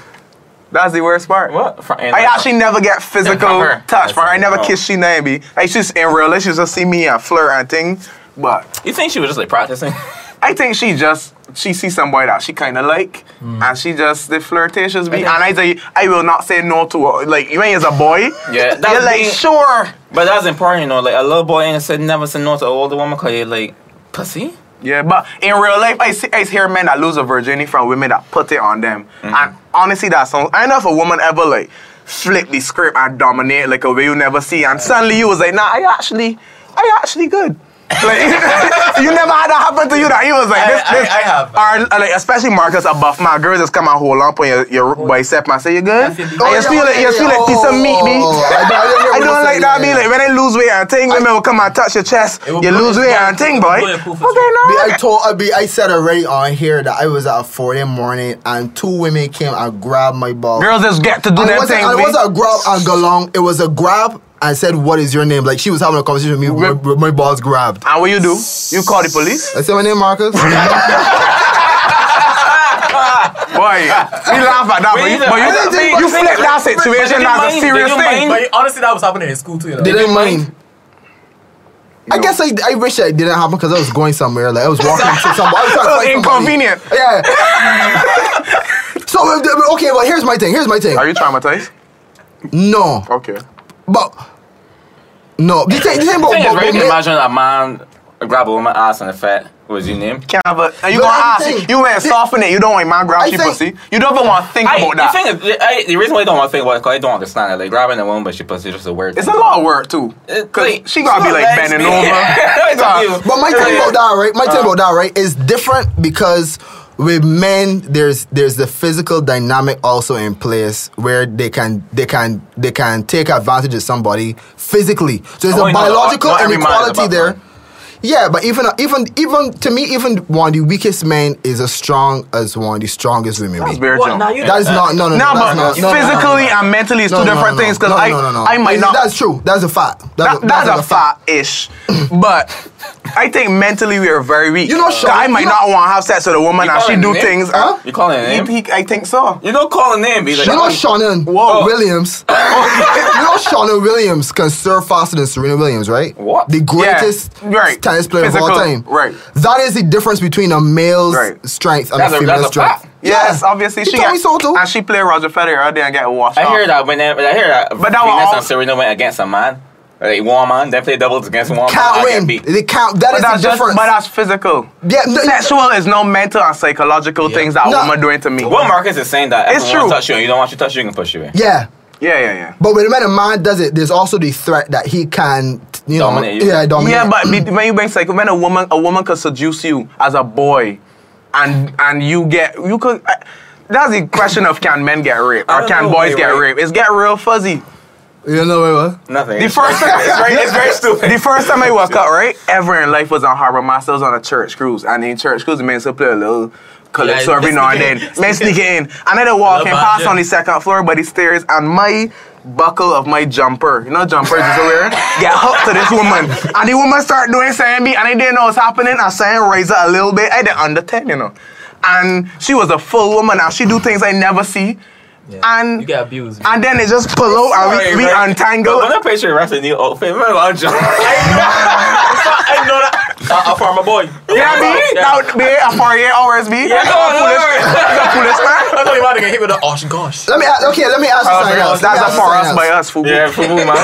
D: That's the worst part.
B: What? Fr- and
D: I
B: like-
D: actually never get physical
B: from her.
D: touch from her. I never
B: Oh.
D: kiss she name be. Like she's in real life, she just see me and flirt and thing. But
B: You think she was just like practicing?
D: I think she just she see somebody that she kinda like and she just the flirtatious be
B: Okay.
D: and I say I will not say no to her. Like even as a boy,
B: Yeah, *laughs* that's
D: you're like
B: being-
D: sure.
B: But that's important, you know. Like a little boy ain't said never said no to an older woman because you're like pussy.
D: Yeah, but in real life, I see I hear men that lose a virginity from women that put it on them.
C: Mm-hmm.
D: And honestly, that's so, I don't know if a woman ever like flip the script and dominate like a way you never see, and suddenly you was like, nah, I actually, I actually good. like *laughs* you never had that happen to you that you was like
C: I-
D: this.
C: I-
D: this
C: I have.
D: Or, like especially Marcus above my girl just come and hold up on your, your bicep and say you good.
C: I feel you. Oh,
D: and you feel like you feel like piece of meat, me. Oh, *laughs* I don't like that. Be like when I lose weight and thing, women will come and touch your chest.
C: It will
D: You
C: blow
D: lose
C: your-
D: weight and
C: it
D: thing,
C: will
D: boy.
C: blow your
D: Okay,
C: poof
D: no.
C: as well.
A: Be- I told I be I said already on here that I was at four in the morning and two women came and grabbed my ball.
D: Girls just get to
A: and
D: do
A: it
D: their
A: wasn't,
D: thing.
A: and it
D: B.
A: wasn't a grab and go long. It was a grab and said, "What is your name?" Like she was having a conversation with me. My,
D: Rip-
A: my balls grabbed.
D: And what you do? You call the police?
A: I said, "My name, Marcus." I
D: Boy, we laugh at that, but you,
B: Wait,
D: but
B: I
D: you,
B: didn't
D: you,
B: think-
D: flip that
B: but- but
D: situation
B: did you
D: as a
B: mind-
D: serious
B: did you
D: thing.
B: mind-
C: But honestly, that was happening in school too. You know?
A: didn't mind. I
D: No.
A: guess I, I wish I didn't happen because I was going somewhere. Like I was walking to somebody. I was trying to
D: So
A: find
D: Uh, Oh, inconvenient.
A: Somebody. Yeah. *laughs* so okay, well here's my thing. Here's my thing.
D: Are you traumatized?
A: No,
D: Okay.
A: but no. The thing, the thing about,
B: thing is,
A: about-
B: right? You can
A: about-
B: imagine a man grab a woman ass and a fat. What was your name?
D: Can't have a, and you
A: But
D: gonna
A: I'm
D: ask,
A: saying-
D: you went soften it, you don't want man grab
A: I
D: you
A: think-
D: pussy. You don't even want to think
B: I,
D: about
B: the
D: that.
B: thing is, I, the reason why I don't want to think about it, cause I don't understand it. Like grabbing a woman, but she pussy is just a word.
D: It's Uh, a lot of work too.
B: It-
D: Cause
B: like,
D: she gotta
B: she got
D: be like
B: legs,
D: bending
B: man.
D: over.
C: *laughs*
D: *laughs*
B: It's
D: Nah,
B: you.
A: But my thing
B: Yeah.
A: about that, right?
D: Uh.
A: My thing about that, right, is different because with men, there's there's the physical dynamic also in place where they can they can they can take advantage of somebody physically. So there's
B: Oh,
A: a
B: I know.
A: biological
B: Not every man is
A: inequality
B: about
A: there.
B: man.
A: Yeah, but even even even to me, even one of the weakest men is as strong as one of the strongest women.
D: That's
A: be.
D: very
C: What, now
D: true.
C: you-
A: That is not no no
D: Nah,
A: no,
D: but
A: that's not, no, no, no, no,
D: physically and mentally it's
A: no,
D: two
A: no,
D: different
A: no, no.
D: things. Cause
A: No,
D: I,
A: no, no, no.
D: I might
A: It-
D: not.
A: That's true. That's a fact. That's,
D: That, that's, a
A: fact.
D: fat ish, but I think mentally we are very weak.
A: You know, Sean,
D: I might
A: you know-
D: not want to have sex with a woman
B: You
D: and
B: call
D: she
B: it
D: do
B: name?
D: things.
A: Huh?
B: You calling a
D: He-
B: name?
D: he- I think so.
B: You don't call a name, be like.
A: You know
B: oh,
A: Shannon
D: Whoa.
A: *laughs*
D: *laughs* Oh.
A: Williams. you know Shannon Williams can serve faster than Serena Williams, right?
B: What?
A: The greatest
D: Yeah, right.
A: tennis player of all
D: Physical,
A: time.
D: right.
A: That is the difference between a male's
D: Right.
A: strength and
B: That's
A: a
B: a-
A: female's
B: that's a
A: strength.
B: fact.
D: Yes, obviously
A: He
D: she
A: told me
D: got,
A: so too.
D: and she played Roger Federer other day and got washed.
B: I
D: off.
B: hear that whenever I hear that.
D: But that was
B: Venus
D: all-
B: and Serena went against a man, like one man. They play doubles against one man.
A: Can't
B: I get
A: win.
B: beat.
A: They can't. that
D: But
A: is
D: that's
A: the
D: just, but
A: difference.
D: that's physical.
A: Yeah, no,
D: Sexual is no mental and psychological
C: Yeah.
D: things that
A: No.
D: woman doing to me.
B: What Marcus is saying that
D: It's
B: if you
D: true.
B: touch you and you don't want you to touch you, you can push you in.
A: yeah.
D: Yeah, yeah,
A: But when a man does it, there's also the threat that he can, you know,
B: Dominate you.
A: yeah,
D: yeah.
A: dominate.
D: Yeah, but be- when you bring psycho, when a woman, a woman could seduce you as a boy, and and you get you could. I, that's the question of can men get raped
B: I
D: or
B: don't
D: can
B: know,
D: boys
B: wait,
D: get
B: wait.
D: raped? It's get real fuzzy.
A: you know what?
B: Nothing.
D: The first time, it's very, it's very stupid. The first time I was caught, right, ever in life was on Harbor Master. I was on a church cruise, and in church cruise, the man still play a little calypso
C: Yeah,
D: every now and then. Man sneak in, and I done walk
C: Love
D: and
C: that,
D: pass
C: yeah.
D: on the second floor by the stairs, and my buckle of my jumper, you know, jumpers is wearing, get hooked to this woman, and the woman start doing saying me, and I didn't know what's happening. I saying raise her a little bit. I did under ten, you know, and she was a full woman, and she do things I never see.
C: Yeah.
D: And-
C: you get abused. *laughs*
D: And then they just pull out and we, we untangle.
B: I'm not picture rest in your outfit. Man, I'm
D: *laughs*
B: joking. *laughs* I know that. I, I farm a boy.
D: Yeah, me. That would be a four year hours, me.
B: Yeah, no, no,
D: That's a foolish man.
C: I thought you were about to get hit with the oh sh- gosh.
A: Let me a- okay. Let me ask you something else. Let me
D: Oh, That's
A: ask
D: a
A: you
D: for
A: something
D: us
A: else.
D: by us, fool.
B: Yeah, for who, man?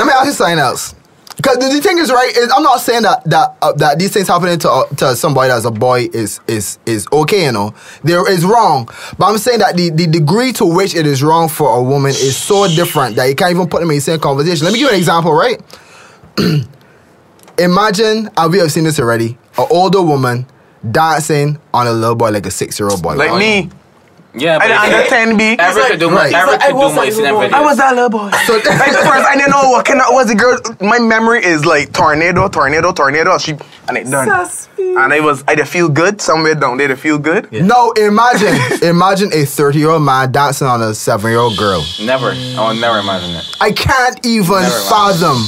A: Let me ask you something else. Because the, the thing is, right? Is I'm not saying that that uh, that these things happening to uh, to somebody that's a boy is is is okay, you know. There is wrong, but I'm saying that the, the degree to which it is wrong for a woman is so different that you can't even put them in the same conversation. Let me give you an example, right? *clears throat* Imagine, and we have seen this already, an older woman dancing on a little boy like a six year old boy.
D: Like me,
B: Yeah,
D: I
B: but
D: didn't
B: it's-
D: understand B. I
B: Eric could do more.
A: right.
C: It's like,
B: Eric
C: I
B: could do
C: was
B: more
C: like,
B: incident
C: I
B: videos.
D: was that little boy.
A: So
D: Like the first, I didn't know what kind of was the girl. My memory is like tornado, tornado, tornado. She and it done. And I was I did feel good somewhere down there. To feel good.
C: Yeah.
A: no, imagine, imagine a thirty year old man dancing on a seven year old girl.
B: Never. I would never imagine it.
A: I can't even
B: Never mind.
A: fathom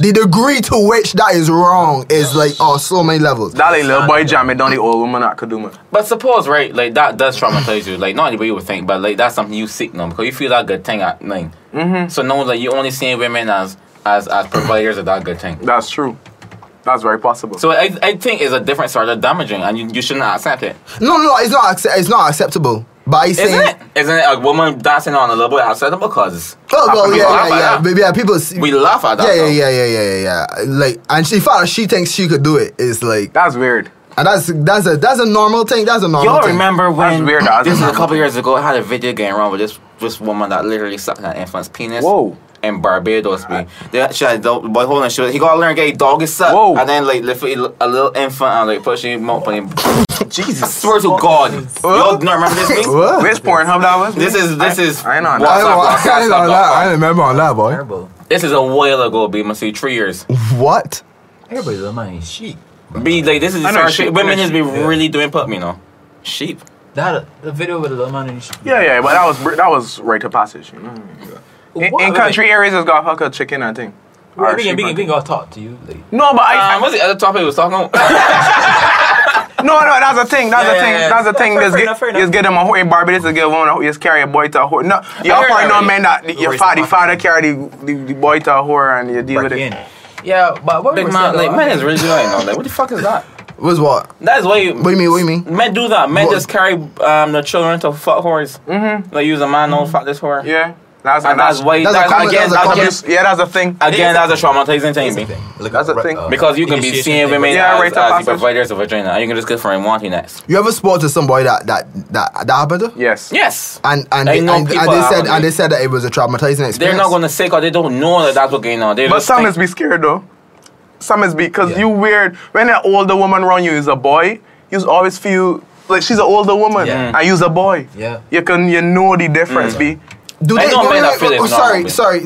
A: the degree to which that is wrong. Is like on so many levels.
D: That like little boy jamming down the old woman at Kaduma.
B: But suppose, right, like that does traumatize you. Like not the way you would think, but like that's something you seek now because you feel that good thing at nine. Mm-hmm. So now like you only seeing women as as as providers of that good thing.
D: That's true. That's very possible.
B: So I I think it's a different sort of damaging, and you, you shouldn't accept it.
A: No, no, it's not. Accept- it's not acceptable. But I
B: Isn't
A: saying,
B: it? Isn't it a woman dancing on a little bit acceptable? Cause
A: oh well,
B: We
A: yeah,
B: laugh
A: yeah,
B: at
A: yeah,
B: that.
A: But yeah. People, see-
B: we laugh at that.
A: yeah, yeah,
B: though.
A: yeah, yeah, yeah, yeah, yeah. Like, and she found she thinks she could do it. It's like,
D: that's weird.
A: and that's that's a that's a normal thing. That's a normal.
B: Y'all
A: thing.
B: remember
D: That's
B: when
D: weird, I
B: this is a *laughs*
D: remember.
B: couple years ago? I had a video game wrong with this this woman that literally sucked an infant's penis.
D: Whoa.
B: In Barbados, me. They- She had a dog, boy holding. She was, he gotta learn to get a doggy suck.
D: Whoa.
B: And then like lift a a little infant and like pushing him up on him. I
D: Jesus.
B: swear to God, y'all don't remember this thing?
A: What?
D: Which Pornhub that was?
B: This is this is
D: I ain't on
A: I don't, I
B: WhatsApp,
A: ain't
B: WhatsApp,
A: on that. I
B: WhatsApp.
A: ain't remember on that, boy.
C: Terrible.
B: This is a while ago, B. Must see three years.
A: What?
C: Everybody's a man is sheep.
B: B like this is
D: I know
B: sorry,
D: sheep, I
B: women
D: know
B: just be
C: sheep, yeah.
B: really doing put me know. Sheep.
C: That the video with a little man and sheep.
D: Yeah, yeah, but that was br- that was right to passage. You know? what I mean? In-
C: What?
D: in, country areas, it's got fuck a chicken and thing. Or
C: Like, we can,
D: sheep
C: we
D: and
C: can, we
D: thing.
C: can go talk to you. Like,
D: No, but I,
B: Um, what's the other topic we was talking about?
D: no, no, that's the thing. That's
B: Yeah,
D: the
B: yeah,
D: thing.
B: yeah.
D: That's the thing.
C: Fair-
D: Just
C: fair
D: get,
C: enough, fair
D: just
C: enough.
D: get them a hoe in Barbados. Just get a woman. a hoe- Just carry a boy to a whore. No, y'all
B: heard
D: probably know
B: already.
D: men that the- your
C: Raise
D: father
C: the
D: father carry the, the, the boy to a whore and you deal with
C: break
D: it.
C: in. Yeah, but what we
B: Big
C: were
B: man,
C: saying,
B: like
C: though,
B: man is really doing now. Like what the fuck is that?
A: Was what?
B: That's why.
A: What do you mean? What do you mean?
B: Men do that. Men
A: What?
B: just carry um, the children to fuck whores. Mm-hmm. They use a man no fuck this whore.
D: *laughs* Yeah, that's
B: And that's why.
A: That's a
B: That's,
A: common-
B: again,
A: that's a common-
B: again,
D: Abuse, yeah, that's the thing.
B: again, that's a traumatizing
C: That's
B: thing,
C: the
B: me.
C: thing. Look,
D: That's the
C: right,
D: thing.
C: uh,
B: Because you can be
C: initiation
B: seeing
C: thing.
B: women
D: Yeah,
B: as,
D: right,
B: as
D: that's
B: the
D: awesome.
B: providers of vagina, and you can just get from wanting that.
A: You ever spoke to somebody that that that, that happened to?
D: Yes.
B: Yes,
A: And and
B: I
A: they, and,
B: know
A: and they
B: people that
A: said
B: happened to.
A: and they said that it was a traumatizing experience.
B: they're not gonna say because they don't know that that's what going on. They
D: But
B: just
D: some
B: think-
D: is be scared though. Some is because
C: Yeah.
D: you weird. When an older woman around you is a boy, you always feel like she's an older woman
C: Yeah.
D: and you's a boy.
C: Yeah. Mm.
D: You can you know the difference, be.
A: Do
B: I
A: they?
B: know
A: do
B: men
A: they-
B: that feel it's
A: oh, sorry,
B: normal,
A: sorry.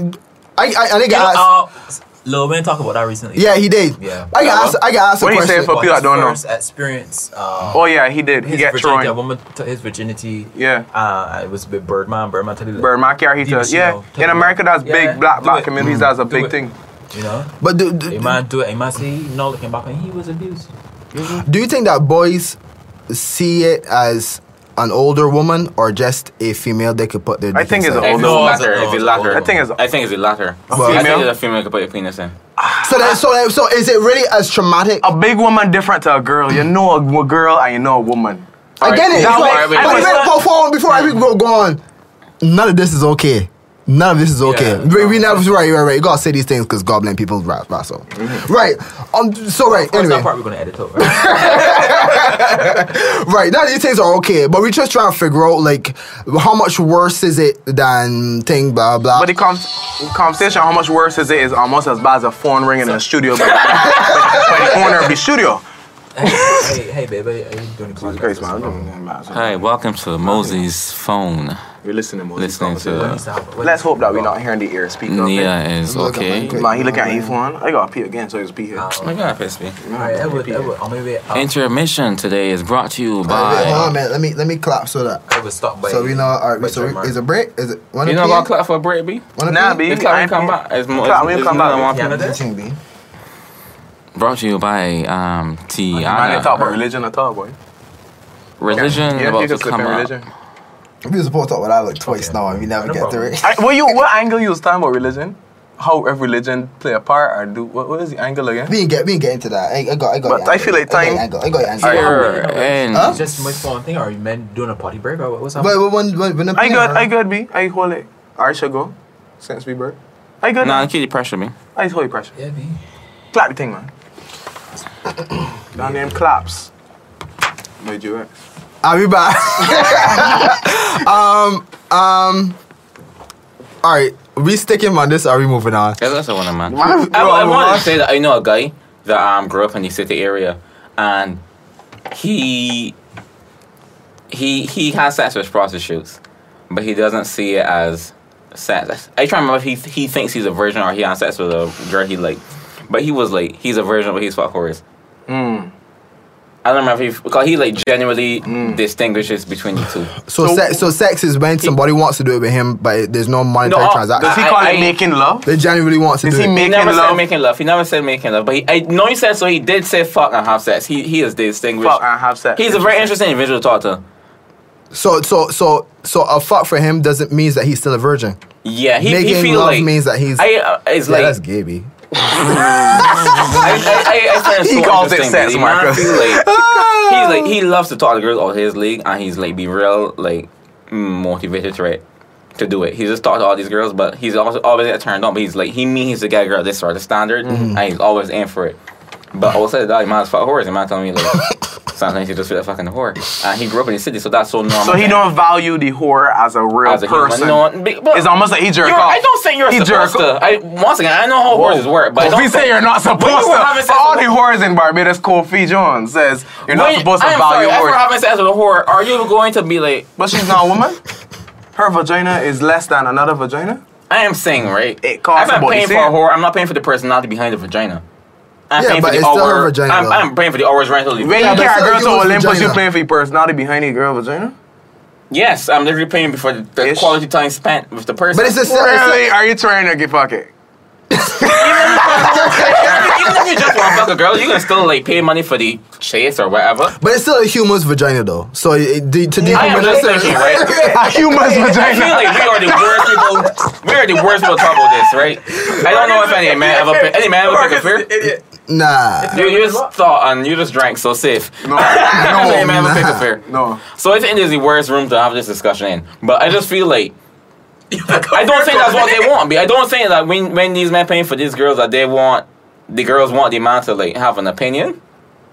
A: I I, I think
C: You
A: I
C: know,
A: asked.
C: uh, Lil Wayne talked about that recently.
A: yeah, he did.
C: Yeah.
A: I got asked. I got asked a
D: What he
A: question.
D: said for-
C: But
D: people
C: his
D: that don't know.
C: first experience. Uh,
D: Oh yeah, he did. He
C: his
D: get
C: virginity, a
D: thrown.
C: woman took his virginity.
D: Yeah.
C: Uh, it was with Birdman. Birdman took it.
D: Burma carry
C: He
D: heater.
C: was, you
D: Yeah.
C: know, took it.
D: In America that's
C: Yeah,
D: big black
C: do
D: black
C: it. Mm.
D: communities that's a
C: Do
D: big
C: it.
D: thing.
C: You know,
A: But do,
C: a
A: do,
C: man do it. A man see, you know, looking back, and he was abused.
A: do you think that boys see it as an older woman or just a female they could put their?
D: I
A: dick
D: think it's
A: inside?
D: an
B: It's
D: older
B: the
C: woman.
B: latter.
C: No,
B: It's the
C: it's
B: latter.
C: older.
D: I think it's-
B: I think it's the latter. I
A: female?
B: think it's a female can put your penis in.
A: So that, so that, so is it really as traumatic?
D: A big woman different to a girl. You know a w- girl and you know a woman.
A: I get it. It's
B: Alright, now
A: like,
B: why are we-
A: but
B: why
A: if
B: is
A: I
B: that-
A: perform before every go go on, none of this is okay. None of this is okay.
C: Yeah,
A: we, we
C: no.
A: never right, right, right. You gotta say these things because goblin people ra- wrestle. Right. Um. So right.
C: Anyway.
A: Anyway.
C: That part we're gonna edit out. Right?
A: Right. None of these things are okay, but we just trying to figure out like how much worse is it than thing blah blah.
D: But the com- conversation, how much worse is it, is almost as bad as a phone ringing in a studio *laughs* by, by the owner of the studio.
C: *laughs* hey, hey, hey, baby, are you doing the podcast?
D: Grace,
C: or
D: man.
C: something?
B: Hi, welcome to Mosey's phone.
D: You're listening to
B: Listening
C: What
B: to-
C: needs to happen? What
D: Let's
C: needs to
D: hope that we're
C: happen?
D: not hearing the ear speak. up.
B: Nia is
A: Look at
B: okay.
A: my good-
D: Man, he looking at his phone. I gotta pee again, so he's pee here.
B: Oh my god, piss me.
C: All right, Edward, Edward, on my way out,
B: Intermission today is brought to you
A: Wait, wait, hold on,
B: by.
A: man. Let me let me clap so that
C: I was stopped by.
A: so we know. All
C: by
A: right. So
C: Trevor.
A: we, is a break? Is it one
B: You
A: of
B: know about clap for a break, B?
D: Nah, B.
B: It's clap when you come
D: I-
B: back. It's more.
D: Clap
B: it's-
D: when you
B: it's
D: come
B: more than
D: back.
B: one
C: Yeah,
B: people.
C: that's-
A: B.
B: Brought to you by um
D: Man, they talk
B: Tiana.
D: about religion at all, boy.
B: Religion
D: Yeah,
B: about
D: you
B: to
D: can slip
B: come
D: in
B: up.
D: religion.
A: We were supposed to talk about that like twice
C: Okay.
A: now, and we never
C: No
A: get through
C: problem.
A: it. *laughs*
D: I, what you? What angle you was talking about religion? How if religion play a part or do? What, what is the angle again?
A: We ain't get we ain't get into that. I, I got I got.
D: But
A: your
D: I
A: angle.
D: feel
A: I
D: like
A: got your
D: time-
A: angle. I got your angle.
B: Here
C: Huh?
B: in
A: Huh?
C: It's just my phone thing. Are you men doing a party break or what- what's
A: Wait,
C: happening?
A: wait, one, one, one,
D: I got, I got B. I hold it. I shall go. Since we bird. I got.
B: Nah, keep the pressure, me.
D: I just hold your pressure.
C: Yeah, me.
D: Clap the
B: *coughs*
D: thing, man. Down name claps. Made you ex.
A: I'll be back. *laughs* um, um. All right, we sticking on this. Are we moving on?
B: Yeah, that's the one, man.
A: Why-
B: I,
A: why-
B: I wanted to say that I know a guy that um grew up in the city area, and he he he has sex with prostitutes, but he doesn't see it as sex. I try to remember if he he thinks he's a virgin or he has sex with a girl he like, but he was like he's a virgin, but he's fuck whores.
D: Mm.
B: I don't remember if he because he like genuinely distinguishes between the two.
A: So,
D: So-
A: sex, so sex is when somebody wants to do it with him, but it, there's no monetary
B: No, uh,
D: Does
A: transaction.
D: he
B: I-
D: call
B: I-
D: it
B: I-
D: making love?
A: They genuinely want to
D: Is
A: do
D: he
A: it.
B: He
D: making
B: never said
D: love?
B: making love. He never said making love. But he, I know he said so. He did say fuck and have sex. He he is distinguished.
D: Fuck and have sex.
B: He's a very interesting individual to talk to.
A: so so so so a fuck for him doesn't means that he's still a virgin.
B: Yeah, he, he
A: Making
B: feel
A: love
B: like
A: means that he's
B: I uh, it's
A: yeah,
B: like
A: that's gay, B.
B: I, I, I, I
D: *laughs*
B: find it so
D: He calls it
B: interesting,
D: sex,
B: man.
D: Marcus.
B: He's like,
D: *laughs*
B: he's like he loves to talk to girls all his league, and he's like be real like mm, motivated to it, to do it. He just talks to all these girls, but he's also always get turned on. But he's like he means to get a girl this sort of standard,
D: Mm-hmm.
B: and he's always in for it. But also that man is fuck whores, and man telling me
D: *laughs*
B: like sometimes you just feel like fucking whore. And he grew up in the city, so that's so normal.
D: So he
B: man.
D: don't value the whore as a real
B: As a human,
D: person.
B: no, be- but-
D: it's almost like he jerk
B: You're-
D: off.
B: I don't think you're
D: He
B: supposed to.
D: jerk
B: I, once again, I know how horses work, but I
D: Well,
B: don't
D: we say you're not supposed
B: When you were
D: to.
B: having
D: For
B: sex
D: all
B: with-
D: the whores in Barbados, Kofi Jones says you're not
B: Wait,
D: supposed to
B: I'm
D: value
B: sorry, after
D: whores.
B: having sex with a whore, are you going to be like,
D: But she's not a woman. Her vagina is less than another vagina.
B: I am saying, right?
D: It costs
B: I'm not
D: about
B: paying
D: the
B: for a
D: same.
B: whore. I'm not paying for the personality behind the vagina. I'm
A: Yeah,
B: paying
A: but
B: for the
A: it's still her
B: hour-
A: vagina,
B: I'm,
A: though.
B: I'm paying for the hours rental.
D: When
A: Yeah,
D: you
A: but
D: carry a
A: still
D: girl
A: you use
D: to Olympus, you're
A: vagina.
D: playing for your personality behind the girl vagina.
B: Yes, I'm literally paying for the, the
D: Ish.
B: quality time spent with the person.
A: But it's a sex.
D: Really? Are you trying to get fuck it?
B: even if you just want to fuck a girl, you can still like pay money for the chase or whatever.
A: But it's still a human's vagina though. So it, the, to the
B: I am
A: human,
B: just thinking, right?
A: *laughs*
D: A human's
B: I feel
D: vagina.
B: like we are the worst people. We are the worst people to talk about this, right? I don't know if any man ever pick- any man ever pick a fear.
A: nah.
B: You, you just thought and you just drank, so safe. *laughs*
D: No,
B: I don't
D: no,
B: think man,
A: nah.
B: would pick a fair.
D: no.
B: So I think it's the worst room to have this discussion in. But I just feel like I don't think that's what they want. I don't think that when when these men paying for these girls that they want, the girls want the man to like have an opinion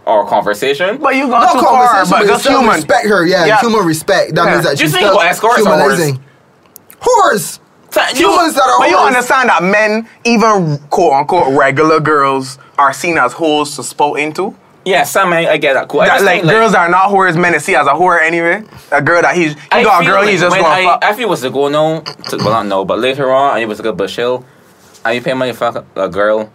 B: or a conversation.
D: But you gone
A: Not
D: too far,
A: conversation,
D: but
A: but,
D: just
A: still
D: human.
A: respect her. Yeah,
D: Yeah.
A: human respect. That
D: Yeah.
A: means that
B: You
A: she's
B: think
A: still
B: what, escorts or whores?
A: humanizing. Whores.
B: T- you-
A: Humans that are
D: But you
A: whores.
D: understand that men, even quote unquote regular girls, are seen as hoes to spout into.
B: yeah, some men, I get that. Cool. I
D: That,
B: just
D: like,
B: think, like
D: girls that are not whores, men to see as a whore anyway. A girl that he's he
B: I
D: got a
B: feel
D: girl,
B: like
D: he's just
B: when
D: gonna
B: I,
D: fuck.
B: I feel was to go no, to, well not no, but later on, I was like a Bashil, and you pay money to fuck a girl,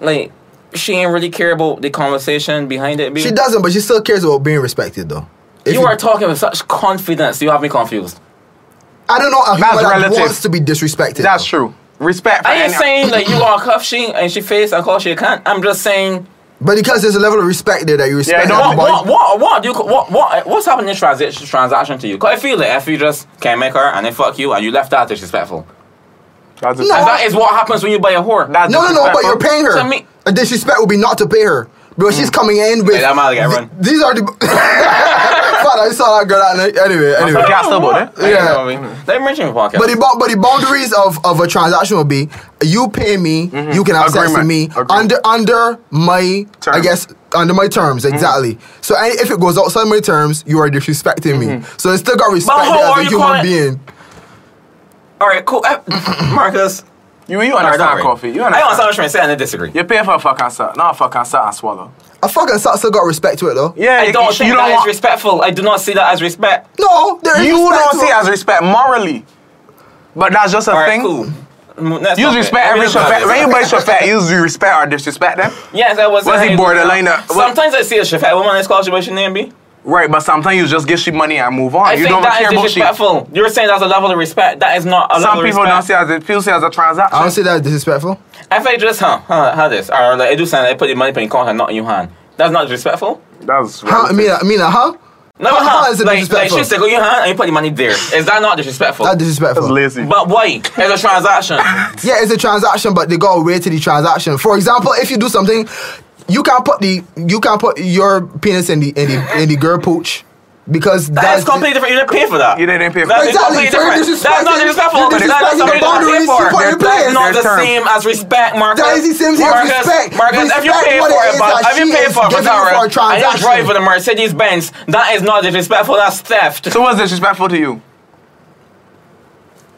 B: like she ain't really care about the conversation behind it. B.
A: She doesn't, but she still cares about being respected though. If
B: Mm. You are talking with such confidence. You have me confused.
A: I don't know a
D: That's
A: human that
D: relative.
A: wants to be disrespected.
D: That's
A: though.
D: true. Respect. For
B: I ain't
D: any-
B: saying like you are cuff she and she face and call she a cunt. I'm just saying
A: But because there's a level of respect there that you respect.
D: don't-
B: what
A: everybody.
B: what what what do you what what what's happening in transaction transaction to you? Cause I feel like if you just can make her and then fuck you and you left out disrespectful.
D: That's
A: No.
B: And that is what happens when you buy a whore.
D: that's
A: No, no, no, but
D: disrespectful.
A: you're paying her.
B: So me- Mm.
A: a disrespect would be not to pay her. Because she's coming in with.
B: Hey, that might get run.
A: These are the. *laughs* Fuck, I saw that girl out night. Anyway, anyway.
D: Fuck y'all still about it.
B: yeah.
A: Yeah.
B: They mentioned in the podcast.
A: But the, bo- but the boundaries of, of a transaction will be you pay me, you can have sex with
D: Mm-hmm. Agreement.
A: me
D: Agreement.
A: under under my I
D: Terms. Mm-hmm.
A: guess under my terms exactly. So any, if it goes outside my terms, you are disrespecting me.
D: Mm-hmm.
A: So it's still got respect
B: how
A: there
B: are
A: as a
B: you
A: human
B: calling-
A: being.
B: All right, cool.
D: *laughs*
B: Uh, Marcus,
D: You, you
B: all right,
D: understand
B: don't worry.
D: coffee. You
B: I don't
D: understand.
B: understand what you're saying. I disagree.
D: You're paying for a fucking sat, not a fucking sat and swallow.
A: A fucking sock still got respect to it though.
D: Yeah,
B: I
D: you,
B: don't think
D: you
B: that
D: don't
B: is
D: want.
B: respectful. I do not see that as respect.
A: No, there is
D: you
A: respect
D: don't
A: to
D: see
A: it.
D: as respect morally, but that's just a
B: All right,
D: thing.
B: cool. Mm, next
D: Use
B: topic.
D: respect
B: I mean,
D: every
B: it's not
D: Shafet.
B: this.
D: When you
A: *laughs*
D: buy Shafet, use respect or disrespect them.
B: Yes, I was.
D: What's
B: I-
D: the borderline? Uh, what-
B: Sometimes I see a chef woman that's called she what your name be.
D: Right, but sometimes you just give she money and move on.
B: I
D: you
B: think
D: don't
B: that
D: care
B: is
D: about she.
B: disrespectful. You're saying that's a level of respect. That is not a level
D: Some
B: of
D: people don't
B: respect.
D: see as a, people see as a transaction.
A: I don't see that as disrespectful.
B: I feel just huh, huh, how this? Or like I do something. I put the money in your account and not in your hand. That's not disrespectful.
D: That's
A: Huh? I
D: relative.
A: mean, I mean, uh, huh?
B: No,
A: How-
B: huh,
A: how is it
B: like,
A: disrespectful?
B: Like she go in your hand and you put the money there. Is that not disrespectful?
A: That's disrespectful.
D: That's lazy.
B: but why? It's a
D: *laughs*
B: transaction.
A: Yeah, it's a transaction, but they got to wait to the transaction. For example, if you do something, you can't put the you can't put your penis in the in the in the girl pooch because
B: That
A: that's
B: is completely different. You didn't pay for that.
D: You didn't pay for
B: That's
D: it.
A: Exactly.
B: completely
A: So you're
B: different. That's not
A: disrespecting-
B: disrespectful.
A: you're
B: That's not
A: disrespecting
B: something
A: the
B: you don't pay
A: boundaries
B: for.
A: you put in
B: That's
A: place.
B: not the
D: Their terms.
B: same as respect, Marcus.
A: That is the same thing as
B: Marcus,
A: respect.
B: Marcus, if you
A: Respect
B: pay
A: what
B: for
A: it
B: it,
A: is
B: but
A: that
B: if you
A: she
B: pay
A: is
B: for a
A: giving you for
B: Vitara
A: a
B: and you're
A: transaction.
B: driving a Mercedes Benz, that is not disrespectful. That's theft.
D: so what's disrespectful to you?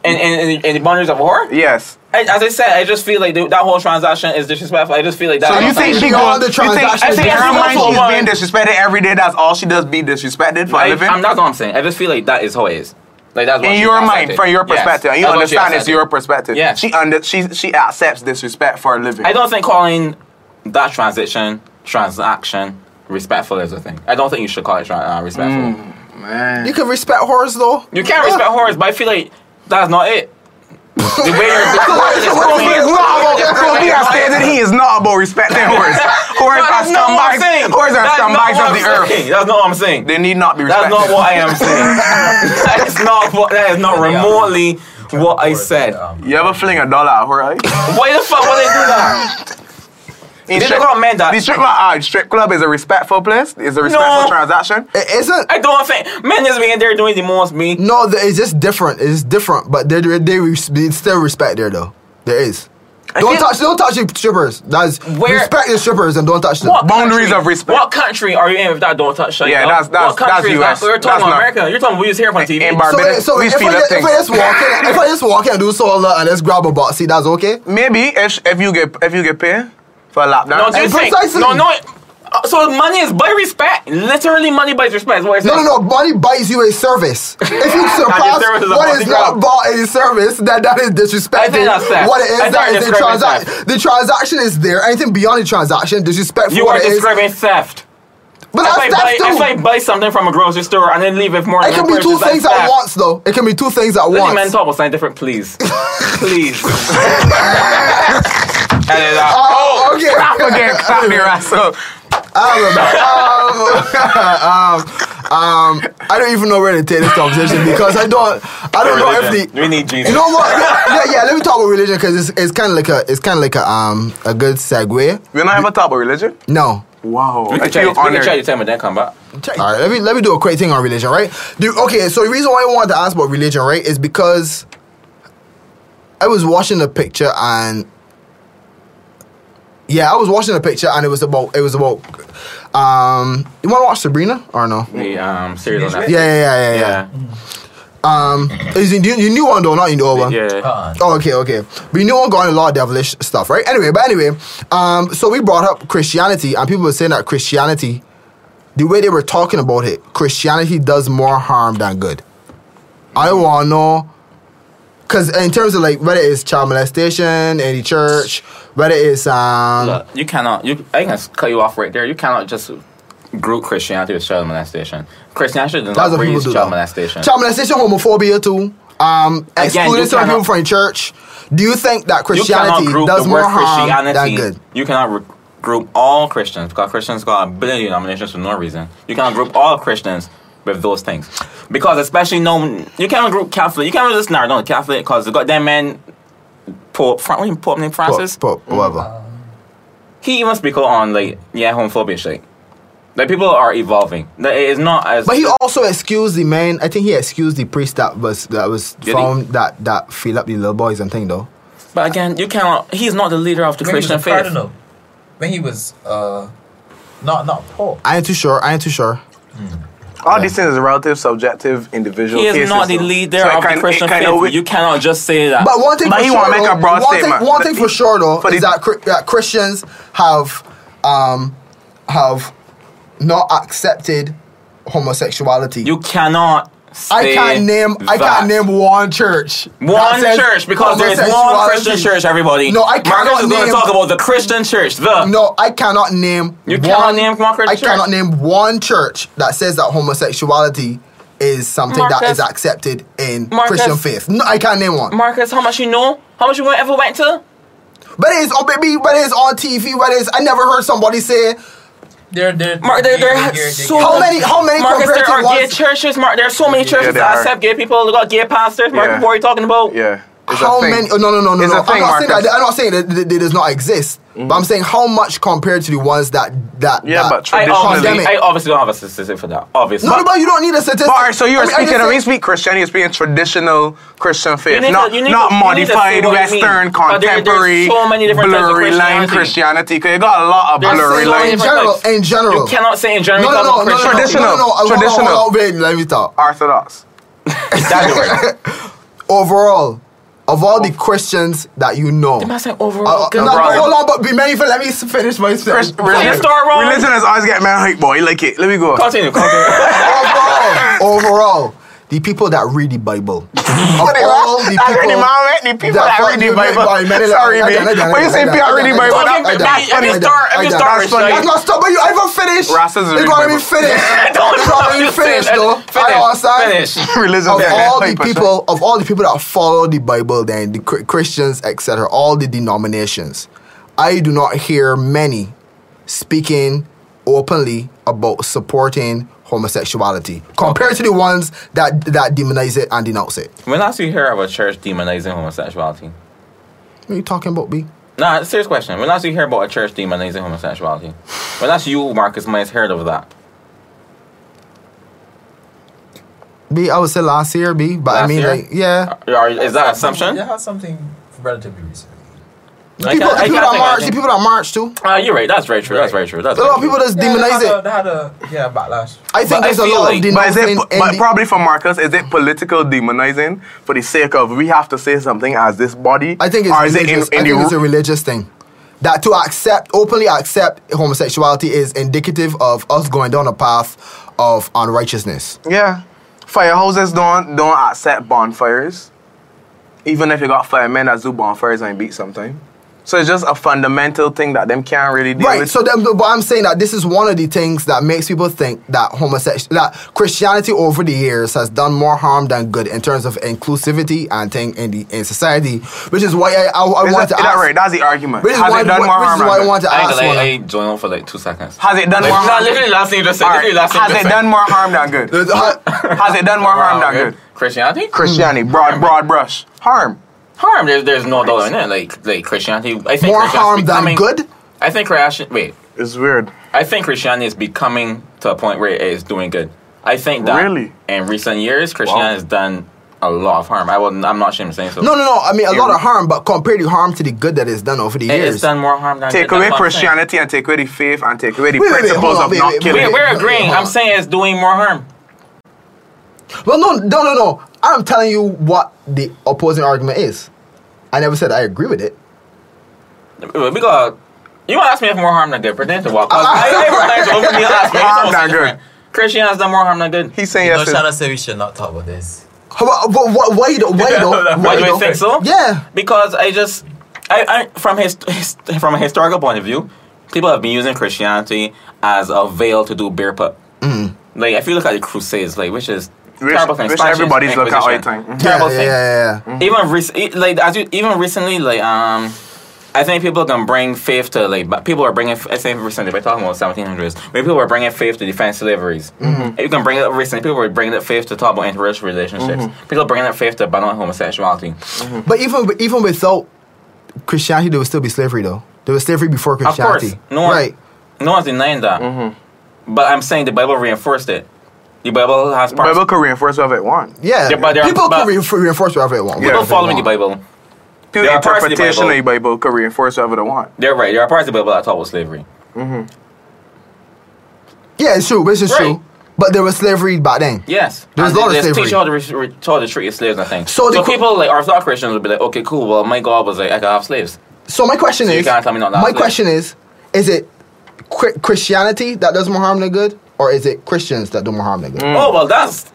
B: in, in, in, in the boundaries of war?
D: Yes.
B: I, as I said, I just feel like the, that whole transaction is disrespectful. I just feel like that.
D: So you
B: whole
D: think she
A: Go
D: go
A: on the
D: you think,
A: transaction.
D: I think
B: Yeah,
D: her
B: I'm
D: mind
B: also
D: she's
B: one.
D: being disrespected every day. That's all she does, be disrespected for a
B: I,
D: living.
B: I'm, that's what I'm saying. I just feel like that is how it is. Like that's what
D: in
B: she
D: your
B: accepted.
D: mind, from your
B: Yes.
D: perspective, and you
B: That's what she
D: understand it's
B: accepted.
D: your perspective.
B: Yes.
D: She under she she accepts disrespect for a living.
B: I don't think calling that transition transaction respectful is a thing. I don't think you should call it tran- uh, respectful.
D: Man.
A: You can respect horse
B: *laughs*
A: though.
B: You can't respect horse, but I feel like that's not it. the way
D: *laughs*
B: you're
D: Kobe has stated he is not about respecting
B: *laughs*
D: horse. Horse are
B: That's not what I'm
D: scumbags.
B: saying.
D: Horse are
B: That's not
D: scumbags
B: what
D: of
B: I'm
D: the earth.
B: saying. That's not what I'm saying.
D: They need not be
B: That's
D: respected.
B: not what I
D: *laughs*
B: am saying. that is not what. That is not remotely what I said.
C: Um,
D: You ever fling a dollar at her? Right?
B: Why the fuck would they do that?
D: In
B: *laughs* They
D: strip-
B: don't comment that.
D: The strip club, ah, strip club is a respectful place. Is a respectful transaction.
A: It isn't.
B: I don't think men just being there doing the most me.
A: No, th- it's just different. It's different, but there, there, there is there's still respect there though. There is. Don't
B: can't-
A: touch, don't touch the strippers. That's
B: Where-
A: respect the strippers and don't touch them.
B: What
D: Boundaries
B: country-
D: of respect.
B: What country are you in if that don't touch? shut
D: Yeah,
B: up?
D: that's- that's-
B: what country
D: that's
B: is that?
D: US.
B: We're
D: That's
B: talking about
D: not-
B: America. You're talking we was here from TV.
D: in Bar-
A: So,
D: Barbados,
A: so
D: these
A: if, I,
D: feel
A: just- if
D: things.
A: I just walk in, if I just walk in and do solo and let's grab a box seat, that's okay.
D: Maybe if if you get if you get paid for a lap
B: no,
D: dance.
B: do
D: *laughs*
B: you
A: And
B: think?
A: precisely-
B: No, no. it- uh, So money is by respect. Literally, money by respect. Is what it's
A: No, no, no. Money buys you a service.
B: *laughs*
A: If you surpass
B: service is a
A: what is
B: multi-grab.
A: not bought in service, that that is
B: I think
A: disrespecting.
B: that's theft.
A: What it
B: I
A: is,
B: think
A: that
B: you're
A: is the
B: describing
A: transaction. The transaction is there. Anything beyond the transaction, disrespect for
B: you
A: what
B: are
A: it is.
B: describing theft.
A: But
B: If
A: that's
B: I,
A: theft
B: buy,
A: too.
B: if I buy something from a grocery store and then leave it more than
A: it can be two things at once, though. It can be two things at
B: Let
A: once.
B: me man talk about something different,
A: *laughs*
B: please. please. And then, uh,
A: Oh, okay.
D: Again, clap your ass
B: *laughs*
D: up.
A: I don't even know where to take this conversation because I don't. I don't know if the.
B: we need Jesus.
A: You know what? yeah, yeah. Let me talk about religion because it's, it's kind of like a it's kind of like a um a good segue.
D: We don't ever talk about religion.
A: No,
D: Wow,
B: we
D: I
B: can try,
D: feel
B: we can try to
D: honored.
B: tell me then come back.
A: All right, let me let me do a quick thing on religion, right? The- okay, so the reason why I wanted to ask about religion, right, is because I was watching a picture and yeah, I was watching a picture and it was about it was about um you want to watch Sabrina or no?
B: The um, series on
A: Yeah,
B: that.
A: yeah, yeah, yeah. yeah. Um, is it you, you knew one though, not you knew one.
B: yeah.
C: uh,
A: Oh, okay, okay. But you know I'm going a lot of devilish stuff, right? Anyway, but anyway, um, so we brought up Christianity, and people were saying that Christianity, the way they were talking about it, Christianity does more harm than good. I want to know, because in terms of like whether it's child molestation in the church, whether it's um,
B: Look, you cannot. You, I can cut you off right there. You cannot just group Christianity with child molestation. Christianity does
A: that's
B: not
A: what people
B: raise
A: do.
B: child
A: though.
B: molesting.
A: Child molestation, homophobia too. Um, excluding
B: you
A: some people
B: cannot-
A: from the church. Do you think that
B: you cannot
A: Christianity
B: group
A: does
B: the
A: more
B: word
A: harm than
B: Christianity.
A: good?
B: You cannot re- group all Christians because Christians got a billion denominations for no reason. You cannot group all Christians with those things because especially no, you cannot group Catholic. You cannot just narrow down Catholic because the goddamn man, Pope, Fran- what do you- Pope named Francis.
A: Pop, pop, whatever.
B: He even speak out on like yeah homophobia shit. Like people are evolving. Like, it is not as
A: But he also excused the man. I think he excused the priest that was that was
B: he?
A: found that that filled up the little boys and thing though.
B: But again, you cannot. He's not the leader of the
C: when he was
B: Christian
C: a
B: faith.
C: cardinal, when he was uh, not not Pope.
A: I ain't too sure. I ain't too sure.
D: All these things is relative, subjective, individual.
B: He is
D: cases,
B: not the
D: though.
B: leader
D: So it
B: of
D: kinda-
B: the
D: it
B: Christian
D: kinda
B: faith.
D: wi-
B: you cannot just say that.
A: But one thing
D: But
A: for
D: he
A: sure,
D: wanna make a
A: though-
D: broad
A: one
D: statement.
A: Thing, one thing
D: But
A: for
D: he-
A: sure though
D: for
A: is
D: the-
A: that, Chri- that Christians have um have not accepted homosexuality.
B: you cannot. Say
A: I can't name I
B: that.
A: can't name one church.
B: one
A: that says
B: church because there's one
A: homosexuality.
B: Christian church. Everybody.
A: No, I
B: Marcus
A: cannot
B: is going to
A: name-
B: talk about the Christian church. The
A: No, I cannot name.
B: You cannot name one Christian
A: I
B: church?
A: cannot name one church that says that homosexuality is something that is
B: Marcus.
A: accepted in
B: Marcus.
A: Christian faith. No, I can't name one.
B: Marcus, how much you know? How much you went- ever went to?
A: but it's on baby, but it's on TV, but it's I never heard somebody say
C: There, there,
B: Mark, there, there are so
A: How many- how many
B: Marcus, there
A: converted
B: are gay
A: ones-
B: churches. Mark, there are so many churches
D: there
B: that
D: are.
B: accept gay people. They got gay pastors. Mark,
D: Yeah.
B: what are you talking about?
D: Yeah. It's a
A: how
D: thing.
A: many. Oh, no, no, no, no,
D: It's
A: no.
D: a thing,
A: I'm not saying
D: Marcus.
A: that. I'm not saying that they, they does not exist. But I'm saying how much compared to the ones that that.
D: Yeah,
A: that,
D: but
B: I obviously,
A: Pandemic.
B: I obviously don't have a statistic for that. Obviously,
A: no, no, but you don't need a statistic.
D: All right, so you are
A: I mean, I
D: speaking.
A: just
D: When we
A: said-
D: speak Christian, you're speaking traditional Christian faith,
B: need to-
D: not
B: you need
D: not
B: to- you need to say
D: modified
B: what you mean.
D: Western
B: But there- there's
D: contemporary
B: so many different types of
D: blurry line Christianity. Because you got a lot of
B: There's
D: blurry
B: so
A: I'm saying in
B: lines.
D: lines.
A: general, in general.
B: You cannot say in general.
A: no, no, no, no, no, no,
B: Christian.
A: no, no, no, no, hold on,
D: Traditional.
A: hold on, wait, let me talk.
D: Orthodox.
A: Overall, of all the Christians that you know.
B: The man said overall
A: Uh, uh,
B: good.
A: no,
D: Oh. Right.
A: hold on, but be many let me finish my sentence.
D: Chris- religion-
B: start wrong.
D: Religion is always get man hype, boy. Like it. Let me go.
A: *laughs*
B: Continue, continue.
A: overall, overall, the people that read the
D: *laughs*
A: Bible. of all the
D: I read the
A: people.
D: man, the people
A: that
D: that
A: fuck
D: read the
A: you, man,
D: Bible.
A: boy, man, they
D: Sorry,
A: like-
D: man.
A: like that, like
D: When you
A: that,
D: say
A: like
D: people
A: that,
D: read the
A: like that,
D: Bible,
A: like
D: *laughs*
B: that, like
D: that's
B: that. If
D: funny.
B: you start- if you
A: That's
B: start,
A: funny.
B: Rashid.
A: That's not stop, but you even finish.
D: Rastas
A: You
D: read
A: gotta
D: Bible.
A: be
D: *laughs*
A: finished.
B: Don't
A: You
B: stop,
A: gotta be
B: just
A: finished,
B: finish.
A: though. I understand.
B: Finish. finish.
D: Religion
A: Of
D: is getting
A: all the
D: hype, but-
A: people, of all the people that follow the Bible, then the Chri- Christians, etc., all the denominations, I do not hear many speaking openly about supporting homosexuality compared to the ones that that demonize it and denounce it.
B: When last you hear of a church demonizing homosexuality?
A: What are you talking about, B?
B: Nah, serious question. When last you hear about a church demonizing homosexuality? When last you, Marcus Myers, heard of that?
A: B, I would say last year, B, but I
B: Last
A: mean,
B: year?
A: like, yeah.
B: Or is that assumption?
C: Yeah, something relatively recent.
A: The
B: I
A: people,
B: can't-
A: the
B: I
A: people
B: can't
A: that
B: think of
A: march, the
B: anything.
A: people that march too.
B: Uh, you're right. That's very true. That's
C: Right.
B: very true. That's
A: A lot of
B: very
A: people
B: true.
A: that's
C: Yeah, they had
A: demonize
C: a-
A: it.
C: They had a yeah backlash.
A: I
B: But
A: think
B: I
A: there's a
B: feel
A: lot
B: like-
A: of
B: But
D: But is
A: denouncing.
D: it,
A: in
D: but
A: the-
D: probably for Marcus, is it political demonizing for the sake of we have to say something as this body?
A: I think it's
D: or is it in,
A: religious.
D: in
A: I
D: the
A: think it's a
D: ru-
A: religious thing. That to accept openly accept homosexuality is indicative of us going down a path of unrighteousness.
D: yeah? Firehouses don't don't accept bonfires, even if you got firemen that do bonfires and beat sometime. So it's just a fundamental thing that them can't really deal
A: Right.
D: with.
A: So then, but I'm saying that this is one of the things that makes people think that homosexual that Christianity over the years has done more harm than good in terms of inclusivity and thing in the in society, which is why I I, I want
D: Is that,
A: to
D: is that
A: ask.
D: right? That's the argument.
A: Which is
D: Has
A: why,
D: it done
A: which
D: more
A: is
D: harm?
A: why I
D: than
A: want
D: good?
A: to
B: I ain't
A: ask.
B: gonna lie,
A: one-
B: I ain't joined on for like two seconds.
D: Has it done
B: Like,
D: more
B: nah,
D: harm?
B: literally last thing you just said.
D: Alright,
B: Literally last thing you
D: Has
B: just
D: it
B: said.
D: done more harm
B: *laughs*
D: than good? Has it done more harm
B: Wow, Mm.
D: than good?
B: Christianity?
D: Christianity, broad, broad brush, harm.
B: harm. There's there's no doubt in it. Like like Christianity. I think
A: more
B: Christianity's
A: harm than
B: becoming-
A: good.
B: I think Christian. Wait.
D: It's weird.
B: I think Christianity is becoming to a point where it is doing good. I think that
D: Really?
B: in recent years Christianity
D: Wow.
B: has done a lot of harm. I will. I'm not ashamed of saying so.
A: No, no, no. I mean, a
D: Yeah.
A: lot of harm, but compare the harm to the good that is done over the
B: It
A: years.
B: has done more harm than
D: Take
B: good.
D: away
B: That's what I'm saying.
D: Christianity and take away the faith and take away the
A: Wait, wait, wait,
D: principles
A: hold on,
D: of
A: wait,
D: not
A: wait,
D: killing.
B: We're, we're
A: Hold
B: agreeing.
A: on.
B: I'm saying it's doing more harm.
A: Well, no, no, no, no. I'm telling you what the opposing argument is. I never said I agree with it.
B: We got. You want to ask me if more harm than good? Pretend to walk.
A: *laughs*
B: I, I, I, I, openly ask me.
D: More harm
B: It's
D: than good.
B: different. Christianity has done more harm than good.
D: He's saying
C: You know,
D: yes.
C: Shana
D: to-
C: said we should not talk about this.
A: How about- but why- Why you don't?
B: *laughs*
A: Why you don't?
B: Why do
A: you
B: you
A: don't-
B: think so?
A: Yeah.
B: Because I just, I, I from his, his from a historical point of view, people have been using Christianity as a veil to do beer pub.
A: Mm.
B: Like if you look at the Crusades, like which is
D: Which-
B: terrible thing.
D: which
B: Spanish
D: everybody's looking at all the
B: Inquisition.
D: time. Mhm.
A: Yeah,
B: Terrible
A: yeah,
B: thing.
A: yeah, yeah.
B: Even rec- e- like as you, even recently, like um. I think people can bring faith to like, but people are bringing. f- I think recently we're talking about 1700s. Maybe people were bringing faith to defend slaveries. Mm-hmm. You can bring it up recently. People were bringing up faith to talk about interracial relationships.
D: Mm-hmm.
B: People are bringing up faith to ban on homosexuality. Mm.
A: But even even without Christianity, there would still be slavery, though. There was slavery before
B: Of
A: Christianity.
B: course, no one,
A: right.
B: no one's denying that.
A: Mm-hmm.
B: But I'm saying the Bible reinforced it. The Bible has parts.
D: Bible could reinforce whatever it wants.
A: Yeah.
B: Yeah, but there-
A: People
B: but-
A: can reinfor- reinforce whatever they want.
D: Yeah.
B: People
A: whatever they
B: following the
A: want.
B: Bible.
D: Through
B: There are parts of the
D: interpretation of
B: Bible-
D: the Bible could reinforce whatever they want.
B: They're right. There are parts of the Bible that talk about slavery.
A: Yeah, it's true. Which is
B: Right.
A: true. But there was slavery back then.
B: Yes,
A: There's
B: And
A: a lot of
B: they- they
A: slavery.
B: Teach you how to, re- re- how to treat your slaves and things.
A: So
B: So,
A: the qu-
B: people like Orthodox Christians will be like, okay, cool. Well, my God was like, I can have slaves.
A: So my question
B: So you
A: is,
B: can't tell me not to
A: my
B: ask
A: question is, is it Chri- Christianity that does more harm than good, or is it Christians that do more harm than good?
B: Oh well, that's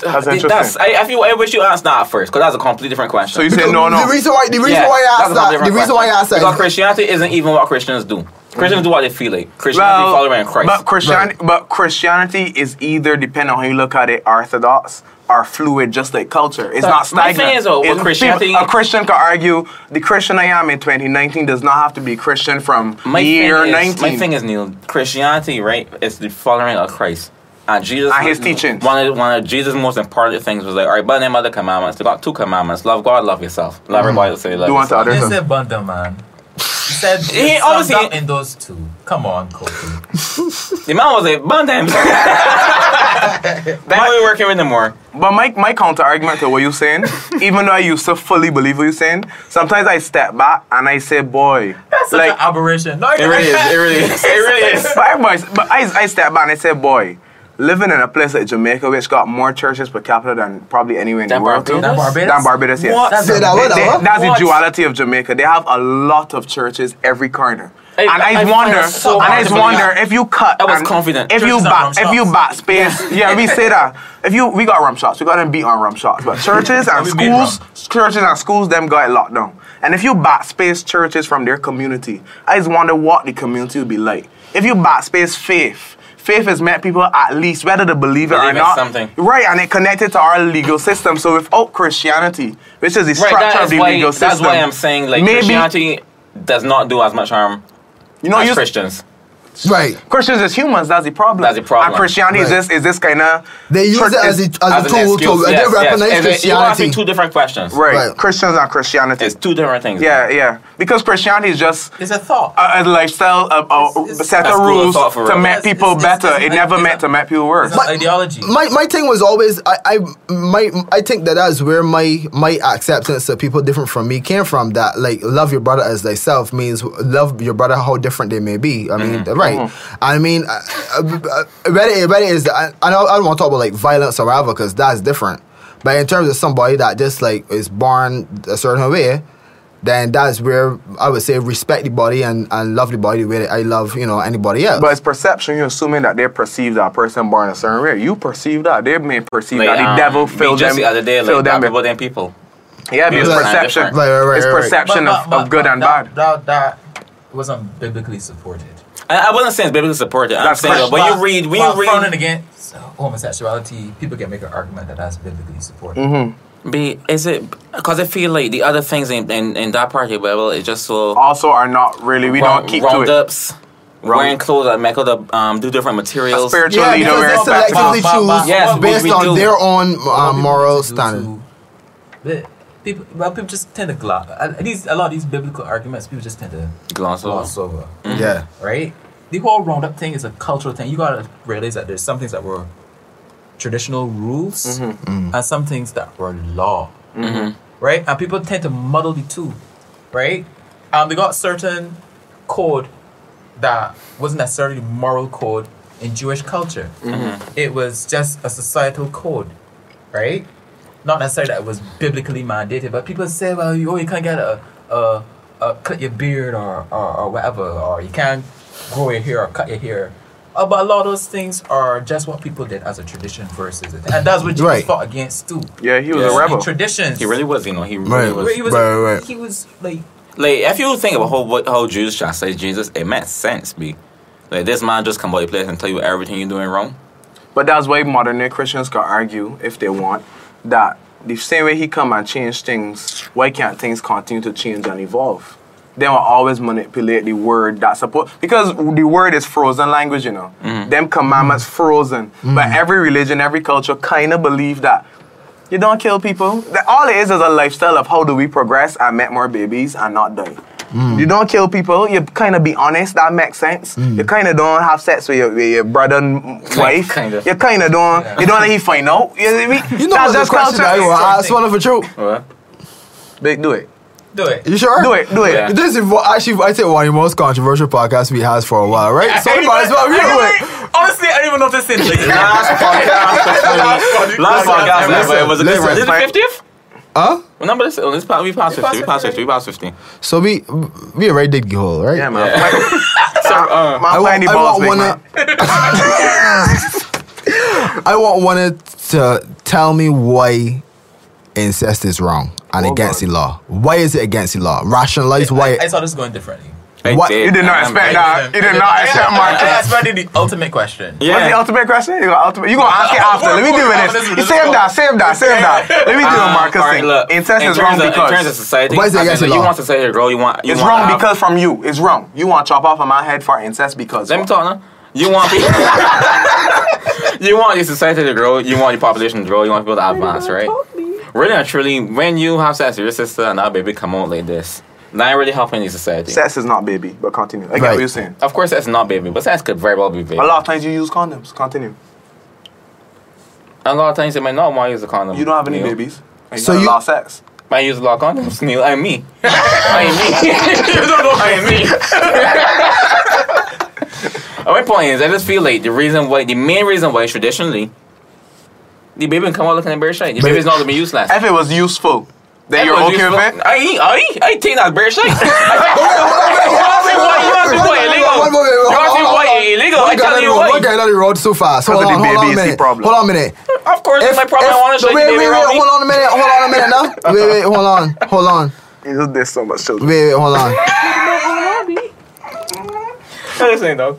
D: That's
B: That's,
D: interesting.
B: I, I feel I wish you asked that first because that's a completely different question.
D: So you say no, no.
A: The reason why the reason
B: Yeah,
A: why I
B: that's
A: asked
B: a
A: that
B: completely
A: the
B: different
A: reason why I asked
B: question.
A: that
B: because
A: is, Mm-hmm.
B: Christianity isn't even what Christians do. Christians do what they feel like. Christianity
D: Well,
B: following Christ.
D: but Christianity, but Christianity is either depending on how you look at it, orthodox or fluid, just like culture. It's
B: But
D: not
B: my thing
D: stagnant.
B: is, though, with
D: It's-
B: Christianity-
D: a Christian could argue the Christian I am in 2019 does not have to be Christian from
B: My
D: year
B: thing
D: 19.
B: is, my thing is, Neil, Christianity, right, is the following of Christ. And Jesus
D: And his teachings.
B: One of one of Jesus' most important things was like, all right, but them other commandments. They got two commandments: love God, love yourself. Love everybody. Say love.
D: Mm-hmm. Do unto
B: yourself.
D: others.
C: They
A: Uh-huh.
D: There's a-
C: said bundle man. He said
B: He
C: he
B: obviously-
C: obviously in those two. Come on, Kofi.
B: The man was like, burn
D: *laughs*
B: them. *laughs* Why are we working with them more?
D: But my, my counter argument to what
C: *laughs*
D: you're saying, even though I used to fully believe what you're saying, sometimes I step back and I say, boy,
C: That's such an aberration. No,
B: It really is. It really is. It really is.
D: but, everybody's- but I, I step back and I say, boy, living in a place like Jamaica, which got more churches per capita than probably anywhere in
B: Than
D: the world, too,
B: Barbados?
C: Than
D: than Barbados, yes.
B: What?
A: Say that, what,
D: They-
A: that, what?
D: that's
B: What?
D: the duality of Jamaica. They have a lot of churches every corner.
B: I-
D: and
B: I- I
D: I,
B: find
D: wonder,
B: it so
D: and I
B: hard to
D: just
B: believe.
D: wonder if you cut.
B: I was
D: and
B: confident.
D: If you
C: Churches are
D: back,
C: rum
D: if you
C: shops.
D: back space, yeah, we
B: *laughs*
D: say that. If you, we got rum shots, we got them beat on rum shots, but churches and
C: We made rum.
D: schools, churches and schools, them got locked down. And if you back space churches from their community, I just wonder what the community would be like. If you back space faith. Faith has meant people at least, whether they believe it
B: Believe
D: or
B: in
D: not,
B: something.
D: right? And it connected to our legal system. So without Christianity, which is the
B: Right,
D: structure
B: that
D: of
B: is
D: the
B: why,
D: legal system.
B: That's why I'm saying like
D: Maybe-
B: Christianity does not do as much harm
D: you know,
B: as
D: you,
B: Christians.
A: Right.
D: Christians is humans. That's the problem.
B: That's the problem.
D: And Christianity is
A: Right.
D: this is this kind of
A: They use it as a, as a
B: an
A: tool
B: excuse.
A: to
B: Yes,
A: they recognize
B: yes. It's- You're asking two
A: Christianity.
B: different questions.
D: right.
A: Right.
D: Christians and Christianity.
B: It's two different things.
D: yeah, yeah. Because Christianity is just
C: It's a thought.
D: a, a lifestyle, a, a
C: It's- it's-
D: set
B: A
D: of
B: school of
D: rules
B: thought for
D: to
B: real.
D: make
C: It's-
D: people
C: it's- it's-
D: better.
C: it's-
D: it never
C: it's-
D: meant to make people worse.
C: it's an ideology.
A: My, my thing was always I, I my I think that that's where my my acceptance of people different from me came from. That like love your brother as thyself means love your brother how different they may be. I mean, right? I mean, uh, uh, uh, whether it- whether it is I, I don't, I don't want to talk about like violence or whatever because that's different. But in terms of somebody that just like is born a certain way, then that's where I would say respect the body and, and love the body the way that I love you know anybody else.
D: But it's perception. You're assuming that they're perceived that a person born a certain way. You perceive that they may perceive
B: Like,
D: that the
B: um,
D: devil
B: we
D: filled
B: just
D: them.
B: the other day,
D: filled
B: like black
D: them.
B: people than people.
D: Yeah,
B: Yeah,
D: it's
B: it's
D: perception.
B: different.
A: Right, right, right,
D: it's
A: right, right.
D: perception of, of good and
C: that,
D: bad.
C: That, that wasn't biblically supported.
B: I, I wouldn't say it's biblically supported. I'm
D: That's
B: saying
D: correct.
B: but when
C: But-
B: you read, when
C: but
B: you
C: frowning
B: read,
C: against homosexuality, people can make an argument that that's biblically supported.
B: be is it because I feel like the other things in, in, in that part of the Bible is just so
D: Also, are not really. Oh, We
B: round-
D: don't keep to it.
B: roundups, wearing clothes that make up um, do different materials.
D: Spiritual
A: Yeah,
D: leader,
A: because
D: wearing
A: they
D: fat
A: selectively
C: Bah, bah, bah.
A: choose
B: Yes, but
A: based
B: we
A: on
B: do.
A: their own uh,
C: people
A: moral
C: tend to do
A: standard.
C: to- the- people, well, people just tend to gloss. At least a lot of these biblical arguments, people just tend to
B: Gloss over.
C: gloss over.
A: Yeah.
C: Right? The whole roundup thing is a cultural thing. You gotta realize that there's some things that were traditional rules and some things that were law. Right? And people tend to muddle the two. Right? Um, they got certain code that wasn't necessarily moral code in Jewish culture.
D: Mm-hmm.
C: It was just a societal code, right? Not necessarily that it was biblically mandated, but people say, well, you, oh, you can't get a, a, a cut your beard or, or, or whatever, or you can't grow your hair or cut your hair. Uh, but a lot of those things are just what people did as a tradition versus a thing. And that's what Jesus
A: Right.
C: fought against too.
D: Yeah, he was
B: Yeah.
D: a rebel.
C: The Traditions.
B: He really was, you know. He really
A: Right.
B: was.
C: Where he was,
A: Right, right, right.
C: he was like,
B: Like, if you think about how what how Jews translate Jesus, it makes sense, be like this man just come by the place and tell you everything you're doing wrong.
D: But that's why modern day Christians can argue, if they want, that the same way he come and change things, why can't things continue to change and evolve? They will always manipulate the word that's supposed because the word is frozen language, you know. Them commandments frozen. But
A: Mm-hmm.
D: every religion, every culture kind of believe that you don't kill people. That- All it is is a lifestyle of how do we progress and make more babies and not die.
A: Mm.
D: You don't kill people. You kind of be honest. That makes sense. You kind of don't have sex with your, with your brother and wife.
B: kinda.
D: You kind of don't.
C: Yeah.
D: You don't let he find out. You, know what I
A: *laughs*
D: mean?
A: You know
D: That's
A: what the
D: just
A: question I will ask
D: culture.
A: one of the truth.
B: What?
D: Big, do it.
C: do it.
A: You sure?
D: Do it. Do it.
B: Yeah.
A: This is what- actually, I think, one of the most controversial podcasts we had for a while, right? So we might as
D: *laughs*
A: well
C: I
A: do it.
C: don't even- Honestly, I didn't even notice it.
B: *laughs* Last podcast. Last podcast.
A: Listen,
B: ever. It was a good
A: listen.
B: one. Is it
D: Like-
B: 50th?
A: Huh?
B: What number is it? Oh, this part, we passed 50. We
C: passed
B: passed 50. We passed 50.
A: So we we already did get hole, right? *laughs*
D: Yeah, man. so,
A: I
D: uh, my
A: want,
D: tiny
A: I
D: balls,
A: want
D: big
A: one
D: man.
A: to, I want one to- to tell me why incest is wrong and
D: Hold
A: against
D: on.
A: the law. Why is it against the law? Rationalize why.
C: I saw this going differently.
A: What?
D: You did not expect that. You did not accept my
C: I
D: question.
C: expected the ultimate question.
B: Yeah.
D: What's the ultimate question? You got ultimate. You gonna ask it after? Let me deal with
C: This is-
D: this.
C: this
D: Save
C: is-
D: that. Save that. Save that. Let me deal with
B: Um,
D: Marcus.
B: alright,
D: thing.
B: look,
D: Incest
B: in
D: is
B: terms
D: wrong
B: of- in terms of
D: because
B: society,
A: Why is it
B: I mean,
A: against
B: like,
A: the
B: you
A: law?
B: want society to grow. You want you
D: it's
B: want to
D: wrong
B: have-
D: because from you. It's wrong. You want to chop off of my head for incest because
B: Let me talk now. You want people.
D: *laughs*
B: you want your society to grow. You want your population to grow. You want people to advance, right? Really and truly, when you have sex with your sister and that baby come out like this, that ain't really helping the society.
D: Sex is not baby, but continue. I get
A: Right.
D: what you're saying.
B: Of course, that's not baby, but sex could very well be baby.
D: A lot of times you use condoms. Continue.
B: A lot of times they might not want to use a condom.
D: You don't have any
B: Neil.
D: babies. And you
A: So
D: so
A: you-
D: you lost sex.
B: Might use a lot of condoms, Neil. I me. I me. you don't know I me. Uh, my point is, I just feel like the reason why, the main reason why traditionally, the baby can come out looking embarrassed. The baby's not gonna be useless.
D: If it was useful, then you're
B: Everyone's
D: okay
B: useful.
D: with it.
B: I ain't, I ain't, I ain't taking that bear shit. I said, why you want to be what illegal? You want to be what illegal? I tell you
A: One
B: why.
A: guy down the road so fast. Hold on,
D: Because of the
A: hold on a
D: baby, it's the
A: minute.
D: problem.
A: Hold on a minute.
B: Of course, it's my problem. I want to
A: no,
B: show you
A: wait,
B: the
A: wait,
B: baby
A: wait,
B: around me.
A: hold on a minute, hold on a minute, no?
B: *laughs*
A: Wait, wait, hold on, hold on.
D: There's- There's so much children.
A: Wait, wait, hold on.
B: Listen, though.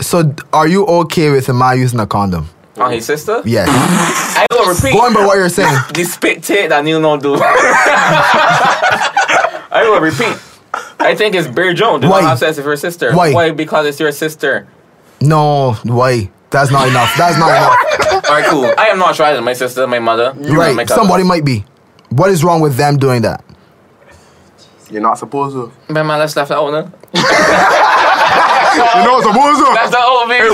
A: So, d- are you okay with my using a condom?
B: On his sister?
A: Yes.
B: I will repeat.
A: Going by what you're saying.
B: the spit take that Neil no do. *laughs* I will repeat. I think it's Bear Jones. Do
A: Why?
B: not have sex with your sister.
A: Why?
B: Why? Because it's your sister.
A: No, why? That's not enough. That's not
B: *laughs*
A: enough.
B: All right, cool. I am not trying to my sister, my mother.
A: You're
B: and my
A: right.
B: cousin.
A: Somebody might be. What is wrong with them doing that?
D: You're not supposed to.
B: Man, man, let's left that one. huh?
D: You're not supposed to.
B: That's the old baby.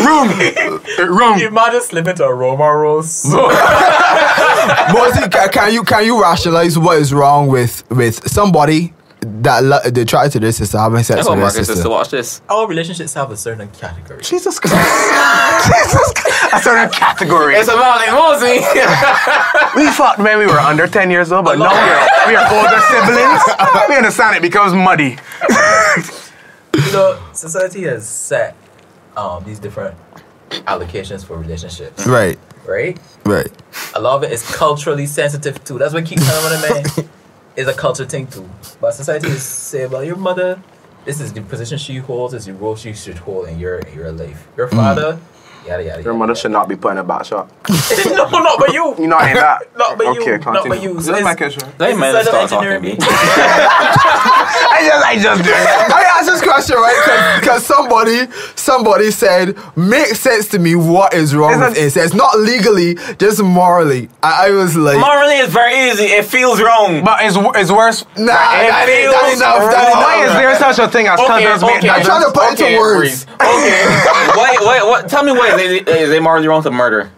D: It wrong.
B: *laughs*
C: You might just slip into a Roma rolls.
A: Mosey, can, can you can you rationalize what is wrong with with somebody that lo- they try to their sister having
B: I
A: sex
B: hope
A: with their
B: Marcus is to
A: sister?
B: watch this.
C: All relationships have a certain category.
D: Jesus Christ. *laughs* Jesus Christ. That's another category.
B: It's about like Mosey.
D: We fucked when we were under 10 years old, but now we are, we are older siblings. We understand it becomes muddy.
C: *laughs* You know, society has set um, these different allocations for relationships,
A: Right,
C: right?
A: right.
C: A lot of it is culturally sensitive too. That's what keeps telling women
B: *laughs*
C: man is a culture thing too. But society is say about your mother. This is the position she holds. This is the role she should hold in your in your life. Your
B: Mm.
C: father, yada yada.
D: Your
C: yada,
D: mother
C: yada.
D: should not be putting a back shot.
C: *laughs* no, not
D: *laughs*
C: but you.
D: You know I ain't that.
C: Not by you,
D: okay,
C: not by
D: continue.
C: you.
D: Just
C: So it's-
D: making sure.
B: Let
C: It's
B: me
C: a
B: start
C: certain
B: talking, *laughs*
C: engineering.
B: B.
D: I just, I just did. it.
A: I asked this question right because somebody somebody said make sense to me what is wrong
D: It's
A: with
D: a-
A: incest not legally just morally I, I was like
B: Morally, it's very easy. It feels wrong.
D: But it's, wor- it's worse.
A: nah that ain't, that ain't
B: feels
A: enough that ain't
B: wrong.
D: Why is
A: enough
D: there such a thing as condoms made
A: I'm trying to put it to
B: okay,
A: words.
B: Reese. Okay. wait, wait, what? Tell me what is it, is it morally wrong to murder?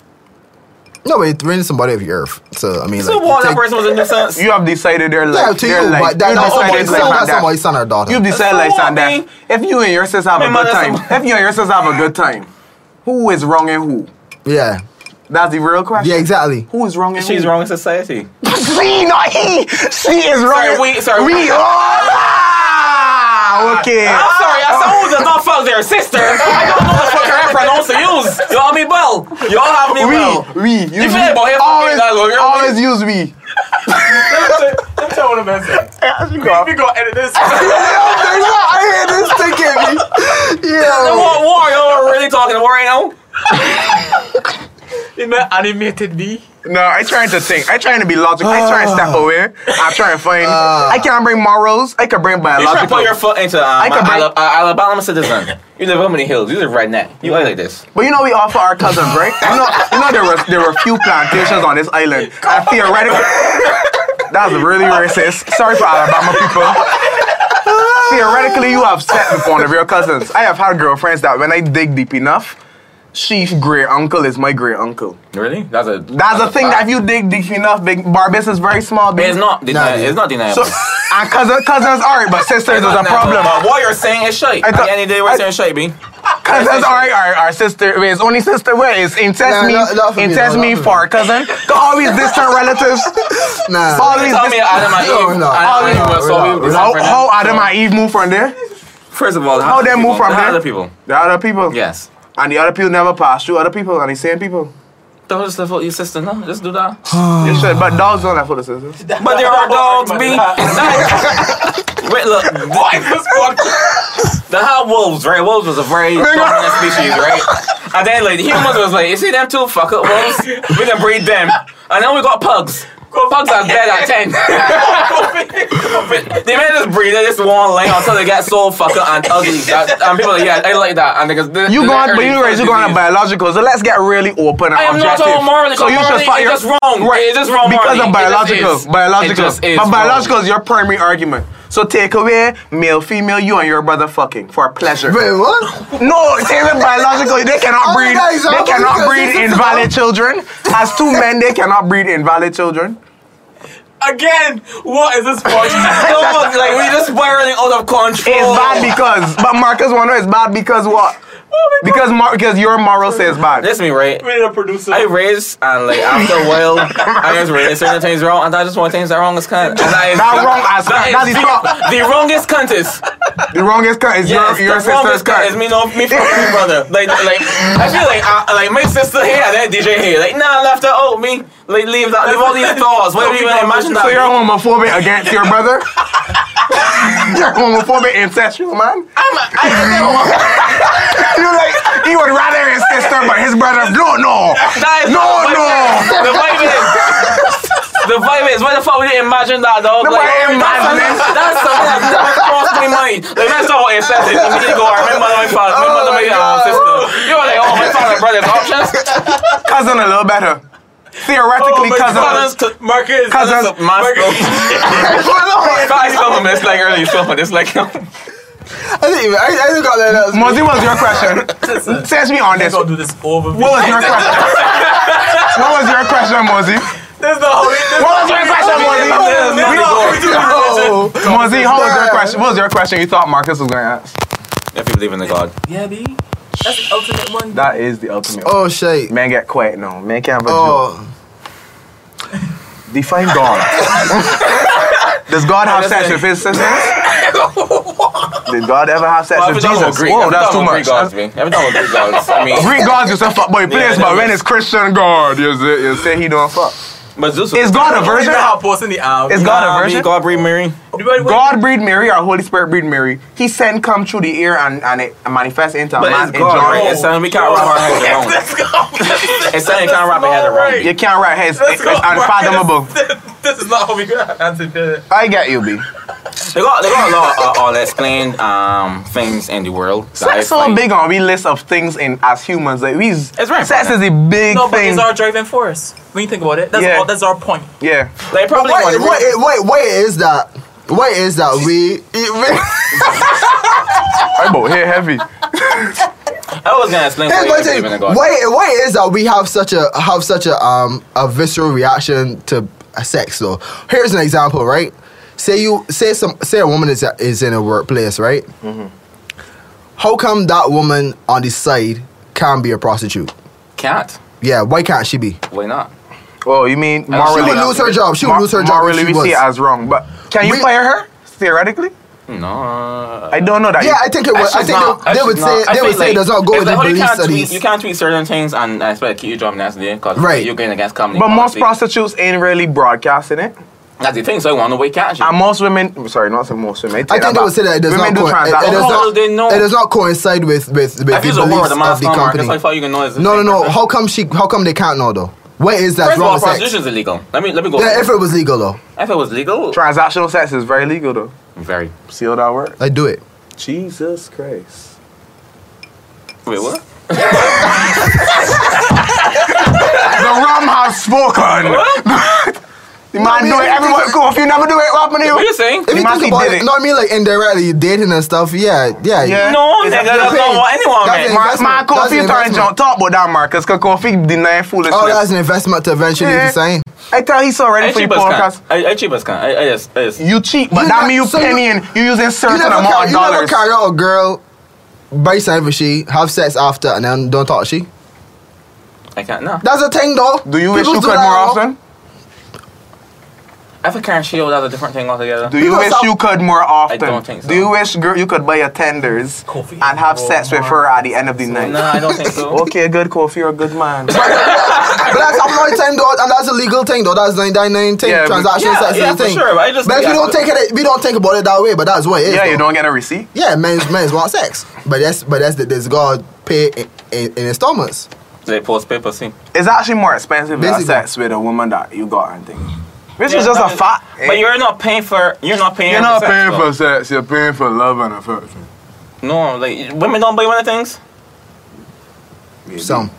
A: no but it's ringing somebody of your earth so I mean
B: So
A: like,
B: what?
A: you
B: That
A: take-
B: person was a nuisance.
D: You have decided their
A: yeah
D: life.
A: to
D: their
A: you
D: life.
A: but that,
D: you
A: that's
D: decided
A: somebody's son
D: life like
A: that's
D: that.
A: somebody's son or daughter
D: You decide
B: So
D: like
B: what,
D: son
B: me?
D: that if you and your sis have
B: Me
D: a
B: mother
D: good time,
B: some-
D: if you and your sis have a good time, who is wrong and who?
A: yeah
D: That's the real question.
A: yeah exactly
D: Who is wrong and
B: She's
D: who? *laughs*
B: wrong in society.
D: She, not he. She is wrong.
B: Sorry,
D: and-
B: we- sorry, we-
D: We all. Ah, Okay.
B: I'm sorry, I
C: "Oh,
B: saw
D: *laughs*
B: who does not fuck their sister. I don't know what fuck her pronouns to use. Y'all me well. Y'all have me well.
D: We, we, you,
B: feel like boy, here, fucking
D: always,
B: dialogue, you're-
D: always use we.
C: Let me tell what I'm saying. We gonna edit this.
A: *laughs* I hate this thing at me
B: So
A: yeah
B: What war? Y'all are really talking war right now?
C: You know, animated me.
D: No, I trying to think. I trying to be logical. I trying to step away. I trying to find.
A: Ah.
D: I can't bring morals. I can bring
B: You try to
D: biological.
B: put your foot into um,
D: I can break-
B: Ala- uh, Alabama citizen. You live in the hills. You live right now. You are like this.
D: But you know we offer our cousins, right? You know, you know there were there were few plantations on this island. And theoretically, that's really racist. Sorry for Alabama people. Theoretically, you have slept with one of your cousins. I have had girlfriends that when I dig deep enough, she's great uncle is my great uncle.
B: Really? That's a
D: That's the thing that
B: fact.
D: if you dig deep enough, big Barbados is very small. Big.
B: It's not
A: Nah,
B: deniable.
A: dude.
B: It's not *laughs*
D: So,
B: deniable.
D: and cousin, cousins alright, but sisters is a problem.
B: But what you're saying is shite.
D: I
B: At
D: thought-
B: the end of the day, we're
D: I-
B: saying shite, B.
D: Cousins alright, our, our sister, wait, his only sister, where is incest
A: Nah,
D: me,
A: not- not for me,
D: incest
A: no,
D: me
A: not for
D: for our cousin. Got all these
A: *laughs*
D: distant relatives.
A: nah
D: All these
B: Tell me
D: dis-
B: Adam and
A: No,
B: Eve.
A: no.
B: Adam and
D: Oh,
B: Eve
A: no,
B: were so
A: no,
B: we-
D: how,
B: different.
D: how Adam and Eve moved from there?
B: First of all,
D: How they
B: people-
D: move from
B: the
D: there?
B: Other people.
D: The other people.
B: Yes.
D: And the other people never pass through other people and the same people.
B: Don't just live out your sister, no? Just do that.
D: You should, but dogs don't have for the sisters.
B: But there are dogs, B. *laughs* Wait, look. Why this The hot wolves, right? Wolves was a
D: *laughs*
B: very dominant species, right? And then, like, the humans was like, you see them two fuck up wolves? We can breed them. And then we got pugs. Pugs are dead at 10. *laughs* they may just breed in this one lane until they get so fucking and ugly. That, and people are like, yeah, I like that. And because
D: You going, but you raise, you going on biological. So let's get really open and
B: I am not
D: objective.
B: talking morally,
D: So you
B: because morally,
D: should fight
B: it's
D: your
B: just wrong. It's just wrong
D: because
B: morally.
D: of
B: It just
D: biological,
B: is. It
D: biological.
B: just is
D: but
B: wrong.
D: biological is your primary argument. So take away male, female, you and your brother fucking for pleasure.
A: wait what
D: No, say that biologically
A: Oh,
D: they cannot breed.
A: guys,
D: They
A: I'm
D: cannot
A: gonna-
D: breed invalid children. As two men, they cannot breed invalid children.
C: Again, what is
D: *laughs*
C: this podcast?
B: Almost like we just spiraling out of control.
D: It's bad because, but Marcus wonder it's bad because
B: Oh
D: what? Because Mar- because your moral says bad.
B: Listen to me, right?
C: we need a producer.
B: I raised and like after a while, I just raised certain things wrong, and I just want things that wrong as cunt. And I
D: That wrong as
B: that
D: cunt.
B: is
D: That's his
B: *laughs*
D: fault.
B: the, the wrongest cunt is
D: The wrongest cunt
B: yes,
D: is *laughs* your, your
B: the wrongest
D: sister's
B: cunt is
D: cunt.
B: me, no, me, fuck
D: *laughs*
B: me, brother. Like, like I feel like I, like my sister here, and that DJ here, like nah, left her out, me. Like leave that, leave all
D: *laughs*
B: these thoughts. What do you even imagine
D: So you're
B: that?
D: homophobic against your brother?
A: *laughs*
D: you're homophobic and sexual,
B: I'm,
D: man?
B: a- I,
D: *laughs* You're like, he would rather his sister, but his brother, no, no.
B: That is
D: No,
B: not the vibe. The
D: no.
B: vibe is. The vibe is. Why the fuck we didn't imagine that, dog?
D: Nobody
B: that's, something,
D: imagined it.
B: that's something that's never crossed my mind. Like, that's not what it says. It's immediately go, I remember my father, my
D: Oh
B: mother,
D: my
B: my um,
D: God.
B: sister. You were like, oh, my father, brother's options.
D: *laughs* Cousin a little better.
A: Oh,
D: Theoretically,
B: Cousins,
D: cousin.
B: to- Marcus.
D: Cousins.
B: Cousins, Marcus.
D: *laughs*
B: I spelled him. It's like early. You spelled him. It's like, *laughs*
A: I didn't even. I, I didn't got that. out.
D: Mozzie, what's your question? Test me on
C: Let's
D: this.
C: not
D: What
C: do this over.
D: was your question? What was your question, Mozzie?
C: This is the holy.
D: What was your
A: *laughs*
D: question,
B: There's nothing
D: Mozzie?
B: going.
A: Oh.
D: Mozzie, how was your
A: Yeah.
D: question? What was your question you thought Marcus was going to ask?
B: If you believe in the God.
C: Yeah, B. That's the ultimate one.
D: That is the ultimate.
A: Oh shit.
D: Man get quiet now. Man can't have a joke.
A: Oh.
D: Define God. Does God have sex with his sisters? Did God ever have sex
B: Well,
D: with
B: if you're talking about
D: Jesus?
B: Greek,
D: Whoa,
B: if you're
D: that's too
B: talking about
D: much.
B: Greek gods, man. If you're talking about Greek gods, I mean,
D: Greek gods, you say fuck boy, please,
B: that
D: but when
B: was-
D: it's Christian God, you say, you say he don't fuck.
B: but Zeus
D: Is God a
C: You
D: virgin?
C: know how posting the album.
D: Is God a virgin?
B: God breed Mary.
D: God breed Mary or Holy Spirit breed Mary. He sent come through the air and, and it manifests into a
B: But
D: man
B: it's
D: in
B: God,
D: John.
B: right? It's something we can't wrap our heads around.
A: *laughs*
C: Let's go.
B: It's something we can't wrap our head around.
D: You can't write heads.
C: Let's
D: It's,
C: go,
D: it's unfathomable.
C: *laughs* this is not how we got answer this.
D: I get you, B.
B: They got, they got a lot of uh, unexplained um, things in the world. that I
D: Sex so
B: find-
D: big on we list of things in as humans. Like we, it's
B: very
D: sex is
B: important.
D: a big
C: No, but
D: thing.
C: it's our driving force. When you think about it, that's
D: Yeah.
C: all. That's our point.
D: yeah.
B: They probably
A: Wait,
B: want
A: wait, wait, wait, is that? Wait, is that we? *laughs*
D: I both hair heavy.
B: I was gonna explain why you believe in a
A: Wait,
B: god.
A: wait, is that we have such a have such a um a visceral reaction to uh, sex though? Here's an example, right? Say you say some say a woman is is in a workplace, right? How come that woman on the side can be a prostitute?
B: Can't.
A: Yeah, why can't she be?
B: Why not?
D: Oh, you mean morally?
A: She would lose her job. She would
D: Mor-
A: lose her job. if
D: Morally,
A: she
D: we
A: was.
D: see it as wrong. But can you
A: We-
D: fire her theoretically?
B: No.
D: I don't know that.
A: Yeah,
D: you-
A: I think it was. I
B: should
A: think
B: not-
A: they, they
B: should
A: would say
B: not. I
A: they would
B: feel
A: say it
B: like-
A: does not go
B: it's
A: with
B: like,
A: the
B: oh, you
A: belief
B: can't Tweet,
A: studies.
B: you can't tweet certain things and I expect to keep your job next day because
A: Right.
B: you're going against company.
D: But most
B: policy.
D: prostitutes ain't really broadcasting it,
B: That's the thing, so I want to wait, can't you?
D: and most women. Sorry, not say most women.
A: I think they would say that it does
D: women
A: not.
D: do
A: Co- it,
D: trans.
A: it does
B: How
A: not.
B: do they know?
A: It does not coincide with with, with
B: if
A: the
B: it's
A: beliefs
B: a word, the
A: of
B: man's
A: the
B: not Marcus,
A: company.
B: like, how you can know it's the
A: No, no,
B: same
A: no.
B: person?
A: How come she? How come they can't know though? What is that
B: First of
A: wrong
B: all,
A: with sex?
B: prostitution is illegal. Let me let me go.
A: Yeah, if it was legal though,
B: if it was legal,
D: Transactional sex is very legal though.
B: very.
D: See how that works?
A: I do it.
D: Jesus Christ.
B: Wait, what?
D: The rum has spoken.
A: *laughs*
D: the man do it. Everyone go. If you never do it, what happened to
B: What are
D: you?
B: you saying?
A: If you
D: Imagine
A: think about
D: did
A: it,
D: it.
A: no, I mean like indirectly dating and stuff. Yeah, yeah.
D: Yeah.
B: No,
D: Is
B: nigga,
D: that-
B: that's
A: that's
B: not what anyone
A: that's
B: meant.
A: it.
D: My, my
A: Investment. That's
D: coffee
A: an
D: turned
A: investment.
D: John. Talk about that, Marcus, because coffee denying foolishness.
A: Oh, that's an investment to eventually
D: Yeah.
A: design.
D: I tell he's so ready
B: I
D: for your
B: cheap as
D: podcast.
B: can. I, I cheap as can. I, I just, I just.
D: You cheat, but
A: You
D: that
A: not-
D: mean you
A: so you-
D: pennying. You using
A: You
D: certain
A: never,
D: amount
A: car-
D: of
A: you never
D: dollars.
A: carry out a girl, buy something for she, have sex after, and then don't talk she.
B: I can't. No.
A: That's a thing though.
D: Do you wish
A: People
D: you
A: do
D: could
A: that,
D: more
A: yo.
D: often?
B: If I can't shield, that's a different thing altogether.
D: Do you
A: People
D: wish
A: stop-
D: you could more often?
B: don't think so.
D: Do you wish girl you could buy your tenders
C: Coffee
D: and have
C: or
D: sex with
C: more.
D: her at the end of the night?
B: no, I don't think
D: *laughs*
B: so.
D: Okay, good coffee, you're a good man.
A: But that's a long time though, and that's a legal thing though. That's nine nine nine thing.
D: Yeah, but-
A: Transaction
B: yeah,
A: sex
B: yeah,
A: is
B: for
A: a thing.
B: sure, but I just-
A: if
B: yeah,
A: you don't
B: but-
A: think it, we don't think about it that way. But that's what it is.
D: yeah,
A: though.
D: you don't get a receipt.
A: Yeah, men's men's want sex, but that's but that's the this God pay in, in, in installments.
B: They post paper, see.
D: It's actually more expensive to have
A: Basically.
D: sex with a woman that you got and things. Which
B: Yeah,
D: is just
B: no,
D: a fact.
B: But you're not paying for. You're not paying.
D: You're not paying for
B: sex,
D: sex, you're paying for love and affection.
B: though. No, like women don't buy one of things.
D: Maybe.
A: Some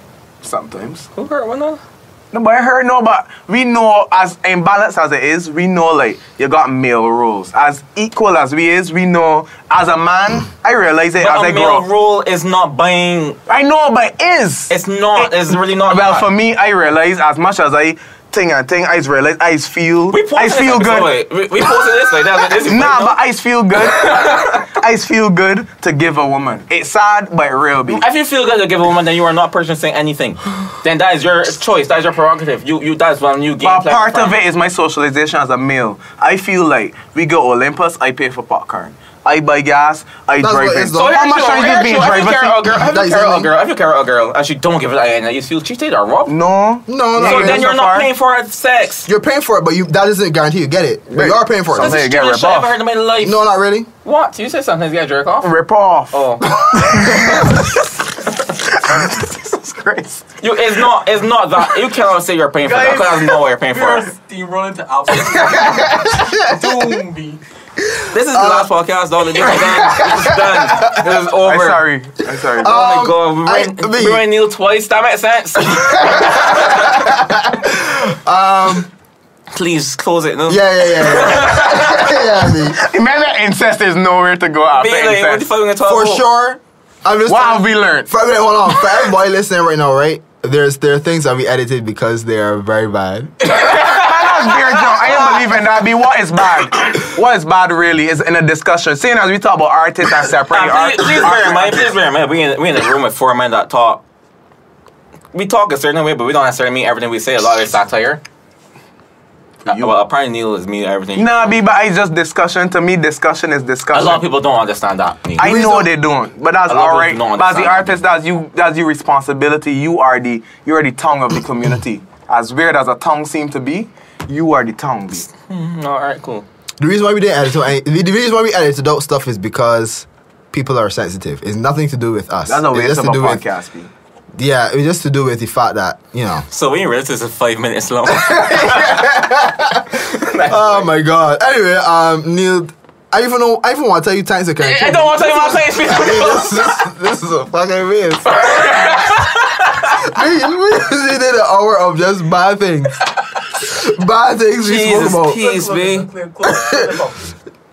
D: Sometimes.
B: Who hurt one of?
D: No, but I heard no, but we know as imbalanced as it is, we know like you got male roles. As equal as we is, we know as a man, I realize it as
B: But
D: I
B: a
D: grow.
B: male
D: up.
B: rule is not buying.
D: I know, but it is.
B: It's not. It's really not.
D: well
B: that.
D: for me, I realize as much as I thing and thing. I just realize I just feel.
B: We posted
D: I just feel
B: this
D: good.
B: episode. We, we posted this like that. This is
D: *laughs* Nah, but I just feel good. I just feel good to give a woman. It's sad, but real. Be.
B: If you feel good to give a woman, then you are not purchasing anything. then that is your choice. That is your prerogative. You, you. That's one you game.
D: But
B: plan
D: part of
B: from.
D: it is my socialization as a male. I feel like we go Olympus. I pay for popcorn. I buy gas. I
A: That's
D: drive
A: what
D: in.
A: it's
D: So
A: all-
B: But
D: how
B: here's
D: much
B: the
D: are
B: thing,
D: you
B: here's
D: being
B: the thing, if you
D: driver?
B: carry a girl, if
A: That
B: you
A: is
B: carry a
A: something.
B: girl, if you carry a girl, and she don't give it a hand, you feel cheated or robbed.
D: No.
A: No, no.
D: Yeah,
A: no.
B: So
D: that's
B: then you're
D: so
B: not
D: far.
B: paying for sex.
A: You're paying for it, but you that doesn't guarantee you get it. But you are paying for
D: Something
A: it.
D: you get ripped
B: Shit I ever
D: off.
B: heard in my life.
A: No, not really.
B: What? You said sometimes you gotta
C: *laughs*
B: jerk off?
D: Rip off.
B: Oh.
D: *laughs* Jesus Christ.
B: You, it's not it's not that you cannot say you're paying for
C: Guys.
B: that because that's not what you're paying
C: We
D: *laughs*
C: are
B: for.
C: steamrolling to Alpha. Doom B.
B: This is the last podcast, dog. This is done. This is done. This is over.
D: Uh, *laughs* I'm sorry. I'm sorry.
B: Oh
A: Um,
B: my god,
A: I-
B: we ran,
A: me.
B: we ran Neil twice. That
A: *laughs*
B: makes sense. um, please close it. No.
A: Um, Yeah, yeah, yeah. yeah. *laughs* yeah I
D: *laughs*
A: mean,
D: Remember, incest is nowhere to go after
B: Be like, what the
D: incest.
B: fuck we gonna talk
A: for
D: Oh.
B: about?
A: sure. I'm just
D: what
A: telling-
D: have we learned?
A: For everybody, hold on. For everybody listening right now, right? There's there are things that we edited because they are very bad.
D: That's beer junk. I don't
B: *laughs*
D: believe in that. Be what is bad? What is bad really is in a discussion. Seeing as we talk about artists and separate
B: Nah, please, please
D: art.
B: bear in mind. Please bear in mind. We in, we in a room with four men that talk. We talk a certain way, but we don't necessarily mean everything we say. A lot of it's satire. Uh, well, apparently Neil is mean everything.
D: Nah, be but it's just discussion. To me, discussion is
B: A
D: discussion.
B: lot of people don't understand that. Neil.
D: I
A: We
D: know
A: don't-
D: they don't, but that's
B: A lot of
D: all
B: people
D: right.
B: don't
D: But as the
B: understand.
D: artist, that's you. That's your responsibility. You are the you are the tongue of the community. As weird as a tongue seem to be, you are the tongue. B.
B: Mm, all right, cool.
A: The reason why we didn't edit it, the the reason why we edited adult stuff is because people are sensitive. It's nothing to do with us.
D: That's a
A: It's
D: waste
A: just
D: of a
A: to do with
D: podcast. B.
A: yeah, it's just to do with the fact that you know.
B: So we realize this is five minutes long.
A: Oh my god. Anyway, um, Neil, I even know I even want to tell you thanks to
C: Eh,
B: I don't want to tell you my place. please.
A: *laughs* this, is- this is a fucking waste. *laughs* we literally did an hour of just bad things. Bad things we
B: Jesus,
A: spoke about.
B: peace, B.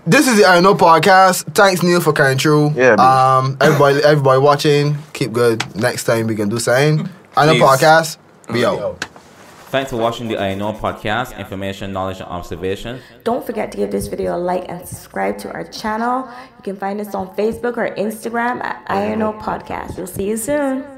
A: This is the I Know podcast. Thanks, Neil, for coming through.
D: Yeah, babe.
A: Um, everybody, everybody watching, keep good. Next time we can do something. I Know
B: Please.
A: podcast. Be out.
E: *laughs* Thanks for watching the I Know podcast, information, knowledge, and observation.
F: Don't forget to give this video a like and subscribe to our channel. You can find us on Facebook or Instagram at INO Podcast. We'll see you soon.